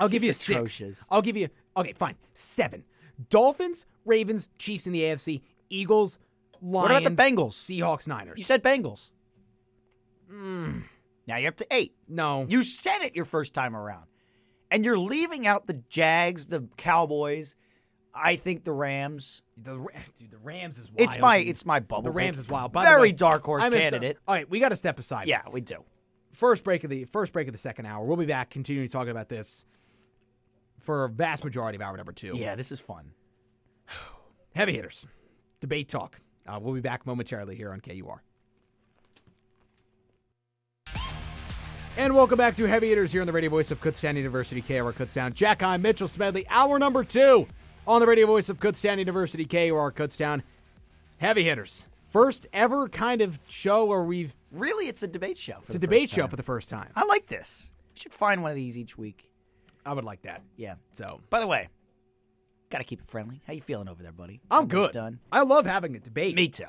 Speaker 1: I'll give you a
Speaker 2: This is
Speaker 1: six.
Speaker 2: atrocious.
Speaker 1: I'll give you okay, fine. Seven. Dolphins, Ravens, Chiefs in the AFC, Eagles, Lions.
Speaker 2: about the Bengals?
Speaker 1: Seahawks, Niners.
Speaker 2: You said Bengals. Hmm. Now you're up to eight.
Speaker 1: no.
Speaker 2: You said it your first time around. And you're leaving out the Jags, the Cowboys, I think the Rams.
Speaker 1: the, Ra- dude, the Rams is wild.
Speaker 2: It's my
Speaker 1: dude.
Speaker 2: it's my bubble.
Speaker 1: the Rams
Speaker 2: pick.
Speaker 1: is wild. By the
Speaker 2: Very
Speaker 1: way,
Speaker 2: dark horse
Speaker 1: I missed a-
Speaker 2: candidate.
Speaker 1: all right, we got to step aside.
Speaker 2: Yeah, we do.
Speaker 1: First break of the first break of the second hour. We'll be back continuing talking about this for a vast majority of hour number 2.
Speaker 2: Yeah, this is fun.
Speaker 1: Heavy hitters. Debate talk. Uh, we'll be back momentarily here on KUR. And welcome back to Heavy Hitters here on the radio voice of Kutztown University, KUR Kutztown. Jack I, Mitchell Smedley, hour number two on the radio voice of Kutztown University, KUR Kutztown. Heavy Hitters. First ever kind of show where we've.
Speaker 2: Really, it's a debate show.
Speaker 1: It's a debate show for the first time.
Speaker 2: I like this. We should find one of these each week.
Speaker 1: I would like that.
Speaker 2: Yeah.
Speaker 1: So,
Speaker 2: By the way, gotta keep it friendly. How you feeling over there, buddy?
Speaker 1: I'm
Speaker 2: Almost
Speaker 1: good.
Speaker 2: Done.
Speaker 1: I love having a debate.
Speaker 2: Me too.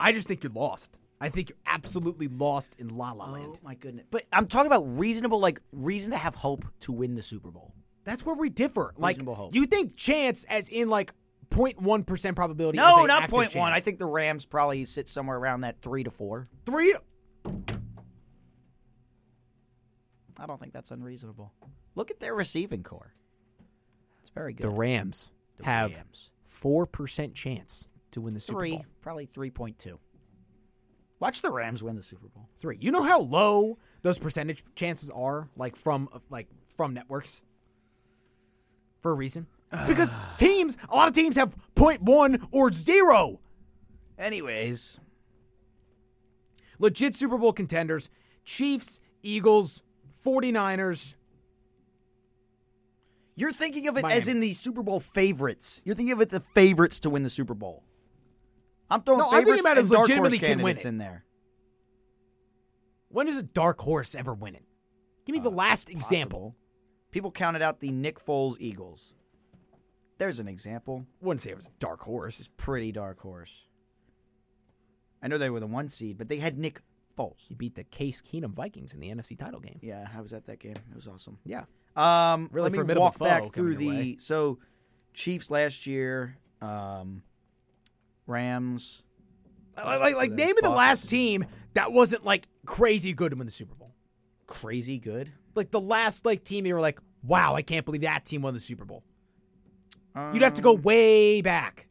Speaker 1: I just think you're lost. I think you're absolutely lost in La La Land.
Speaker 2: Oh my goodness! But I'm talking about reasonable, like reason to have hope to win the Super Bowl.
Speaker 1: That's where we differ. Like
Speaker 2: Reasonable hope.
Speaker 1: you think chance as in like 0.1 percent probability.
Speaker 2: No,
Speaker 1: is a
Speaker 2: not
Speaker 1: active
Speaker 2: point one. I
Speaker 1: chance.
Speaker 2: think the Rams probably sit somewhere around that three to four.
Speaker 1: three.
Speaker 2: I don't think that's unreasonable. Look at their receiving core. It's very good.
Speaker 1: The Rams
Speaker 2: The
Speaker 1: have
Speaker 2: Rams.
Speaker 1: four percent chance to win the Super
Speaker 2: three,
Speaker 1: Bowl.
Speaker 2: probably three point two. Watch the Rams win the Super Bowl.
Speaker 1: Three. You know how low those percentage chances are, like from like from networks, for a reason. Because teams, a lot of teams have 0.1 or zero
Speaker 2: Anyways,
Speaker 1: legit Super Bowl contenders: Chiefs, Eagles, 49ers.
Speaker 2: you're thinking of it as
Speaker 1: Miami.
Speaker 2: in the Super Bowl favorites. You're thinking of it the favorites to win the Super Bowl. I'm throwing
Speaker 1: No, I'm thinking
Speaker 2: favorites
Speaker 1: about it
Speaker 2: and
Speaker 1: as
Speaker 2: dark horse
Speaker 1: legitimately can win
Speaker 2: candidates
Speaker 1: it.
Speaker 2: in there.
Speaker 1: When does a dark horse ever win it? Give me the last example.
Speaker 2: Uh, Possible. People counted out the Nick Foles Eagles. There's an example.
Speaker 1: wouldn't say it was a dark horse.
Speaker 2: Pretty dark horse. I know they were the one seed, but they had Nick Foles.
Speaker 1: He beat the Case Keenum Vikings in the NFC title game.
Speaker 2: Yeah, I was at that game. It was awesome.
Speaker 1: Yeah.
Speaker 2: Um,
Speaker 1: Really
Speaker 2: let me
Speaker 1: formidable
Speaker 2: walk
Speaker 1: foe
Speaker 2: back
Speaker 1: coming
Speaker 2: through
Speaker 1: your
Speaker 2: the
Speaker 1: way.
Speaker 2: so Chiefs last year, um, Rams.
Speaker 1: Like, like, like name of the
Speaker 2: Bucks.
Speaker 1: last team that wasn't like crazy good to win the Super Bowl.
Speaker 2: Crazy good.
Speaker 1: Like the last like team you were like, wow, I can't believe that team won the Super Bowl. You'd have to go
Speaker 2: Um.
Speaker 1: way back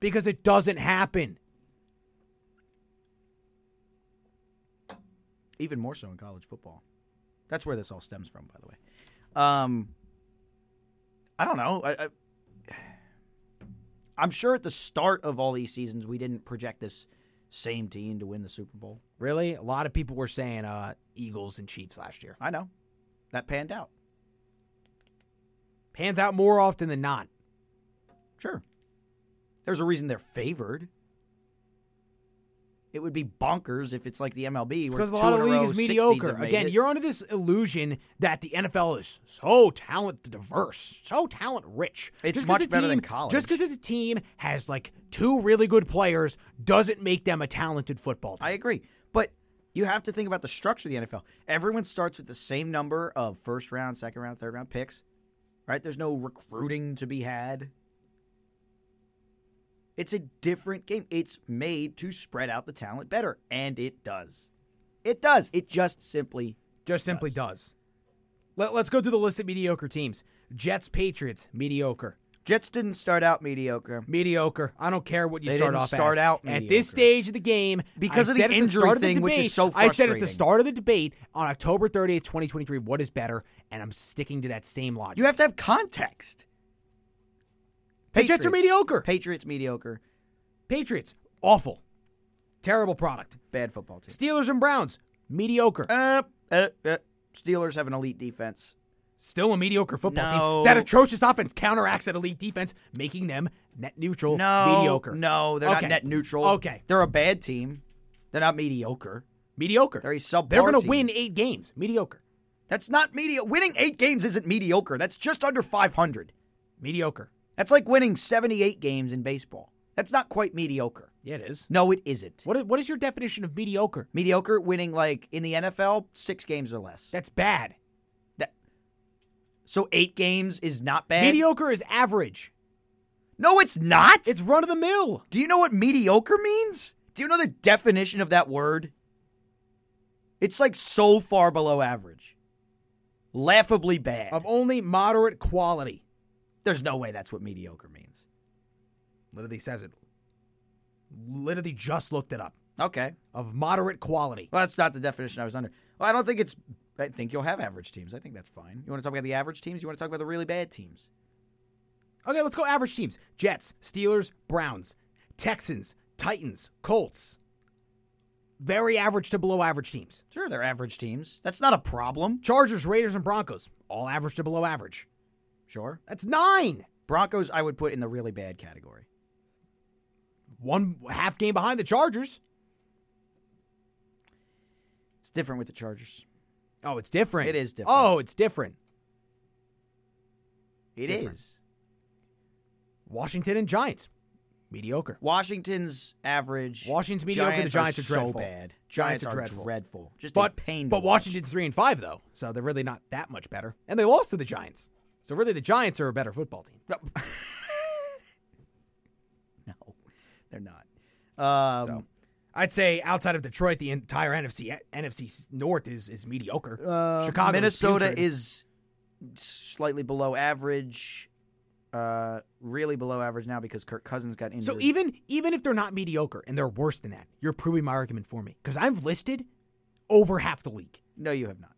Speaker 1: because it doesn't happen.
Speaker 2: even more so in college football. That's where this all stems from, by the way. Um, I don't know. I, I, I'm sure at the start of all these seasons, we didn't project this same team to win the Super Bowl.
Speaker 1: Really? A lot of people were saying uh, Eagles and Chiefs last year.
Speaker 2: I know. That panned out.
Speaker 1: Pans out more often than not.
Speaker 2: Sure. There's a reason they're favored. It would be bonkers if it's like the MLB where
Speaker 1: Because a
Speaker 2: two
Speaker 1: lot
Speaker 2: in
Speaker 1: of
Speaker 2: row,
Speaker 1: league is
Speaker 2: six seeds
Speaker 1: mediocre.
Speaker 2: have made
Speaker 1: Again,
Speaker 2: it.
Speaker 1: you're under this illusion that the NFL is so talent diverse, so talent rich.
Speaker 2: It's
Speaker 1: 'cause
Speaker 2: much
Speaker 1: a
Speaker 2: better than
Speaker 1: team-
Speaker 2: college.
Speaker 1: Just because a team has like two really good players doesn't make them a talented football team.
Speaker 2: I agree. But you have to think about the structure of the NFL. Everyone starts with the same number of first round, second round, third round picks, right? There's no recruiting to be had. It's a different game. It's made to spread out the talent better, and it does. It does. It just simply.
Speaker 1: just simply does. Let, let's go to the list of mediocre teams. Jets, Patriots, mediocre.
Speaker 2: Jets didn't start out mediocre.
Speaker 1: mediocre. I don't care what you
Speaker 2: They
Speaker 1: start
Speaker 2: didn't
Speaker 1: off.
Speaker 2: start
Speaker 1: as.
Speaker 2: out
Speaker 1: at
Speaker 2: mediocre.
Speaker 1: this stage of the game
Speaker 2: Because
Speaker 1: I
Speaker 2: of the
Speaker 1: said at
Speaker 2: injury
Speaker 1: start of the
Speaker 2: thing, which is so
Speaker 1: debate- I said at the
Speaker 2: frustrating.
Speaker 1: start of the debate on October 30th, 2023, what is better, and I'm sticking to that same logic.
Speaker 2: You have to have context.
Speaker 1: The Jets are mediocre.
Speaker 2: Patriots mediocre.
Speaker 1: Patriots awful, terrible product.
Speaker 2: Bad football team.
Speaker 1: Steelers and Browns mediocre,
Speaker 2: Uh, uh, uh, Steelers have an elite defense.
Speaker 1: still a mediocre football
Speaker 2: No.
Speaker 1: team. That atrocious offense counteracts that elite defense, making them net neutral.
Speaker 2: No,
Speaker 1: mediocre.
Speaker 2: No, they're
Speaker 1: Okay.
Speaker 2: not net neutral.
Speaker 1: Okay,
Speaker 2: they're a bad team. They're not mediocre.
Speaker 1: mediocre.
Speaker 2: They're a subpar
Speaker 1: They're going
Speaker 2: team.
Speaker 1: to win e- eight games. Mediocre.
Speaker 2: That's not mediocre. Winning eight games isn't mediocre. That's just under five hundred.
Speaker 1: Mediocre.
Speaker 2: That's like winning seventy-eight games in baseball. That's not quite mediocre.
Speaker 1: Yeah, it is.
Speaker 2: No, it isn't.
Speaker 1: What is, what is your definition of mediocre?
Speaker 2: Mediocre winning like in the NFL six games or less.
Speaker 1: That's bad.
Speaker 2: That- so eight games is not bad.
Speaker 1: Mediocre is average.
Speaker 2: No, it's not.
Speaker 1: It's run of the mill.
Speaker 2: Do you know what mediocre means? Do you know the definition of that word? It's like so far below average. Laughably bad.
Speaker 1: Of only moderate quality.
Speaker 2: There's no way that's what mediocre means.
Speaker 1: Literally says it. Literally just looked it up.
Speaker 2: Okay.
Speaker 1: Of moderate quality.
Speaker 2: Well, that's not the definition I was under. Well, I don't think it's. I think you'll have average teams. I think that's fine. You want to talk about the average teams? You want to talk about the really bad teams?
Speaker 1: Okay, let's go average teams Jets, Steelers, Browns, Texans, Titans, Colts. Very average to below average teams.
Speaker 2: Sure, they're average teams. That's not a problem.
Speaker 1: Chargers, Raiders, and Broncos. All average to below average.
Speaker 2: Sure.
Speaker 1: That's nine.
Speaker 2: Broncos, I would put in the really bad category.
Speaker 1: One half game behind the Chargers.
Speaker 2: It's different with the Chargers.
Speaker 1: Oh, it's different.
Speaker 2: It is different.
Speaker 1: Oh, it's different. It's
Speaker 2: It
Speaker 1: different.
Speaker 2: is.
Speaker 1: Washington and Giants. Mediocre.
Speaker 2: Washington's average.
Speaker 1: Washington's mediocre, the Giants are
Speaker 2: so
Speaker 1: dreadful.
Speaker 2: bad.
Speaker 1: Giants
Speaker 2: Giants,
Speaker 1: are
Speaker 2: are
Speaker 1: dreadful.
Speaker 2: dreadful. Just a
Speaker 1: But
Speaker 2: pain. to
Speaker 1: but
Speaker 2: watch.
Speaker 1: Washington's three and five though, so they're really not that much better. And they lost to the Giants. So really the Giants are a better football team.
Speaker 2: No, they're not. Um,
Speaker 1: So I'd say outside of Detroit, the entire NFC NFC North is is mediocre. Chicago, is
Speaker 2: Uh, Minnesota
Speaker 1: putrid.
Speaker 2: is slightly below average. Uh, really below average now because Kirk Cousins got injured.
Speaker 1: so even even if they're not mediocre and they're worse than that, you're proving my argument for me because I've listed over half the league.
Speaker 2: no, you have not.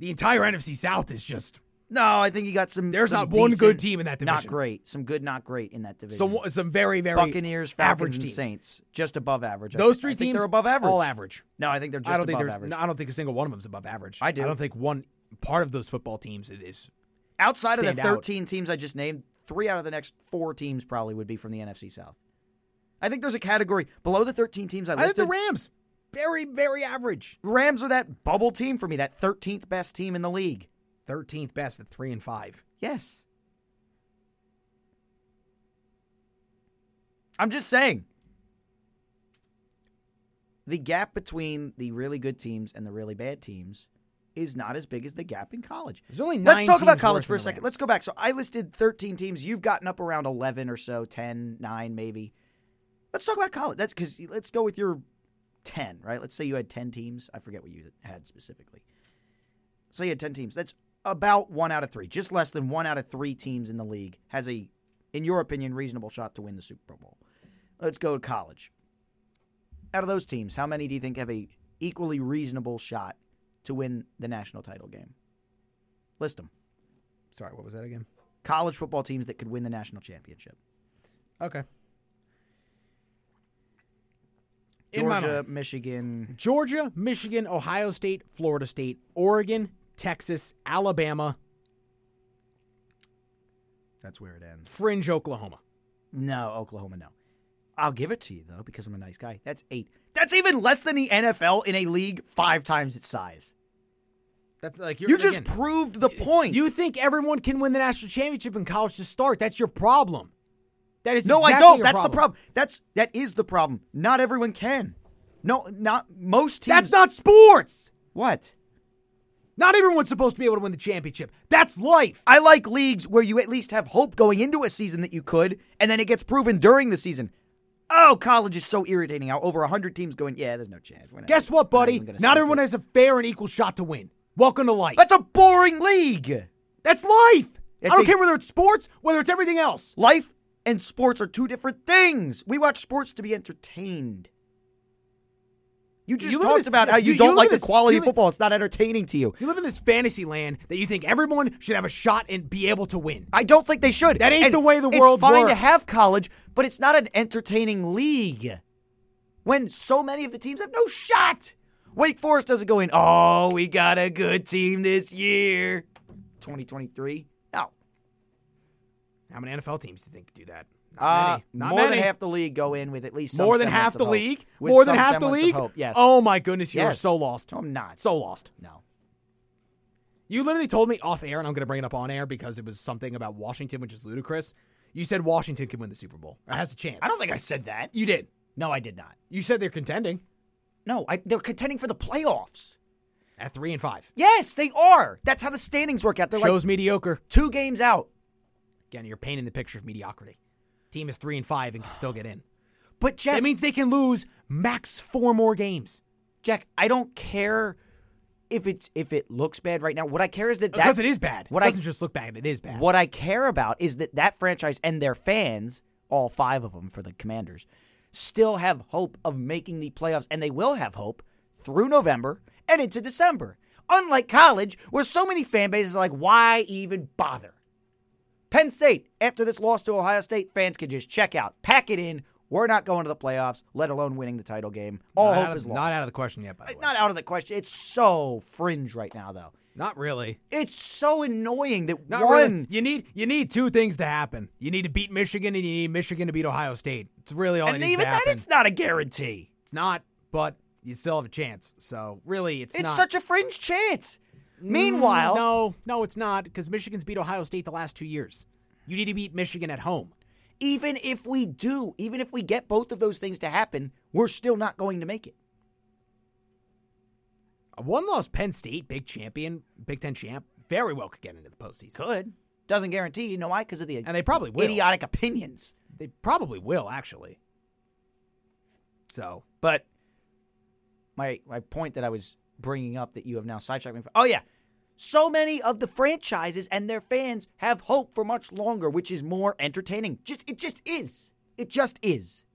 Speaker 1: The entire NFC South is just
Speaker 2: No, I think you got some.
Speaker 1: There's
Speaker 2: some
Speaker 1: not one good
Speaker 2: decent-
Speaker 1: team in that
Speaker 2: Not
Speaker 1: division.
Speaker 2: great. Some good, not great in that division.
Speaker 1: some some very very
Speaker 2: Buccaneers, Falcons,
Speaker 1: average
Speaker 2: and
Speaker 1: teams.
Speaker 2: Saints, just above average. I
Speaker 1: Those
Speaker 2: thi- I
Speaker 1: three
Speaker 2: think
Speaker 1: teams
Speaker 2: they're above average.
Speaker 1: All average.
Speaker 2: No, I think they're just
Speaker 1: I don't think
Speaker 2: above
Speaker 1: there's.
Speaker 2: average.
Speaker 1: no, I don't think a single one of them is above average.
Speaker 2: I do.
Speaker 1: I don't think one part of those football teams is. is
Speaker 2: Outside of the
Speaker 1: stand out.
Speaker 2: 13 teams I just named, three out of the next four teams probably would be from the NFC South. I think there's a category below the 13 teams I
Speaker 1: I think
Speaker 2: listed.
Speaker 1: the Rams, very very average.
Speaker 2: Rams are that bubble team for me, that 13th best team in the league.
Speaker 1: Thirteenth best at three and five.
Speaker 2: Yes. I'm just saying. The gap between the really good teams and the really bad teams is not as big as the gap in college.
Speaker 1: There's only
Speaker 2: Let's
Speaker 1: nine
Speaker 2: talk about
Speaker 1: teams
Speaker 2: college
Speaker 1: worse
Speaker 2: for a
Speaker 1: than the
Speaker 2: second.
Speaker 1: Rams.
Speaker 2: Let's go back. So I listed 13 teams. You've gotten up around 11 or so, 10, 9 maybe. Let's talk about college. That's cuz let's go with your 10, right? Let's say you had 10 teams. I forget what you had specifically. So you had 10 teams. That's about one out of three, just less than one out of three teams in the league has a, in your opinion, reasonable shot to win the Super Bowl. Let's go to college. Out of those teams, how many do you think have a equally reasonable shot to win the national title game? List them.
Speaker 1: Sorry, what was that again?
Speaker 2: College football teams that could win the national championship.
Speaker 1: Okay. In my
Speaker 2: Georgia,
Speaker 1: mind.
Speaker 2: Michigan.
Speaker 1: Georgia, Michigan, Ohio State, Florida State, Oregon, Texas, Alabama,
Speaker 2: That's where it ends.
Speaker 1: fringe Oklahoma.
Speaker 2: No, Oklahoma, no. I'll give it to you though because I'm a nice guy. That's eight. That's even less than the NFL in a league five times its size.
Speaker 1: That's like you're,
Speaker 2: You just
Speaker 1: again,
Speaker 2: proved the point.
Speaker 1: You think everyone can win the national championship in college to start? That's your problem. That is
Speaker 2: no, I
Speaker 1: exactly
Speaker 2: don't.
Speaker 1: your
Speaker 2: That's the problem. That's that is the problem. Not everyone can. No, not most teams.
Speaker 1: That's not sports.
Speaker 2: what.
Speaker 1: Not everyone's supposed to be able to win the championship. That's life.
Speaker 2: I like leagues where you at least have hope going into a season that you could, and then it gets proven during the season. Oh, college is so irritating. How over hundred teams going? Yeah, there's no chance. We're not-
Speaker 1: Guess what,
Speaker 2: we're not
Speaker 1: buddy?
Speaker 2: even gonna
Speaker 1: Not
Speaker 2: sniff
Speaker 1: everyone
Speaker 2: it.
Speaker 1: has a fair and equal shot to win. Welcome to life.
Speaker 2: That's a boring league.
Speaker 1: That's life. I
Speaker 2: It's
Speaker 1: don't
Speaker 2: a-
Speaker 1: care whether it's sports, whether it's everything else.
Speaker 2: Life and sports are two different things. We watch sports to be entertained. You just
Speaker 1: You live in
Speaker 2: talked
Speaker 1: this-
Speaker 2: about
Speaker 1: yeah,
Speaker 2: how you,
Speaker 1: you- you
Speaker 2: don't
Speaker 1: live
Speaker 2: like
Speaker 1: in
Speaker 2: the
Speaker 1: this-
Speaker 2: quality
Speaker 1: you
Speaker 2: of
Speaker 1: live-
Speaker 2: football. It's not entertaining to you.
Speaker 1: You live in this fantasy land that you think everyone should have a shot and be able to win.
Speaker 2: I don't think they should.
Speaker 1: That ain't
Speaker 2: And
Speaker 1: the way the
Speaker 2: it's
Speaker 1: world
Speaker 2: fine to
Speaker 1: works.
Speaker 2: have college, but it's not an entertaining league. When so many of the teams have no shot. Wake Forest doesn't go in, oh, we got a good team this year. 2023? No.
Speaker 1: How many NFL teams do you think do that? Not
Speaker 2: Uh,
Speaker 1: many. Not
Speaker 2: more
Speaker 1: many.
Speaker 2: than half the league go in with at least some
Speaker 1: more than
Speaker 2: semblance
Speaker 1: half
Speaker 2: of
Speaker 1: the
Speaker 2: hope.
Speaker 1: league.
Speaker 2: With
Speaker 1: More than
Speaker 2: some
Speaker 1: half the
Speaker 2: semblance of
Speaker 1: league.
Speaker 2: hope, Yes.
Speaker 1: Oh my goodness, you are
Speaker 2: Yes.
Speaker 1: so lost.
Speaker 2: No, I'm not.
Speaker 1: So lost.
Speaker 2: no.
Speaker 1: You literally told me off air, and I'm going to bring it up on air because it was something about Washington, which is ludicrous. You said Washington could win the Super Bowl. It has a chance.
Speaker 2: I don't think I said that.
Speaker 1: You did.
Speaker 2: No, I did not.
Speaker 1: You said they're contending
Speaker 2: No, I, they're contending for the playoffs.
Speaker 1: at three and five.
Speaker 2: Yes, they are. That's how the standings work out. They're
Speaker 1: Shows
Speaker 2: like
Speaker 1: mediocre.
Speaker 2: two games out.
Speaker 1: Again, you're painting the picture of mediocrity. Team is three and five and can still get in.
Speaker 2: But Jack,
Speaker 1: That means they can lose max four more games
Speaker 2: Jack, I don't care if it's if it looks bad right now. What I care is that
Speaker 1: because
Speaker 2: that,
Speaker 1: it is bad.
Speaker 2: What
Speaker 1: it doesn't
Speaker 2: I
Speaker 1: just look bad; it is bad.
Speaker 2: what I care about is that that franchise and their fans, all five of them for the Commanders, still have hope of making the playoffs, and they will have hope through November and into December. Unlike college, where so many fan bases are like, why even bother? Penn State, after this loss to Ohio State, fans can just check out, pack it in. We're not going to the playoffs, let alone winning the title game. All
Speaker 1: not,
Speaker 2: hope
Speaker 1: out
Speaker 2: is
Speaker 1: of,
Speaker 2: lost.
Speaker 1: not out of the question yet. By the way,
Speaker 2: not out of the question. It's so fringe right now, though.
Speaker 1: not really.
Speaker 2: It's so annoying that
Speaker 1: Not
Speaker 2: one.
Speaker 1: really. You need you need two things to happen. You need to beat Michigan, and you need Michigan to beat Ohio State. It's really all that
Speaker 2: and
Speaker 1: needs
Speaker 2: even
Speaker 1: to
Speaker 2: then,
Speaker 1: happen.
Speaker 2: it's not a guarantee.
Speaker 1: It's not, but you still have a chance. So really, it's
Speaker 2: It's
Speaker 1: not. Mm,
Speaker 2: such a fringe chance. Meanwhile,
Speaker 1: no, no, it's not because Michigan's beat Ohio State the last two years. You need to beat Michigan at home.
Speaker 2: even if we do, even if we get both of those things to happen, we're still not going to make it.
Speaker 1: A one-loss Penn State, big champion, Big Ten champ, very well could get into the postseason.
Speaker 2: Could doesn't guarantee. You know why? Because of the
Speaker 1: And they probably will.
Speaker 2: idiotic opinions.
Speaker 1: They probably will actually. So
Speaker 2: But my my point that I was bringing up that you have now sidetracked me. From, oh yeah, so many of the franchises and their fans have hope for much longer, which is more entertaining. Just it just is. It just is.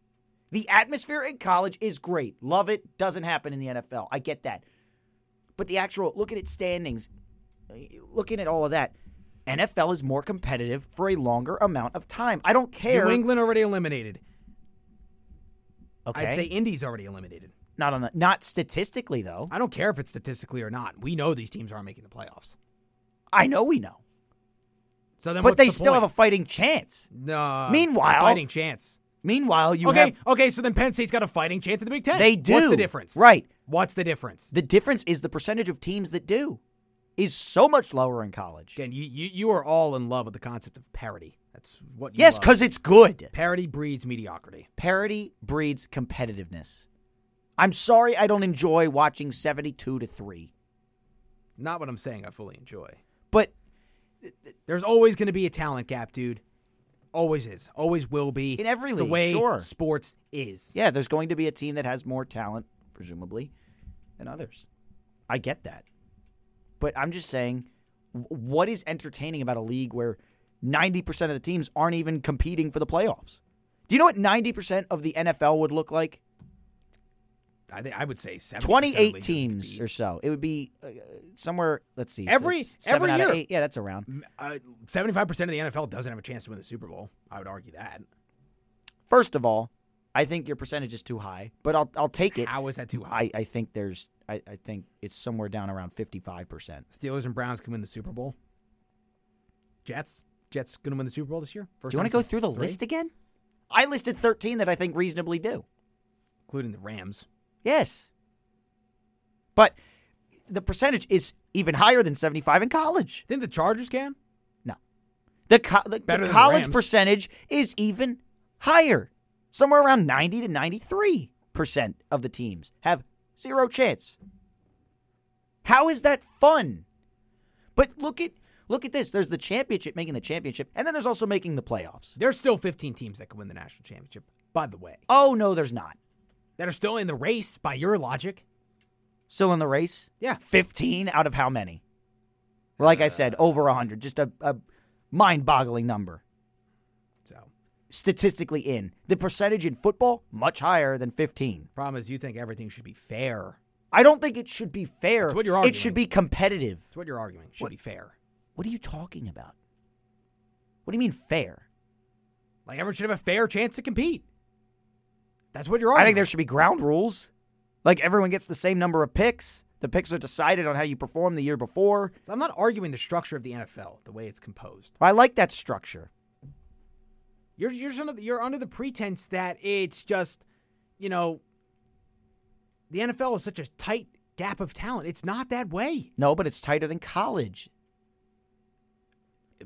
Speaker 2: The atmosphere in college is great. Love it. Doesn't happen in the NFL. I get that. But the actual looking at standings, looking at all of that, NFL is more competitive for a longer amount of time. I don't care.
Speaker 1: New England already eliminated.
Speaker 2: okay.
Speaker 1: I'd say Indy's already eliminated.
Speaker 2: not on the not statistically though.
Speaker 1: I don't care if it's statistically or not. We know these teams aren't making the playoffs.
Speaker 2: I know we know.
Speaker 1: So then,
Speaker 2: but
Speaker 1: what's
Speaker 2: they
Speaker 1: the
Speaker 2: still
Speaker 1: point?
Speaker 2: have a fighting chance.
Speaker 1: No.
Speaker 2: Meanwhile-
Speaker 1: fighting chance.
Speaker 2: Meanwhile, you
Speaker 1: okay,
Speaker 2: have
Speaker 1: okay. So then Penn State's got a fighting chance in the Big Ten.
Speaker 2: They do.
Speaker 1: What's the difference?
Speaker 2: Right.
Speaker 1: What's the difference?
Speaker 2: the difference is the percentage of teams that do is so much lower in college.
Speaker 1: Again, you you, you are all in love with the concept of parity. That's what. You uh,
Speaker 2: Yes,
Speaker 1: love.
Speaker 2: because it's good.
Speaker 1: parity breeds mediocrity.
Speaker 2: Parity breeds competitiveness. I'm sorry, I don't enjoy watching 72 to three,
Speaker 1: Not what I'm saying. I fully enjoy.
Speaker 2: but
Speaker 1: There's always going to be a talent gap, dude. Always is. Always will be.
Speaker 2: In every
Speaker 1: It's the
Speaker 2: league,
Speaker 1: way
Speaker 2: sure.
Speaker 1: sports is.
Speaker 2: yeah, there's going to be a team that has more talent, presumably, than others. I get that, but I'm just saying, wh- what is entertaining about a league where 90% of the teams aren't even competing for the playoffs? Do you know what 90% of the NFL would look like?
Speaker 1: I think I would say 70% of leagues
Speaker 2: 28
Speaker 1: would
Speaker 2: teams
Speaker 1: be-
Speaker 2: or so. It would be uh, somewhere. Let's see. so
Speaker 1: Every-
Speaker 2: it's
Speaker 1: every
Speaker 2: seven out of
Speaker 1: year.
Speaker 2: eight. Yeah, that's around.
Speaker 1: Uh, 75% of the NFL doesn't have a chance to win the Super Bowl. I would argue that.
Speaker 2: First of all, I think your percentage is too high, but I'll I'll take it.
Speaker 1: How is that too high?
Speaker 2: I, I think there's I, I think it's somewhere down around fifty five percent.
Speaker 1: Steelers and Browns can win the Super Bowl. Jets. Jets gonna win the Super Bowl this year. First
Speaker 2: Do you want
Speaker 1: time
Speaker 2: to go
Speaker 1: since
Speaker 2: through the
Speaker 1: three,
Speaker 2: list again? I listed thirteen that I think reasonably do.
Speaker 1: including the Rams?
Speaker 2: Yes. But the percentage is even higher than 75 in college.
Speaker 1: Think the Chargers can?
Speaker 2: No. The, co- the, the
Speaker 1: Better than
Speaker 2: college
Speaker 1: Rams.
Speaker 2: percentage is even higher. Somewhere around 90 to 93% of the teams have zero chance. How is that fun? But look at look at this. There's the championship making the championship and then there's also making the playoffs.
Speaker 1: There's still 15 teams that can win the national championship. By the way,
Speaker 2: Oh no, there's not.
Speaker 1: that are still in the race by your logic.
Speaker 2: Still in the race?
Speaker 1: Yeah.
Speaker 2: 15 out of how many? Like I
Speaker 1: Uh.
Speaker 2: said, over 100. Just a, a mind boggling number.
Speaker 1: So
Speaker 2: Statistically, in the percentage in football, much higher than 15.
Speaker 1: problem is, you think everything should be fair.
Speaker 2: I don't think it should be fair.
Speaker 1: That's what you're
Speaker 2: It should
Speaker 1: arguing.
Speaker 2: be competitive.
Speaker 1: That's what you're arguing. Should be fair.
Speaker 2: What are you talking about? What do you mean fair?
Speaker 1: Like everyone should have a fair chance to compete. That's what you're
Speaker 2: I
Speaker 1: arguing.
Speaker 2: think there should be ground rules. Like everyone gets the same number of picks. The picks are decided on how you perform the year before.
Speaker 1: So I'm not arguing the structure of the NFL, the way it's composed.
Speaker 2: I like that structure.
Speaker 1: You're you're under the, you're under the pretense that it's just, you know, the NFL is such a tight gap of talent. It's not that way.
Speaker 2: No, but it's tighter than college.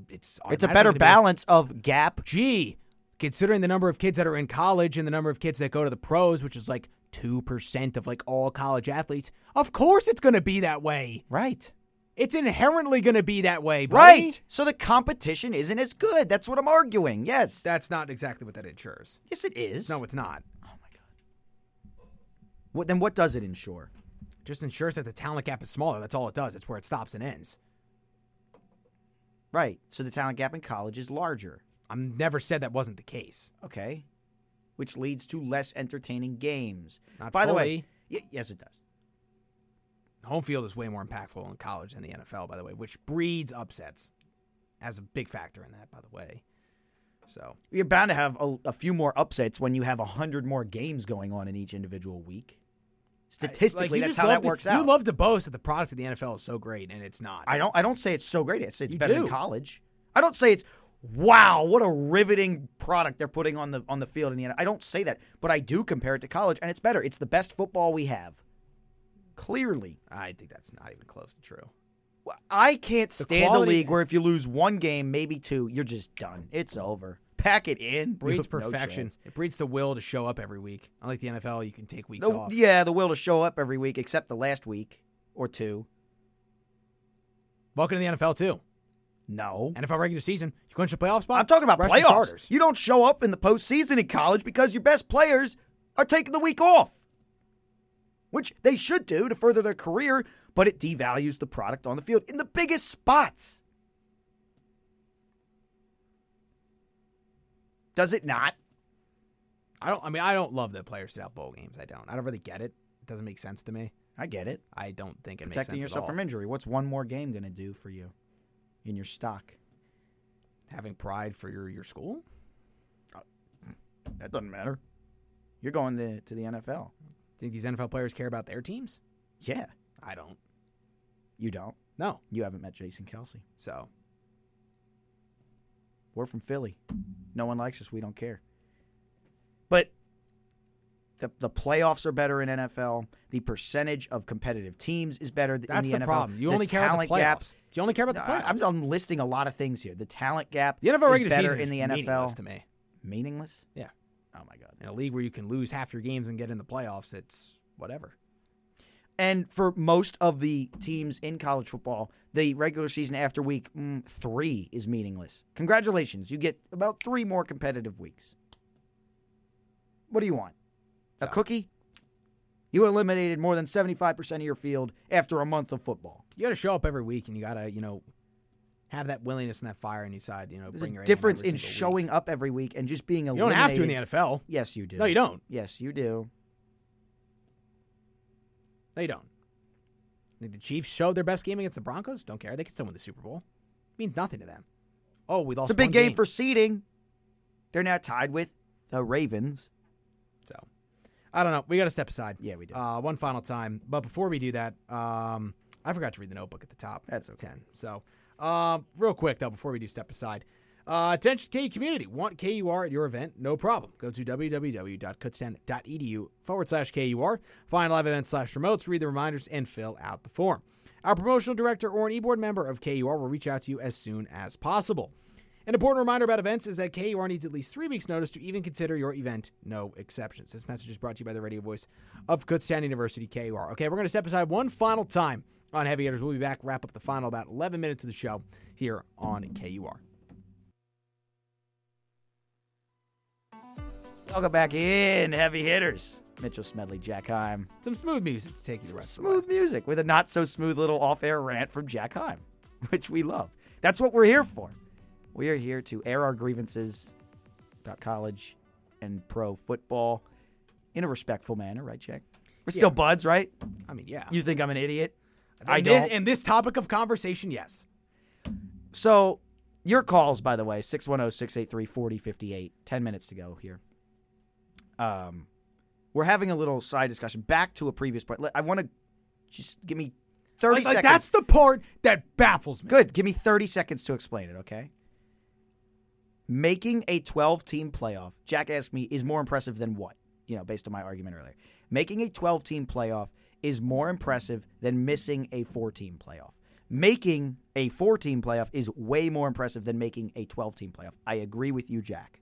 Speaker 1: It's
Speaker 2: It's a
Speaker 1: automatically
Speaker 2: better
Speaker 1: gonna be-
Speaker 2: balance of gap
Speaker 1: Gee, considering the number of kids that are in college and the number of kids that go to the pros, which is like two percent of like all college athletes, of course it's going to be that way.
Speaker 2: Right.
Speaker 1: It's inherently going to be that way, buddy.
Speaker 2: Right. So the competition isn't as good. That's what I'm arguing. Yes.
Speaker 1: That's not exactly what that ensures.
Speaker 2: yes, it is. Oh,
Speaker 1: No, it's not.
Speaker 2: What, then what does it ensure?
Speaker 1: Just ensures that the talent gap is smaller. That's all it does. It's where it stops and ends.
Speaker 2: Right. So the talent gap in college is larger.
Speaker 1: I've never said that wasn't the case.
Speaker 2: Okay. Which leads to less entertaining games.
Speaker 1: Not
Speaker 2: By the way, y- yes, it does.
Speaker 1: Home field is way more impactful in college than the NFL, by the way, which breeds upsets as a big factor in that, by the way. So,
Speaker 2: You're bound to have a, a few more upsets when you have a hundred more games going on in each individual week.
Speaker 1: like,
Speaker 2: Statistically,
Speaker 1: you
Speaker 2: that's
Speaker 1: just
Speaker 2: how
Speaker 1: love
Speaker 2: that
Speaker 1: to-
Speaker 2: works out.
Speaker 1: You love to boast that the product of the NFL is so great, and it's not.
Speaker 2: I don't. I don't say it's so great. It's it's
Speaker 1: You
Speaker 2: better
Speaker 1: do.
Speaker 2: than college. I don't say it's wow, what a riveting product they're putting on the on the field in the end. I don't say that, but I do compare it to college, and it's better. It's the best football we have. Clearly,
Speaker 1: I think that's not even close to true.
Speaker 2: I can't stand the
Speaker 1: quality-
Speaker 2: league where if you lose one game, maybe two, you're just done. It's over. Pack it in.
Speaker 1: breeds
Speaker 2: You have no
Speaker 1: perfection.
Speaker 2: chance.
Speaker 1: it breeds the will to show up every week. Unlike the NFL, you can take weeks
Speaker 2: The-
Speaker 1: off.
Speaker 2: yeah, the will to show up every week, except the last week or two.
Speaker 1: Welcome to the NFL too.
Speaker 2: No.
Speaker 1: NFL regular season, you clinch the playoff spot.
Speaker 2: I'm talking about
Speaker 1: rush the
Speaker 2: playoffs.
Speaker 1: starters.
Speaker 2: You don't show up in the postseason in college because your best players are taking the week off, which they should do to further their career, but it devalues the product on the field in the biggest spots. Does it not?
Speaker 1: I don't. I mean, I don't love that players sit out bowl games. I don't. I don't really get it. It doesn't make sense to me.
Speaker 2: I get it.
Speaker 1: I don't think it
Speaker 2: Protecting
Speaker 1: makes sense
Speaker 2: yourself
Speaker 1: at all.
Speaker 2: from injury. What's one more game going to do for you in your stock?
Speaker 1: Having pride for your your school.
Speaker 2: That doesn't matter. You're going the, to the NFL.
Speaker 1: Think these NFL players care about their teams?
Speaker 2: Yeah.
Speaker 1: I don't.
Speaker 2: You don't.
Speaker 1: No.
Speaker 2: You haven't met Jason Kelsey.
Speaker 1: So
Speaker 2: We're from Philly. No one likes us. We don't care. But the the playoffs are better in NFL. The percentage of competitive teams is better th-
Speaker 1: that's
Speaker 2: in the,
Speaker 1: the,
Speaker 2: NFL.
Speaker 1: problem. You only care about the
Speaker 2: talent
Speaker 1: playoffs.
Speaker 2: gap.
Speaker 1: You only care about the
Speaker 2: I-
Speaker 1: playoffs.
Speaker 2: I'm, I'm listing a lot of things here. The talent gap.
Speaker 1: the NFL
Speaker 2: is
Speaker 1: regular
Speaker 2: better
Speaker 1: season
Speaker 2: in
Speaker 1: is
Speaker 2: the
Speaker 1: meaningless
Speaker 2: NFL.
Speaker 1: to me.
Speaker 2: Meaningless?
Speaker 1: Yeah.
Speaker 2: Oh my god.
Speaker 1: In a league where you can lose half your games and get in the playoffs, it's whatever.
Speaker 2: And for most of the teams in college football, the regular season after week mm, three is meaningless. Congratulations, you get about three more competitive weeks. What do you want? A
Speaker 1: So.
Speaker 2: cookie? You eliminated more than 75% of your field after a month of football.
Speaker 1: You got to show up every week, and you got to you know have that willingness and that fire, and you decide you know
Speaker 2: There's
Speaker 1: bring your
Speaker 2: a
Speaker 1: A
Speaker 2: difference
Speaker 1: every
Speaker 2: in
Speaker 1: single week.
Speaker 2: showing up every week and just being
Speaker 1: You
Speaker 2: eliminated.
Speaker 1: don't have to in the NFL.
Speaker 2: Yes, you do.
Speaker 1: No, you don't.
Speaker 2: Yes, you do.
Speaker 1: They don't. Think the Chiefs showed their best game against the Broncos? Don't care. They can still win the Super Bowl. means nothing to them. Oh, we lost.
Speaker 2: It's a big
Speaker 1: one
Speaker 2: game for seeding. They're now tied with the Ravens
Speaker 1: So I don't know. We got to step aside.
Speaker 2: Yeah, we do.
Speaker 1: Uh, one final time. But before we do that, um, I forgot to read the notebook at the top.
Speaker 2: That's
Speaker 1: It's
Speaker 2: okay.
Speaker 1: 10. So uh, real quick, though, before we do step aside. Uh, attention KU community. Want KUR at your event? No problem. Go to www.kutztown.edu forward slash KUR. Find live events slash remotes, read the reminders, and fill out the form. Our promotional director or an e-board member of KUR will reach out to you as soon as possible. An important reminder about events is that KUR needs at least three weeks' notice to even consider your event, no exceptions. This message is brought to you by the radio voice of Kutztown University, KUR. Okay, we're going to step aside one final time on Heavy Hitters. We'll be back, wrap up the final about 11 minutes of the show here on KUR.
Speaker 2: Welcome back in, heavy hitters. Mitchell Smedley, Jack Heim.
Speaker 1: Some smooth music to take you the rest of
Speaker 2: Smooth music with a not so smooth little off air rant from Jack Heim, which we love. That's what we're here for. We are here to air our grievances about college and pro football in a respectful manner, right, Jack? We're still buds, right?
Speaker 1: the way. I mean, yeah.
Speaker 2: You think I'm an idiot? I
Speaker 1: In
Speaker 2: don't.
Speaker 1: This, in this topic of conversation, yes.
Speaker 2: So, your calls, by the way, 610 683 4058, 10 minutes to go here. Um, we're having a little side discussion back to a previous point. Let- I want to just give me 30
Speaker 1: Like, like,
Speaker 2: seconds.
Speaker 1: that's the part that baffles me.
Speaker 2: Good. Give me 30 seconds to explain it, okay? Making a 12 team playoff, Jack asked me, is more impressive than what? You know, based on my argument earlier. Making a 12 team playoff is more impressive than missing a four team playoff. Making a four team playoff is way more impressive than making a 12 team playoff. I agree with you, Jack.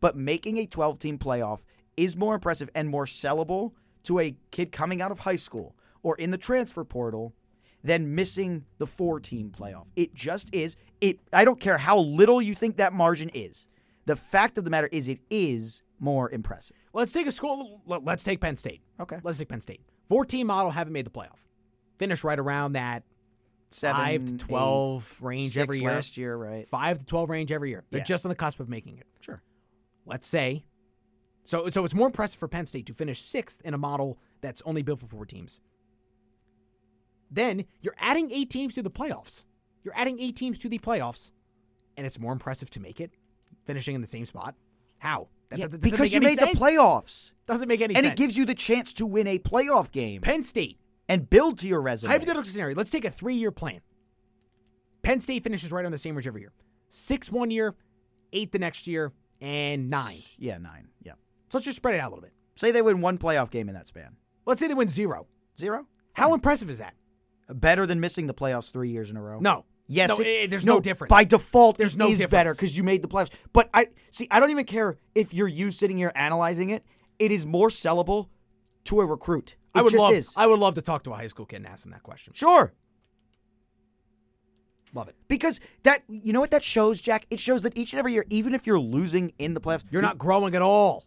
Speaker 2: But making a 12 team playoff is more impressive and more sellable to a kid coming out of high school or in the transfer portal than missing the four team playoff. It just is. It I don't care how little you think that margin is. The fact of the matter is it is more impressive.
Speaker 1: Let's take a school. let- Let's take Penn State.
Speaker 2: Okay.
Speaker 1: Let's take Penn State. 14 model haven't made the playoff. Finish right around that
Speaker 2: Seven,
Speaker 1: five to
Speaker 2: eight,
Speaker 1: twelve range
Speaker 2: six
Speaker 1: every year.
Speaker 2: last year, right?
Speaker 1: Five to twelve range every year. They're
Speaker 2: Yeah.
Speaker 1: just on the cusp of making it.
Speaker 2: Sure.
Speaker 1: Let's say, so so it's more impressive for Penn State to finish sixth in a model that's only built for four teams. Then you're adding eight teams to the playoffs. You're adding eight teams to the playoffs, and it's more impressive to make it, finishing in the same spot. How? That
Speaker 2: Yeah,
Speaker 1: doesn't- doesn't
Speaker 2: because
Speaker 1: make
Speaker 2: you
Speaker 1: any
Speaker 2: made
Speaker 1: sense.
Speaker 2: the playoffs.
Speaker 1: Doesn't make any
Speaker 2: and
Speaker 1: sense.
Speaker 2: it gives you the chance to win a playoff game
Speaker 1: Penn State
Speaker 2: and build to your resume.
Speaker 1: Hypothetical scenario. Let's take a three-year plan. Penn State finishes right on the same range every year. Six one year, eight the next year, and nine. So
Speaker 2: yeah, nine. Yeah.
Speaker 1: let's just spread it out a little bit.
Speaker 2: Say they win one playoff game in that span.
Speaker 1: Let's say they win zero.
Speaker 2: Zero?
Speaker 1: How impressive is that?
Speaker 2: Better than missing the playoffs three years in a row.
Speaker 1: No.
Speaker 2: Yes,
Speaker 1: No,
Speaker 2: it-
Speaker 1: it- there's no difference.
Speaker 2: By default,
Speaker 1: There's
Speaker 2: it
Speaker 1: no
Speaker 2: is
Speaker 1: difference.
Speaker 2: better because you made the playoffs. But I see. I don't even care if you're you sitting here analyzing it. It is more sellable to a recruit. It
Speaker 1: I would
Speaker 2: just
Speaker 1: love.
Speaker 2: is.
Speaker 1: I would love to talk to a high school kid and ask him that question.
Speaker 2: sure,
Speaker 1: Love it.
Speaker 2: because that you know what that shows, Jack. It shows that each and every year, even if you're losing in the playoffs,
Speaker 1: You're not growing at all.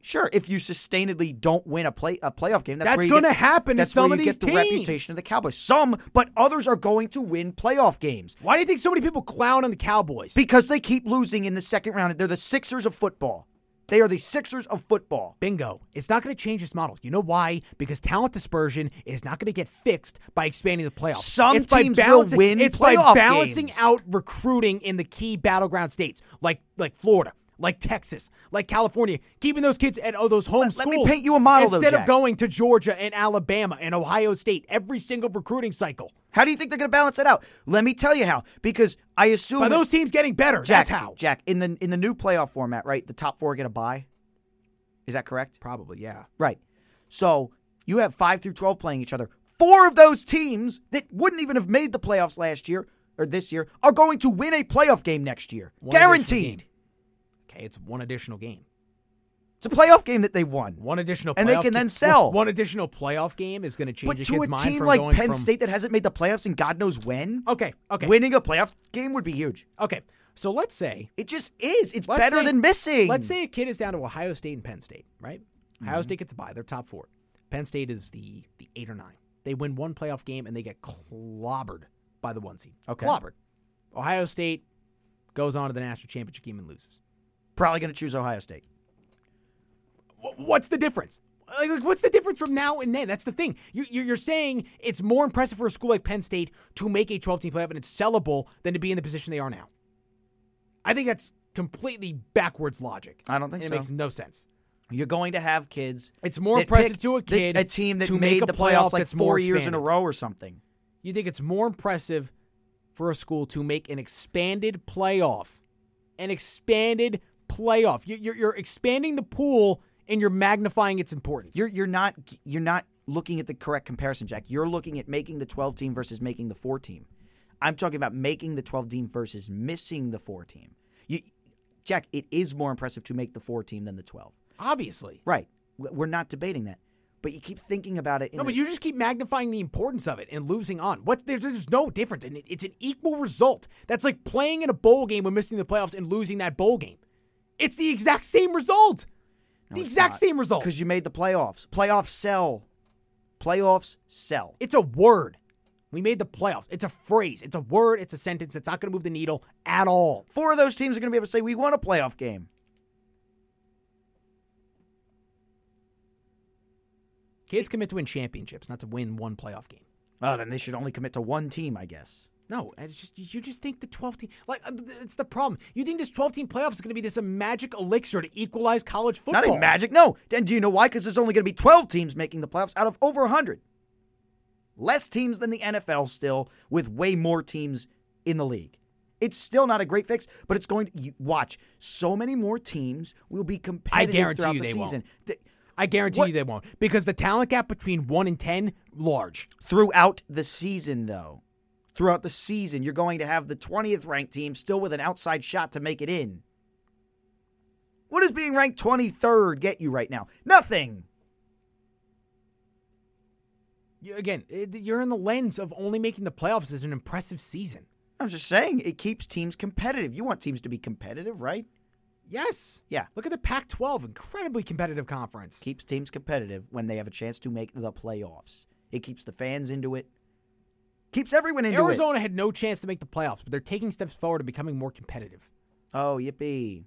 Speaker 2: Sure, if you sustainedly don't win a play a playoff game, that's,
Speaker 1: That's
Speaker 2: where you
Speaker 1: gonna
Speaker 2: get-
Speaker 1: happen to
Speaker 2: That's
Speaker 1: some
Speaker 2: where
Speaker 1: of
Speaker 2: you
Speaker 1: these
Speaker 2: get the
Speaker 1: teams.
Speaker 2: reputation of the Cowboys. Some, but others are going to win playoff games.
Speaker 1: Why do you think so many people clown on the Cowboys?
Speaker 2: Because they keep losing in the second round. They're the Sixers of football. They are the Sixers of football.
Speaker 1: Bingo. It's not going to change this model. You know why? Because talent dispersion is not going to get fixed by expanding the playoffs.
Speaker 2: Some
Speaker 1: it's by
Speaker 2: teams will
Speaker 1: balancing,
Speaker 2: win
Speaker 1: It's by
Speaker 2: playoff
Speaker 1: balancing
Speaker 2: games.
Speaker 1: out recruiting in the key battleground states, like like Florida, like Texas, like California, keeping those kids at oh, those home
Speaker 2: Let-
Speaker 1: schools.
Speaker 2: let me paint you a model, though,
Speaker 1: instead of
Speaker 2: Jack.
Speaker 1: going to Georgia and Alabama and Ohio State every single recruiting cycle.
Speaker 2: How do you think they're going to balance that out? Let me tell you how. Because I assume
Speaker 1: By those teams getting better,
Speaker 2: Jack,
Speaker 1: that's how.
Speaker 2: Jack in the in the new playoff format, right? The top four get a bye. Is that correct?
Speaker 1: Probably, yeah.
Speaker 2: Right. So you have five through twelve playing each other. Four of those teams that wouldn't even have made the playoffs last year or this year are going to win a playoff game next year,
Speaker 1: One additional
Speaker 2: guaranteed.
Speaker 1: game. Okay, it's one additional game.
Speaker 2: It's a playoff game that they won.
Speaker 1: One additional,
Speaker 2: And they
Speaker 1: playoff
Speaker 2: can then
Speaker 1: ga-
Speaker 2: sell.
Speaker 1: One additional playoff game is going to change
Speaker 2: but
Speaker 1: a
Speaker 2: to
Speaker 1: kid's
Speaker 2: a
Speaker 1: mind
Speaker 2: team
Speaker 1: from
Speaker 2: like
Speaker 1: going
Speaker 2: Penn
Speaker 1: from
Speaker 2: State that hasn't made the playoffs in God knows when,
Speaker 1: Okay, okay,
Speaker 2: winning a playoff game would be huge.
Speaker 1: okay. So let's say
Speaker 2: It just is. It's
Speaker 1: let's
Speaker 2: better
Speaker 1: say-
Speaker 2: than missing.
Speaker 1: Let's say a kid is down to Ohio State and Penn State, right?
Speaker 2: Mm-hmm.
Speaker 1: Ohio State gets a bye; they're top four. Penn State is the the eight or nine. They win one playoff game and they get clobbered by the one seed.
Speaker 2: Okay.
Speaker 1: clobbered. Ohio State goes on to the national championship game and loses.
Speaker 2: probably going to choose Ohio State.
Speaker 1: Wh- What's the difference? Like, like, what's the difference from now and then? That's the thing. You, you're, you're saying it's more impressive for a school like Penn State to make a 12 team playoff and it's sellable than to be in the position they are now. I think that's completely backwards logic.
Speaker 2: I don't think
Speaker 1: And
Speaker 2: so.
Speaker 1: It makes no sense.
Speaker 2: You're going to have kids.
Speaker 1: It's more
Speaker 2: that
Speaker 1: impressive
Speaker 2: picked
Speaker 1: to a
Speaker 2: the-
Speaker 1: kid
Speaker 2: a team that
Speaker 1: to make
Speaker 2: made
Speaker 1: a
Speaker 2: the
Speaker 1: playoff
Speaker 2: playoffs like
Speaker 1: that's
Speaker 2: four
Speaker 1: more
Speaker 2: years in a
Speaker 1: expanded.
Speaker 2: row or something.
Speaker 1: You think it's more impressive for a school to make an expanded playoff, an expanded playoff. You- You're, you're expanding the pool and you're magnifying its importance.
Speaker 2: You're you're not you're not looking at the correct comparison, Jack. You're looking at making the 12 team versus making the 4 team. I'm talking about making the 12 team versus missing the 4 team. You, Jack, it is more impressive to make the 4 team than the 12.
Speaker 1: obviously
Speaker 2: Right. W- We're not debating that. But you keep thinking about it. In
Speaker 1: no, but
Speaker 2: the-
Speaker 1: you just keep magnifying the importance of it and losing on. What there's, there's no difference, and it, it's an equal result. That's like playing in a bowl game and missing the playoffs and losing that bowl game. It's the exact same result. the exact same result.
Speaker 2: because you made the playoffs. Playoffs sell. Playoffs sell.
Speaker 1: It's a word. We made the playoffs. It's a phrase. It's a word. It's a sentence. It's not going to move the needle at all.
Speaker 2: Four of those teams are going to be able to say we won a playoff game.
Speaker 1: Kids commit to win championships, not to win one playoff game.
Speaker 2: Oh, then they should only commit to one team, I guess.
Speaker 1: No, it's just you just think the 12 team like uh, th- it's the problem. You think this 12 team playoff is going to be this uh, magic elixir to equalize college football?
Speaker 2: Not a magic, no. And do you know why? Because there's only going to be 12 teams making the playoffs out of over 100. Less teams than the NFL still, with way more teams in the league. It's still not a great fix, but it's going to you, watch. So many more teams will be competitive
Speaker 1: guarantee
Speaker 2: throughout
Speaker 1: you
Speaker 2: the
Speaker 1: they won't.
Speaker 2: season. Th-
Speaker 1: I guarantee you they won't because the talent gap between 1 and 10 large.
Speaker 2: throughout the season, though. Throughout the season, you're going to have the 20th ranked team still with an outside shot to make it in. What does being ranked 23rd get you right now? Nothing.
Speaker 1: You, again, it, you're in the lens of only making the playoffs as an impressive season.
Speaker 2: I'm just saying it keeps teams competitive. You want teams to be competitive, right?
Speaker 1: Yes.
Speaker 2: Yeah.
Speaker 1: Look at the Pac-12, incredibly competitive conference.
Speaker 2: Keeps teams competitive when they have a chance to make the playoffs. It keeps the fans into it. Keeps everyone into it.
Speaker 1: Arizona had no chance to make the playoffs, but they're taking steps forward and becoming more competitive.
Speaker 2: Oh, yippee.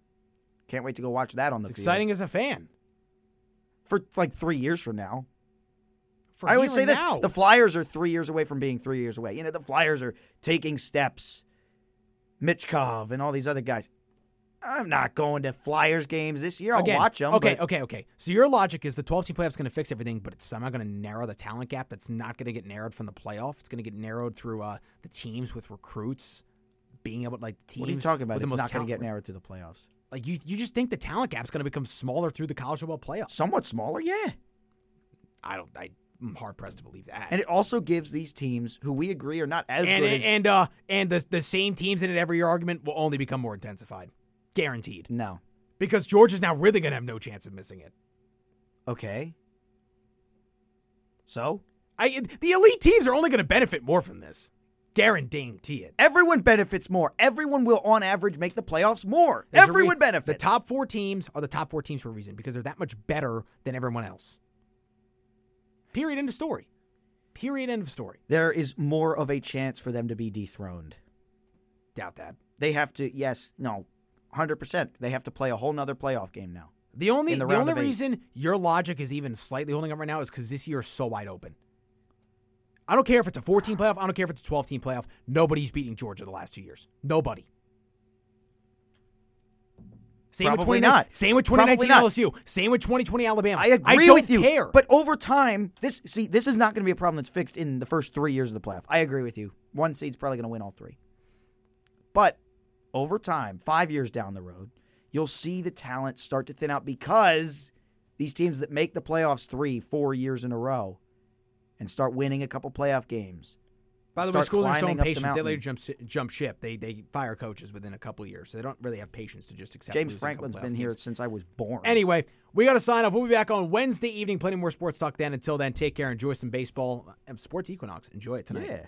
Speaker 2: Can't wait to go watch that on the
Speaker 1: It's
Speaker 2: field.
Speaker 1: exciting as a fan.
Speaker 2: for like 3 years from now.
Speaker 1: For
Speaker 2: I always
Speaker 1: here
Speaker 2: say
Speaker 1: and
Speaker 2: this:
Speaker 1: now.
Speaker 2: the Flyers are three years away from being three years away. You know, the Flyers are taking steps. Mitchkov and all these other guys. I'm not going to Flyers games this year. I'll
Speaker 1: Again,
Speaker 2: watch them.
Speaker 1: Okay, okay, okay. So your logic is the 12 team playoffs going to fix everything, but it's somehow going to narrow the talent gap. That's not going to get narrowed from the playoff. It's going to get narrowed through uh, the teams with recruits being able to like teams.
Speaker 2: What are you talking about?
Speaker 1: with the
Speaker 2: It's
Speaker 1: most
Speaker 2: not going
Speaker 1: talent-
Speaker 2: to get narrowed through the playoffs.
Speaker 1: Like you, you just think the talent gap's going to become smaller through the college football playoffs.
Speaker 2: Somewhat smaller, yeah.
Speaker 1: I don't. I, I'm hard pressed to believe that.
Speaker 2: And it also gives these teams who we agree are not as
Speaker 1: and and,
Speaker 2: good as
Speaker 1: and, uh and the the same teams in it every year argument will only become more intensified, guaranteed.
Speaker 2: no.
Speaker 1: Because Georgia's now really going to have no chance of missing it.
Speaker 2: Okay. So
Speaker 1: I the elite teams are only going to benefit more from this, guarantee it.
Speaker 2: everyone benefits more. Everyone will, on average, make the playoffs more.
Speaker 1: There's a re-
Speaker 2: everyone benefits.
Speaker 1: The top four teams are the top four teams for a reason because they're that much better than everyone else. Period. End of story. Period. End of story.
Speaker 2: There is more of a chance for them to be dethroned.
Speaker 1: Doubt that.
Speaker 2: They have to. Yes. No. Hundred percent. They have to play a whole nother playoff game now.
Speaker 1: The only
Speaker 2: In the
Speaker 1: the,
Speaker 2: round
Speaker 1: only
Speaker 2: of eight.
Speaker 1: reason your logic is even slightly holding up right now is because this year is so wide open. I don't care if it's a 14 playoff. I don't care if it's a 12 team playoff. Nobody's beating Georgia the last two years. Nobody. Same with 20,
Speaker 2: Probably not.
Speaker 1: Same with
Speaker 2: Probably
Speaker 1: 2019
Speaker 2: not.
Speaker 1: LSU. Same with 2020 Alabama.
Speaker 2: I agree
Speaker 1: don't
Speaker 2: with you.
Speaker 1: Care.
Speaker 2: But over time, this see, this is not going to be a problem that's fixed in the first three years of the playoff. I agree with you. One seed's probably going to win all three. But over time, five years down the road, you'll see the talent start to thin out because these teams that make the playoffs three, four years in a row, and start winning a couple playoff games.
Speaker 1: By the way,
Speaker 2: start
Speaker 1: schools are so
Speaker 2: climbing up the
Speaker 1: impatient. They
Speaker 2: mountain.
Speaker 1: later jump si- jump ship. They they fire coaches within a couple of years, so they don't really have patience to just accept.
Speaker 2: James
Speaker 1: losing a couple
Speaker 2: Franklin's
Speaker 1: playoff
Speaker 2: been here
Speaker 1: games.
Speaker 2: since I was born.
Speaker 1: Anyway, we got to sign off. We'll be back on Wednesday evening. Plenty more sports talk then. Until then, take care. Enjoy some baseball. Uh, Sports Equinox. Enjoy it tonight.
Speaker 2: yeah.